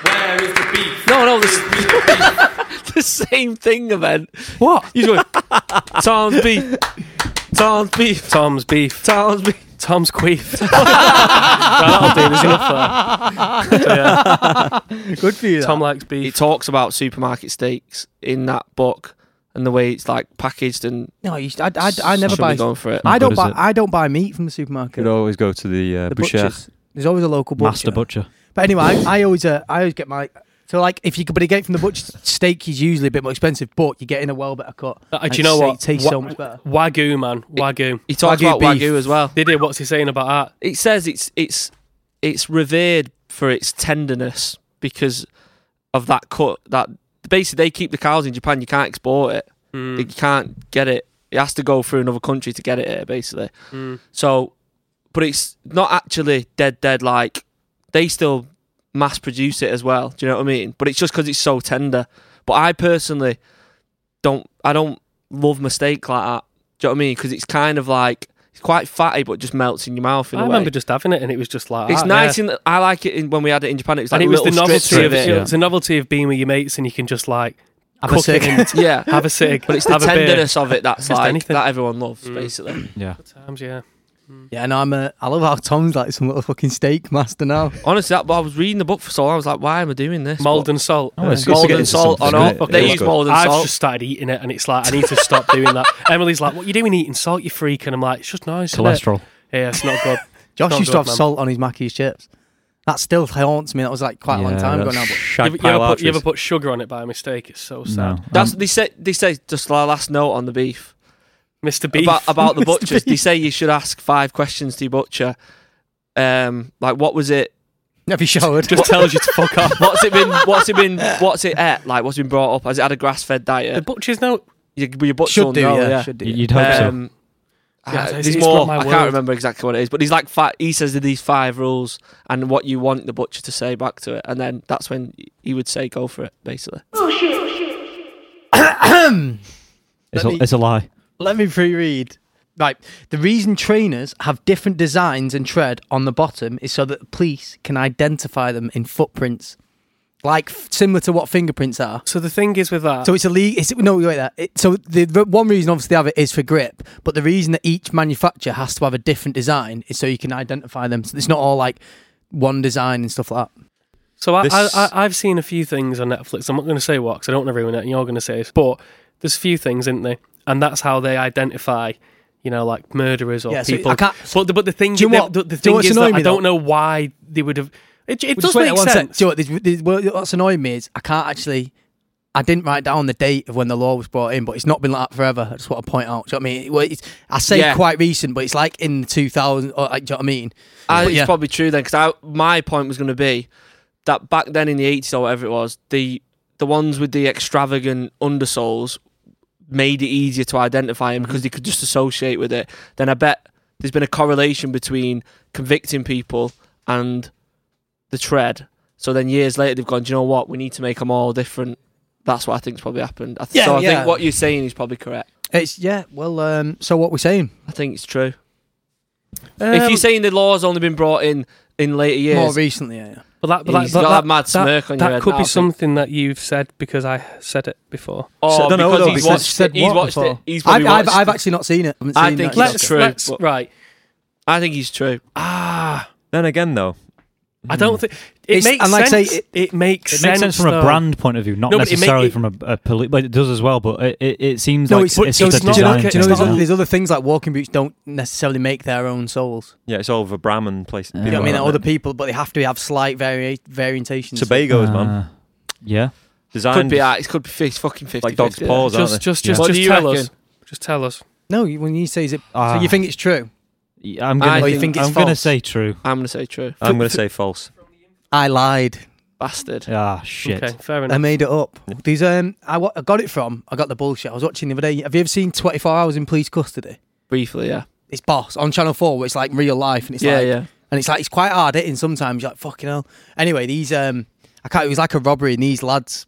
[SPEAKER 2] Where is the beef?
[SPEAKER 4] No, no, the, the same thing event.
[SPEAKER 3] What?
[SPEAKER 4] He's going Tom's beef, Tom's beef,
[SPEAKER 7] Tom's beef.
[SPEAKER 4] Tom's beef.
[SPEAKER 7] Tom's queef. right, that'll do. There's enough there. So, yeah,
[SPEAKER 3] Good for you.
[SPEAKER 7] Tom likes
[SPEAKER 4] It
[SPEAKER 7] beef.
[SPEAKER 4] talks about supermarket steaks in that book and the way it's like packaged and
[SPEAKER 3] No, you, I, I, I never
[SPEAKER 4] should be
[SPEAKER 3] buy.
[SPEAKER 4] going for it.
[SPEAKER 3] I don't
[SPEAKER 5] What is
[SPEAKER 3] buy.
[SPEAKER 5] it?
[SPEAKER 3] I don't buy meat from the supermarket.
[SPEAKER 6] Could always go to the, uh,
[SPEAKER 3] the
[SPEAKER 6] butcher.
[SPEAKER 3] butchers. There's always a local butcher.
[SPEAKER 5] Master butcher.
[SPEAKER 3] But anyway, I, I always uh, I always get my so like if you could, but you get it from the butcher steak is usually a bit more expensive, but you get in a well better cut.
[SPEAKER 7] Uh,
[SPEAKER 3] and
[SPEAKER 7] do you know
[SPEAKER 3] say
[SPEAKER 7] what?
[SPEAKER 3] It tastes
[SPEAKER 7] Wa-
[SPEAKER 3] so much better.
[SPEAKER 7] Wagyu, man. Wagyu.
[SPEAKER 4] He talks
[SPEAKER 3] Wagyu
[SPEAKER 4] about
[SPEAKER 3] beef.
[SPEAKER 4] wagyu as well.
[SPEAKER 7] They did. What's he saying about that?
[SPEAKER 4] It says it's it's it's revered for its tenderness because of that cut. That basically they keep the cows in Japan. You can't export it.
[SPEAKER 7] Mm.
[SPEAKER 4] You
[SPEAKER 7] Hmm.
[SPEAKER 4] can't get it. It has to go through another country to get it here, basically.
[SPEAKER 7] Hmm.
[SPEAKER 4] So, but it's not actually dead, dead. Like they still mass produce it as well. Do you know what I mean? But it's just because it's so tender. But I personally don't. I don't love mistake like that. Do you know what I mean? Because it's kind of like it's quite fatty, but just melts in your mouth. In
[SPEAKER 7] I
[SPEAKER 4] a
[SPEAKER 7] remember
[SPEAKER 4] way.
[SPEAKER 7] just having it, and it was just like
[SPEAKER 4] It's
[SPEAKER 7] that,
[SPEAKER 4] nice.
[SPEAKER 7] yeah.
[SPEAKER 4] In the, I like it in, when we had it in Japan. It was like
[SPEAKER 7] and it was the
[SPEAKER 4] little strips
[SPEAKER 7] novelty of
[SPEAKER 4] it.
[SPEAKER 7] it.
[SPEAKER 6] yeah.
[SPEAKER 7] It's the novelty of being with your mates, and you can just like
[SPEAKER 3] Have a
[SPEAKER 7] cook it
[SPEAKER 3] cig.
[SPEAKER 7] in-
[SPEAKER 4] Yeah.
[SPEAKER 7] have a cig.
[SPEAKER 4] But it's the
[SPEAKER 7] have a beer.
[SPEAKER 4] tenderness of it that's
[SPEAKER 7] Just
[SPEAKER 4] like
[SPEAKER 7] anything. Hmm.
[SPEAKER 4] that everyone loves, basically.
[SPEAKER 5] Yeah.
[SPEAKER 7] Times, yeah.
[SPEAKER 3] Yeah, and I'm a, I love how Tom's like some little fucking steak master now.
[SPEAKER 4] Honestly, that, I was reading the book for so long. I was like, why am I doing this?
[SPEAKER 7] Mold and salt.
[SPEAKER 5] Oh, it's
[SPEAKER 4] But
[SPEAKER 5] good to
[SPEAKER 4] mold
[SPEAKER 5] get
[SPEAKER 4] and
[SPEAKER 5] into
[SPEAKER 4] salt
[SPEAKER 5] something,
[SPEAKER 4] on
[SPEAKER 5] isn't
[SPEAKER 4] all.
[SPEAKER 5] it?
[SPEAKER 4] They
[SPEAKER 5] It's
[SPEAKER 4] use
[SPEAKER 5] good.
[SPEAKER 4] mold and
[SPEAKER 7] I've
[SPEAKER 4] salt.
[SPEAKER 7] just started eating it, and it's like I need to stop doing that. Emily's like, "What are you doing eating salt? You freak!" And I'm like, "It's just nice." isn't it?"
[SPEAKER 5] Cholesterol.
[SPEAKER 7] Yeah, it's not good.
[SPEAKER 3] Josh
[SPEAKER 7] Not
[SPEAKER 3] used to
[SPEAKER 7] good,
[SPEAKER 3] have
[SPEAKER 7] man.
[SPEAKER 3] salt on his mac and chips. That still haunts me. That was like quite a long
[SPEAKER 5] Yeah,
[SPEAKER 3] time ago
[SPEAKER 5] that's
[SPEAKER 3] now. But
[SPEAKER 7] You
[SPEAKER 5] shag
[SPEAKER 7] ever, you,
[SPEAKER 5] pile
[SPEAKER 7] ever put, you ever
[SPEAKER 5] arteries.
[SPEAKER 7] put sugar on it by mistake? It's so
[SPEAKER 5] No.
[SPEAKER 7] sad.
[SPEAKER 4] That's they say. They say just our last note on the beef,
[SPEAKER 7] Mr. Beef.
[SPEAKER 4] about about the butchers. They say you should ask five questions to your butcher. Um, like what was it?
[SPEAKER 3] have you showered?
[SPEAKER 7] just tells you to fuck off.
[SPEAKER 4] What's it been? What's it been? What's it at? Like what's been brought up? Has it had a grass-fed
[SPEAKER 7] The
[SPEAKER 4] diet?
[SPEAKER 7] butcher's no.
[SPEAKER 4] Your, your butcher will
[SPEAKER 3] should do,
[SPEAKER 4] know,
[SPEAKER 3] yeah,
[SPEAKER 4] yeah.
[SPEAKER 3] Should do.
[SPEAKER 5] Y- You'd hope so.
[SPEAKER 4] Um,
[SPEAKER 7] Yeah,
[SPEAKER 4] uh,
[SPEAKER 7] it's-
[SPEAKER 4] there's
[SPEAKER 7] it's
[SPEAKER 4] more.
[SPEAKER 7] not my
[SPEAKER 4] I
[SPEAKER 7] world.
[SPEAKER 4] can't remember exactly what it is, but he's like fi He says there are these five rules and what you want the butcher to say back to it, and then that's when he would say go for it, basically.
[SPEAKER 6] Oh,
[SPEAKER 3] Let
[SPEAKER 5] It's a,
[SPEAKER 3] me-
[SPEAKER 5] it's a lie.
[SPEAKER 3] Let me pre-read. Right, the reason trainers have different designs and tread on the bottom is so that the police can identify them in footprints, like f- similar to what fingerprints are.
[SPEAKER 7] So the thing is with that.
[SPEAKER 3] So it's illegal. It's, no, wait there. It, so the, the one reason obviously they have it is for grip, but the reason that each manufacturer has to have a different design is so you can identify them. So it's not all like one design and stuff like that.
[SPEAKER 7] So I,
[SPEAKER 6] This-
[SPEAKER 7] I, I, I've seen a few things on Netflix. I'm not going to say what 'cause I don't want to ruin it, and you're going to say this. But there's a few things, isn't there? And that's how they identify, you know, like murderers or
[SPEAKER 3] Yeah, so
[SPEAKER 7] people.
[SPEAKER 3] I can't-
[SPEAKER 7] but, the, but the thing,
[SPEAKER 3] Do you know what-
[SPEAKER 7] the,
[SPEAKER 3] do you
[SPEAKER 7] the
[SPEAKER 3] know
[SPEAKER 7] thing
[SPEAKER 3] what's
[SPEAKER 7] is, that
[SPEAKER 3] annoying
[SPEAKER 7] I
[SPEAKER 3] me,
[SPEAKER 7] don't
[SPEAKER 3] though?
[SPEAKER 7] know why they would have. It,
[SPEAKER 3] Well,
[SPEAKER 7] it does
[SPEAKER 3] just wait
[SPEAKER 7] make
[SPEAKER 3] there one sec.
[SPEAKER 7] sense.
[SPEAKER 3] Do you know what, there's- there's- well, what's annoying me is I can't actually. I didn't write down the date of when the law was brought in, but it's not been like that forever. I just want to point out. Do you know what I mean? Well, it's, I say
[SPEAKER 4] Yeah.
[SPEAKER 3] quite recent, but it's like in 2000. Or, like, do you know what I mean?
[SPEAKER 4] I
[SPEAKER 3] But
[SPEAKER 4] think
[SPEAKER 3] yeah.
[SPEAKER 4] It's probably true then, because my point was going to be that back then in the eighties or whatever it was, the the ones with the extravagant undersoles made it easier to identify
[SPEAKER 3] Mm-hmm.
[SPEAKER 4] him because they could just associate with it. Then I bet there's been a correlation between convicting people and the tread. So then years later they've gone, Do you know what? We need to make them all different. That's what I think's probably happened. I th-
[SPEAKER 3] Yeah,
[SPEAKER 4] so I
[SPEAKER 3] yeah.
[SPEAKER 4] think what you're saying is probably correct.
[SPEAKER 3] It's yeah. Well, um, so what we're saying?
[SPEAKER 4] I think it's true.
[SPEAKER 7] Um,
[SPEAKER 4] if you're saying the law's only been brought in in later years,
[SPEAKER 3] More recently, yeah. yeah.
[SPEAKER 7] but that, but
[SPEAKER 4] He's got that mad smirk on your
[SPEAKER 7] that
[SPEAKER 4] head
[SPEAKER 7] could
[SPEAKER 4] now, I
[SPEAKER 7] be
[SPEAKER 4] think.
[SPEAKER 7] something that you've said because I said it before.
[SPEAKER 4] Oh,
[SPEAKER 5] So I don't know,
[SPEAKER 4] because
[SPEAKER 5] though,
[SPEAKER 4] he's
[SPEAKER 5] because
[SPEAKER 4] watched
[SPEAKER 5] he said
[SPEAKER 4] it. He's
[SPEAKER 5] what
[SPEAKER 4] watched
[SPEAKER 5] before?
[SPEAKER 4] it. He's probably
[SPEAKER 3] I've, I've,
[SPEAKER 4] watched
[SPEAKER 3] I've
[SPEAKER 4] it.
[SPEAKER 3] actually not seen it. I haven't
[SPEAKER 4] I
[SPEAKER 3] seen that
[SPEAKER 4] think it's
[SPEAKER 3] yet.
[SPEAKER 7] Let's
[SPEAKER 4] true,
[SPEAKER 7] let's
[SPEAKER 4] but-
[SPEAKER 7] right.
[SPEAKER 4] I think he's true.
[SPEAKER 7] Ah,
[SPEAKER 6] Then again, though,
[SPEAKER 7] I don't think it
[SPEAKER 3] Hmm. It's-
[SPEAKER 7] makes
[SPEAKER 3] and like I say,
[SPEAKER 7] sense.
[SPEAKER 3] it-
[SPEAKER 7] it, makes
[SPEAKER 5] It makes sense from
[SPEAKER 7] though.
[SPEAKER 5] a brand point of view, not
[SPEAKER 7] No, but it make-
[SPEAKER 5] necessarily
[SPEAKER 7] it-
[SPEAKER 5] from a, a poli- but it does as well. But it, it, it seems
[SPEAKER 3] No,
[SPEAKER 5] like
[SPEAKER 3] it's,
[SPEAKER 5] it's,
[SPEAKER 3] but
[SPEAKER 5] just
[SPEAKER 3] it's
[SPEAKER 5] a
[SPEAKER 3] not. Do you know, do
[SPEAKER 5] design.
[SPEAKER 3] you know there's,
[SPEAKER 5] thing
[SPEAKER 3] other,
[SPEAKER 5] now.
[SPEAKER 3] there's other things like walking boots don't necessarily make their own soles.
[SPEAKER 6] yeah, it's all over Brahmin place.
[SPEAKER 5] Yeah.
[SPEAKER 3] You know
[SPEAKER 5] Yeah,
[SPEAKER 3] what I mean?
[SPEAKER 6] aren't
[SPEAKER 3] Other
[SPEAKER 6] they?
[SPEAKER 3] people, but they have to have slight vari- variantations.
[SPEAKER 6] Tobago's, man.
[SPEAKER 5] Uh, Yeah,
[SPEAKER 6] Designed
[SPEAKER 4] Could be. uh, It could be fif- fucking fifty.
[SPEAKER 6] like dog's paws, aren't
[SPEAKER 7] Just,
[SPEAKER 6] they?
[SPEAKER 7] just,
[SPEAKER 5] Yeah.
[SPEAKER 7] just,
[SPEAKER 4] What do
[SPEAKER 7] just
[SPEAKER 4] you
[SPEAKER 7] tell us.
[SPEAKER 4] reckon?
[SPEAKER 7] Just tell us.
[SPEAKER 3] No, you- when you say is it,
[SPEAKER 5] Ah.
[SPEAKER 3] so you think it's true?
[SPEAKER 5] Yeah, I'm
[SPEAKER 4] I
[SPEAKER 5] gonna.
[SPEAKER 4] think-
[SPEAKER 3] think it's
[SPEAKER 5] I'm gonna
[SPEAKER 3] false.
[SPEAKER 5] say true.
[SPEAKER 4] I'm gonna say true.
[SPEAKER 6] I'm going to say false.
[SPEAKER 3] I lied.
[SPEAKER 4] Bastard.
[SPEAKER 5] Ah, shit.
[SPEAKER 7] Okay, fair
[SPEAKER 3] I
[SPEAKER 4] Um,
[SPEAKER 7] enough.
[SPEAKER 3] made it up. These um, I, wa- I got it from. I got the bullshit. I was watching the other day. Have you ever seen 24 Hours in Police Custody?
[SPEAKER 4] Briefly, yeah.
[SPEAKER 3] It's boss on Channel Four. Where it's like real life, and it's
[SPEAKER 4] yeah,
[SPEAKER 3] like,
[SPEAKER 4] yeah.
[SPEAKER 3] and it's like it's quite hard hitting sometimes. You're like fucking hell. Anyway, these um, I can't. It was like a robbery, and these lads,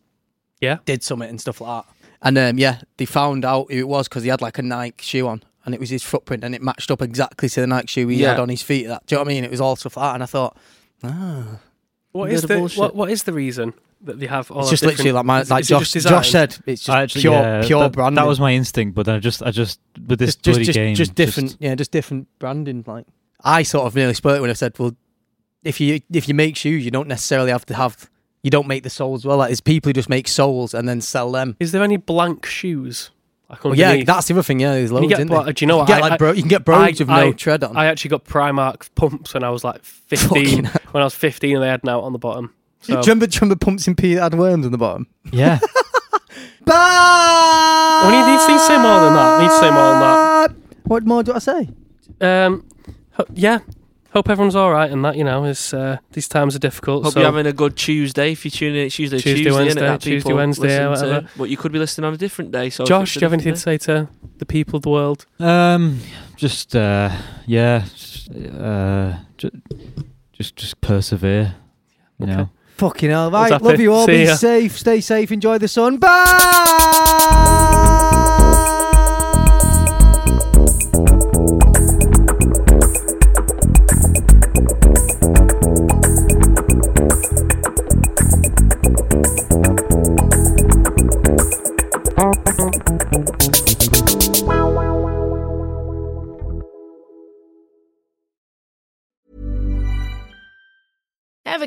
[SPEAKER 7] Yeah.
[SPEAKER 3] did something and stuff like that. And um, yeah, they found out who it was because he had like a Nike shoe on, and it was his footprint, and it matched up exactly to the Nike shoe he
[SPEAKER 4] Yeah.
[SPEAKER 3] had on his feet. That do you know what I mean? It was all stuff like that, and I thought, ah.
[SPEAKER 7] What
[SPEAKER 4] Bit
[SPEAKER 7] is
[SPEAKER 4] of
[SPEAKER 7] the
[SPEAKER 4] bullshit.
[SPEAKER 7] what, what is the reason that they have all?
[SPEAKER 3] It's
[SPEAKER 7] that
[SPEAKER 3] just literally
[SPEAKER 7] different-
[SPEAKER 3] like my
[SPEAKER 7] is-
[SPEAKER 3] like
[SPEAKER 7] is it
[SPEAKER 3] Josh,
[SPEAKER 7] just
[SPEAKER 3] Josh
[SPEAKER 7] design?
[SPEAKER 3] said. It's just
[SPEAKER 5] I actually-
[SPEAKER 3] pure
[SPEAKER 5] yeah,
[SPEAKER 3] pure
[SPEAKER 5] that,
[SPEAKER 3] branding.
[SPEAKER 5] That was my instinct, but then I just, I just with this
[SPEAKER 3] just just
[SPEAKER 5] bloody
[SPEAKER 3] just,
[SPEAKER 5] game,
[SPEAKER 3] just different. yeah, just different branding. Like I sort of nearly spoiled it when I said, well, if you if you make shoes, you don't necessarily have to have you don't make the soles as well. Like there's people who just make soles and then sell them.
[SPEAKER 7] Is there any blank shoes? Like
[SPEAKER 3] Well, yeah,
[SPEAKER 7] underneath?
[SPEAKER 3] that's the other thing. Yeah, there's
[SPEAKER 7] Can
[SPEAKER 3] loads.
[SPEAKER 7] you get
[SPEAKER 3] isn't
[SPEAKER 7] bro-
[SPEAKER 3] there?
[SPEAKER 7] do you know
[SPEAKER 3] You
[SPEAKER 7] what?
[SPEAKER 3] can get like bro- you can get brogues with no
[SPEAKER 7] I-
[SPEAKER 3] tread on.
[SPEAKER 7] I actually got Primark pumps when I was like
[SPEAKER 3] Fucking
[SPEAKER 7] fifteen.
[SPEAKER 3] hell.
[SPEAKER 7] when I was fifteen, and they had an out on the bottom.
[SPEAKER 3] Do you
[SPEAKER 7] So
[SPEAKER 3] remember, do you remember pumps in pee that had worms on the bottom?
[SPEAKER 5] Yeah.
[SPEAKER 3] Bye.
[SPEAKER 7] we need, need to say more than that. Need to say more than that.
[SPEAKER 3] What more do I say?
[SPEAKER 7] Um, ho- yeah. Hope everyone's all right, and that you know is uh, these times are difficult.
[SPEAKER 4] Hope
[SPEAKER 7] so
[SPEAKER 4] you're having a good Tuesday. If you tune in, it's Tuesday,
[SPEAKER 7] Tuesday,
[SPEAKER 4] Tuesday, innit,
[SPEAKER 7] Wednesday,
[SPEAKER 4] that
[SPEAKER 7] Tuesday,
[SPEAKER 4] people
[SPEAKER 7] Wednesday,
[SPEAKER 4] listen to.
[SPEAKER 7] whatever.
[SPEAKER 4] But you could be listening on a different day. So if
[SPEAKER 7] Josh,
[SPEAKER 4] it's a
[SPEAKER 7] do you have
[SPEAKER 4] different
[SPEAKER 7] anything to say to the people of the world?
[SPEAKER 5] Um, just uh, yeah, just, uh, ju- just just persevere. You
[SPEAKER 7] Okay.
[SPEAKER 5] know,
[SPEAKER 3] Fucking hell. Right.
[SPEAKER 7] That's
[SPEAKER 3] Love
[SPEAKER 7] it.
[SPEAKER 3] you all.
[SPEAKER 7] See
[SPEAKER 3] Be
[SPEAKER 7] ya.
[SPEAKER 3] safe. Stay safe. Enjoy the sun. Bye.
[SPEAKER 6] Ever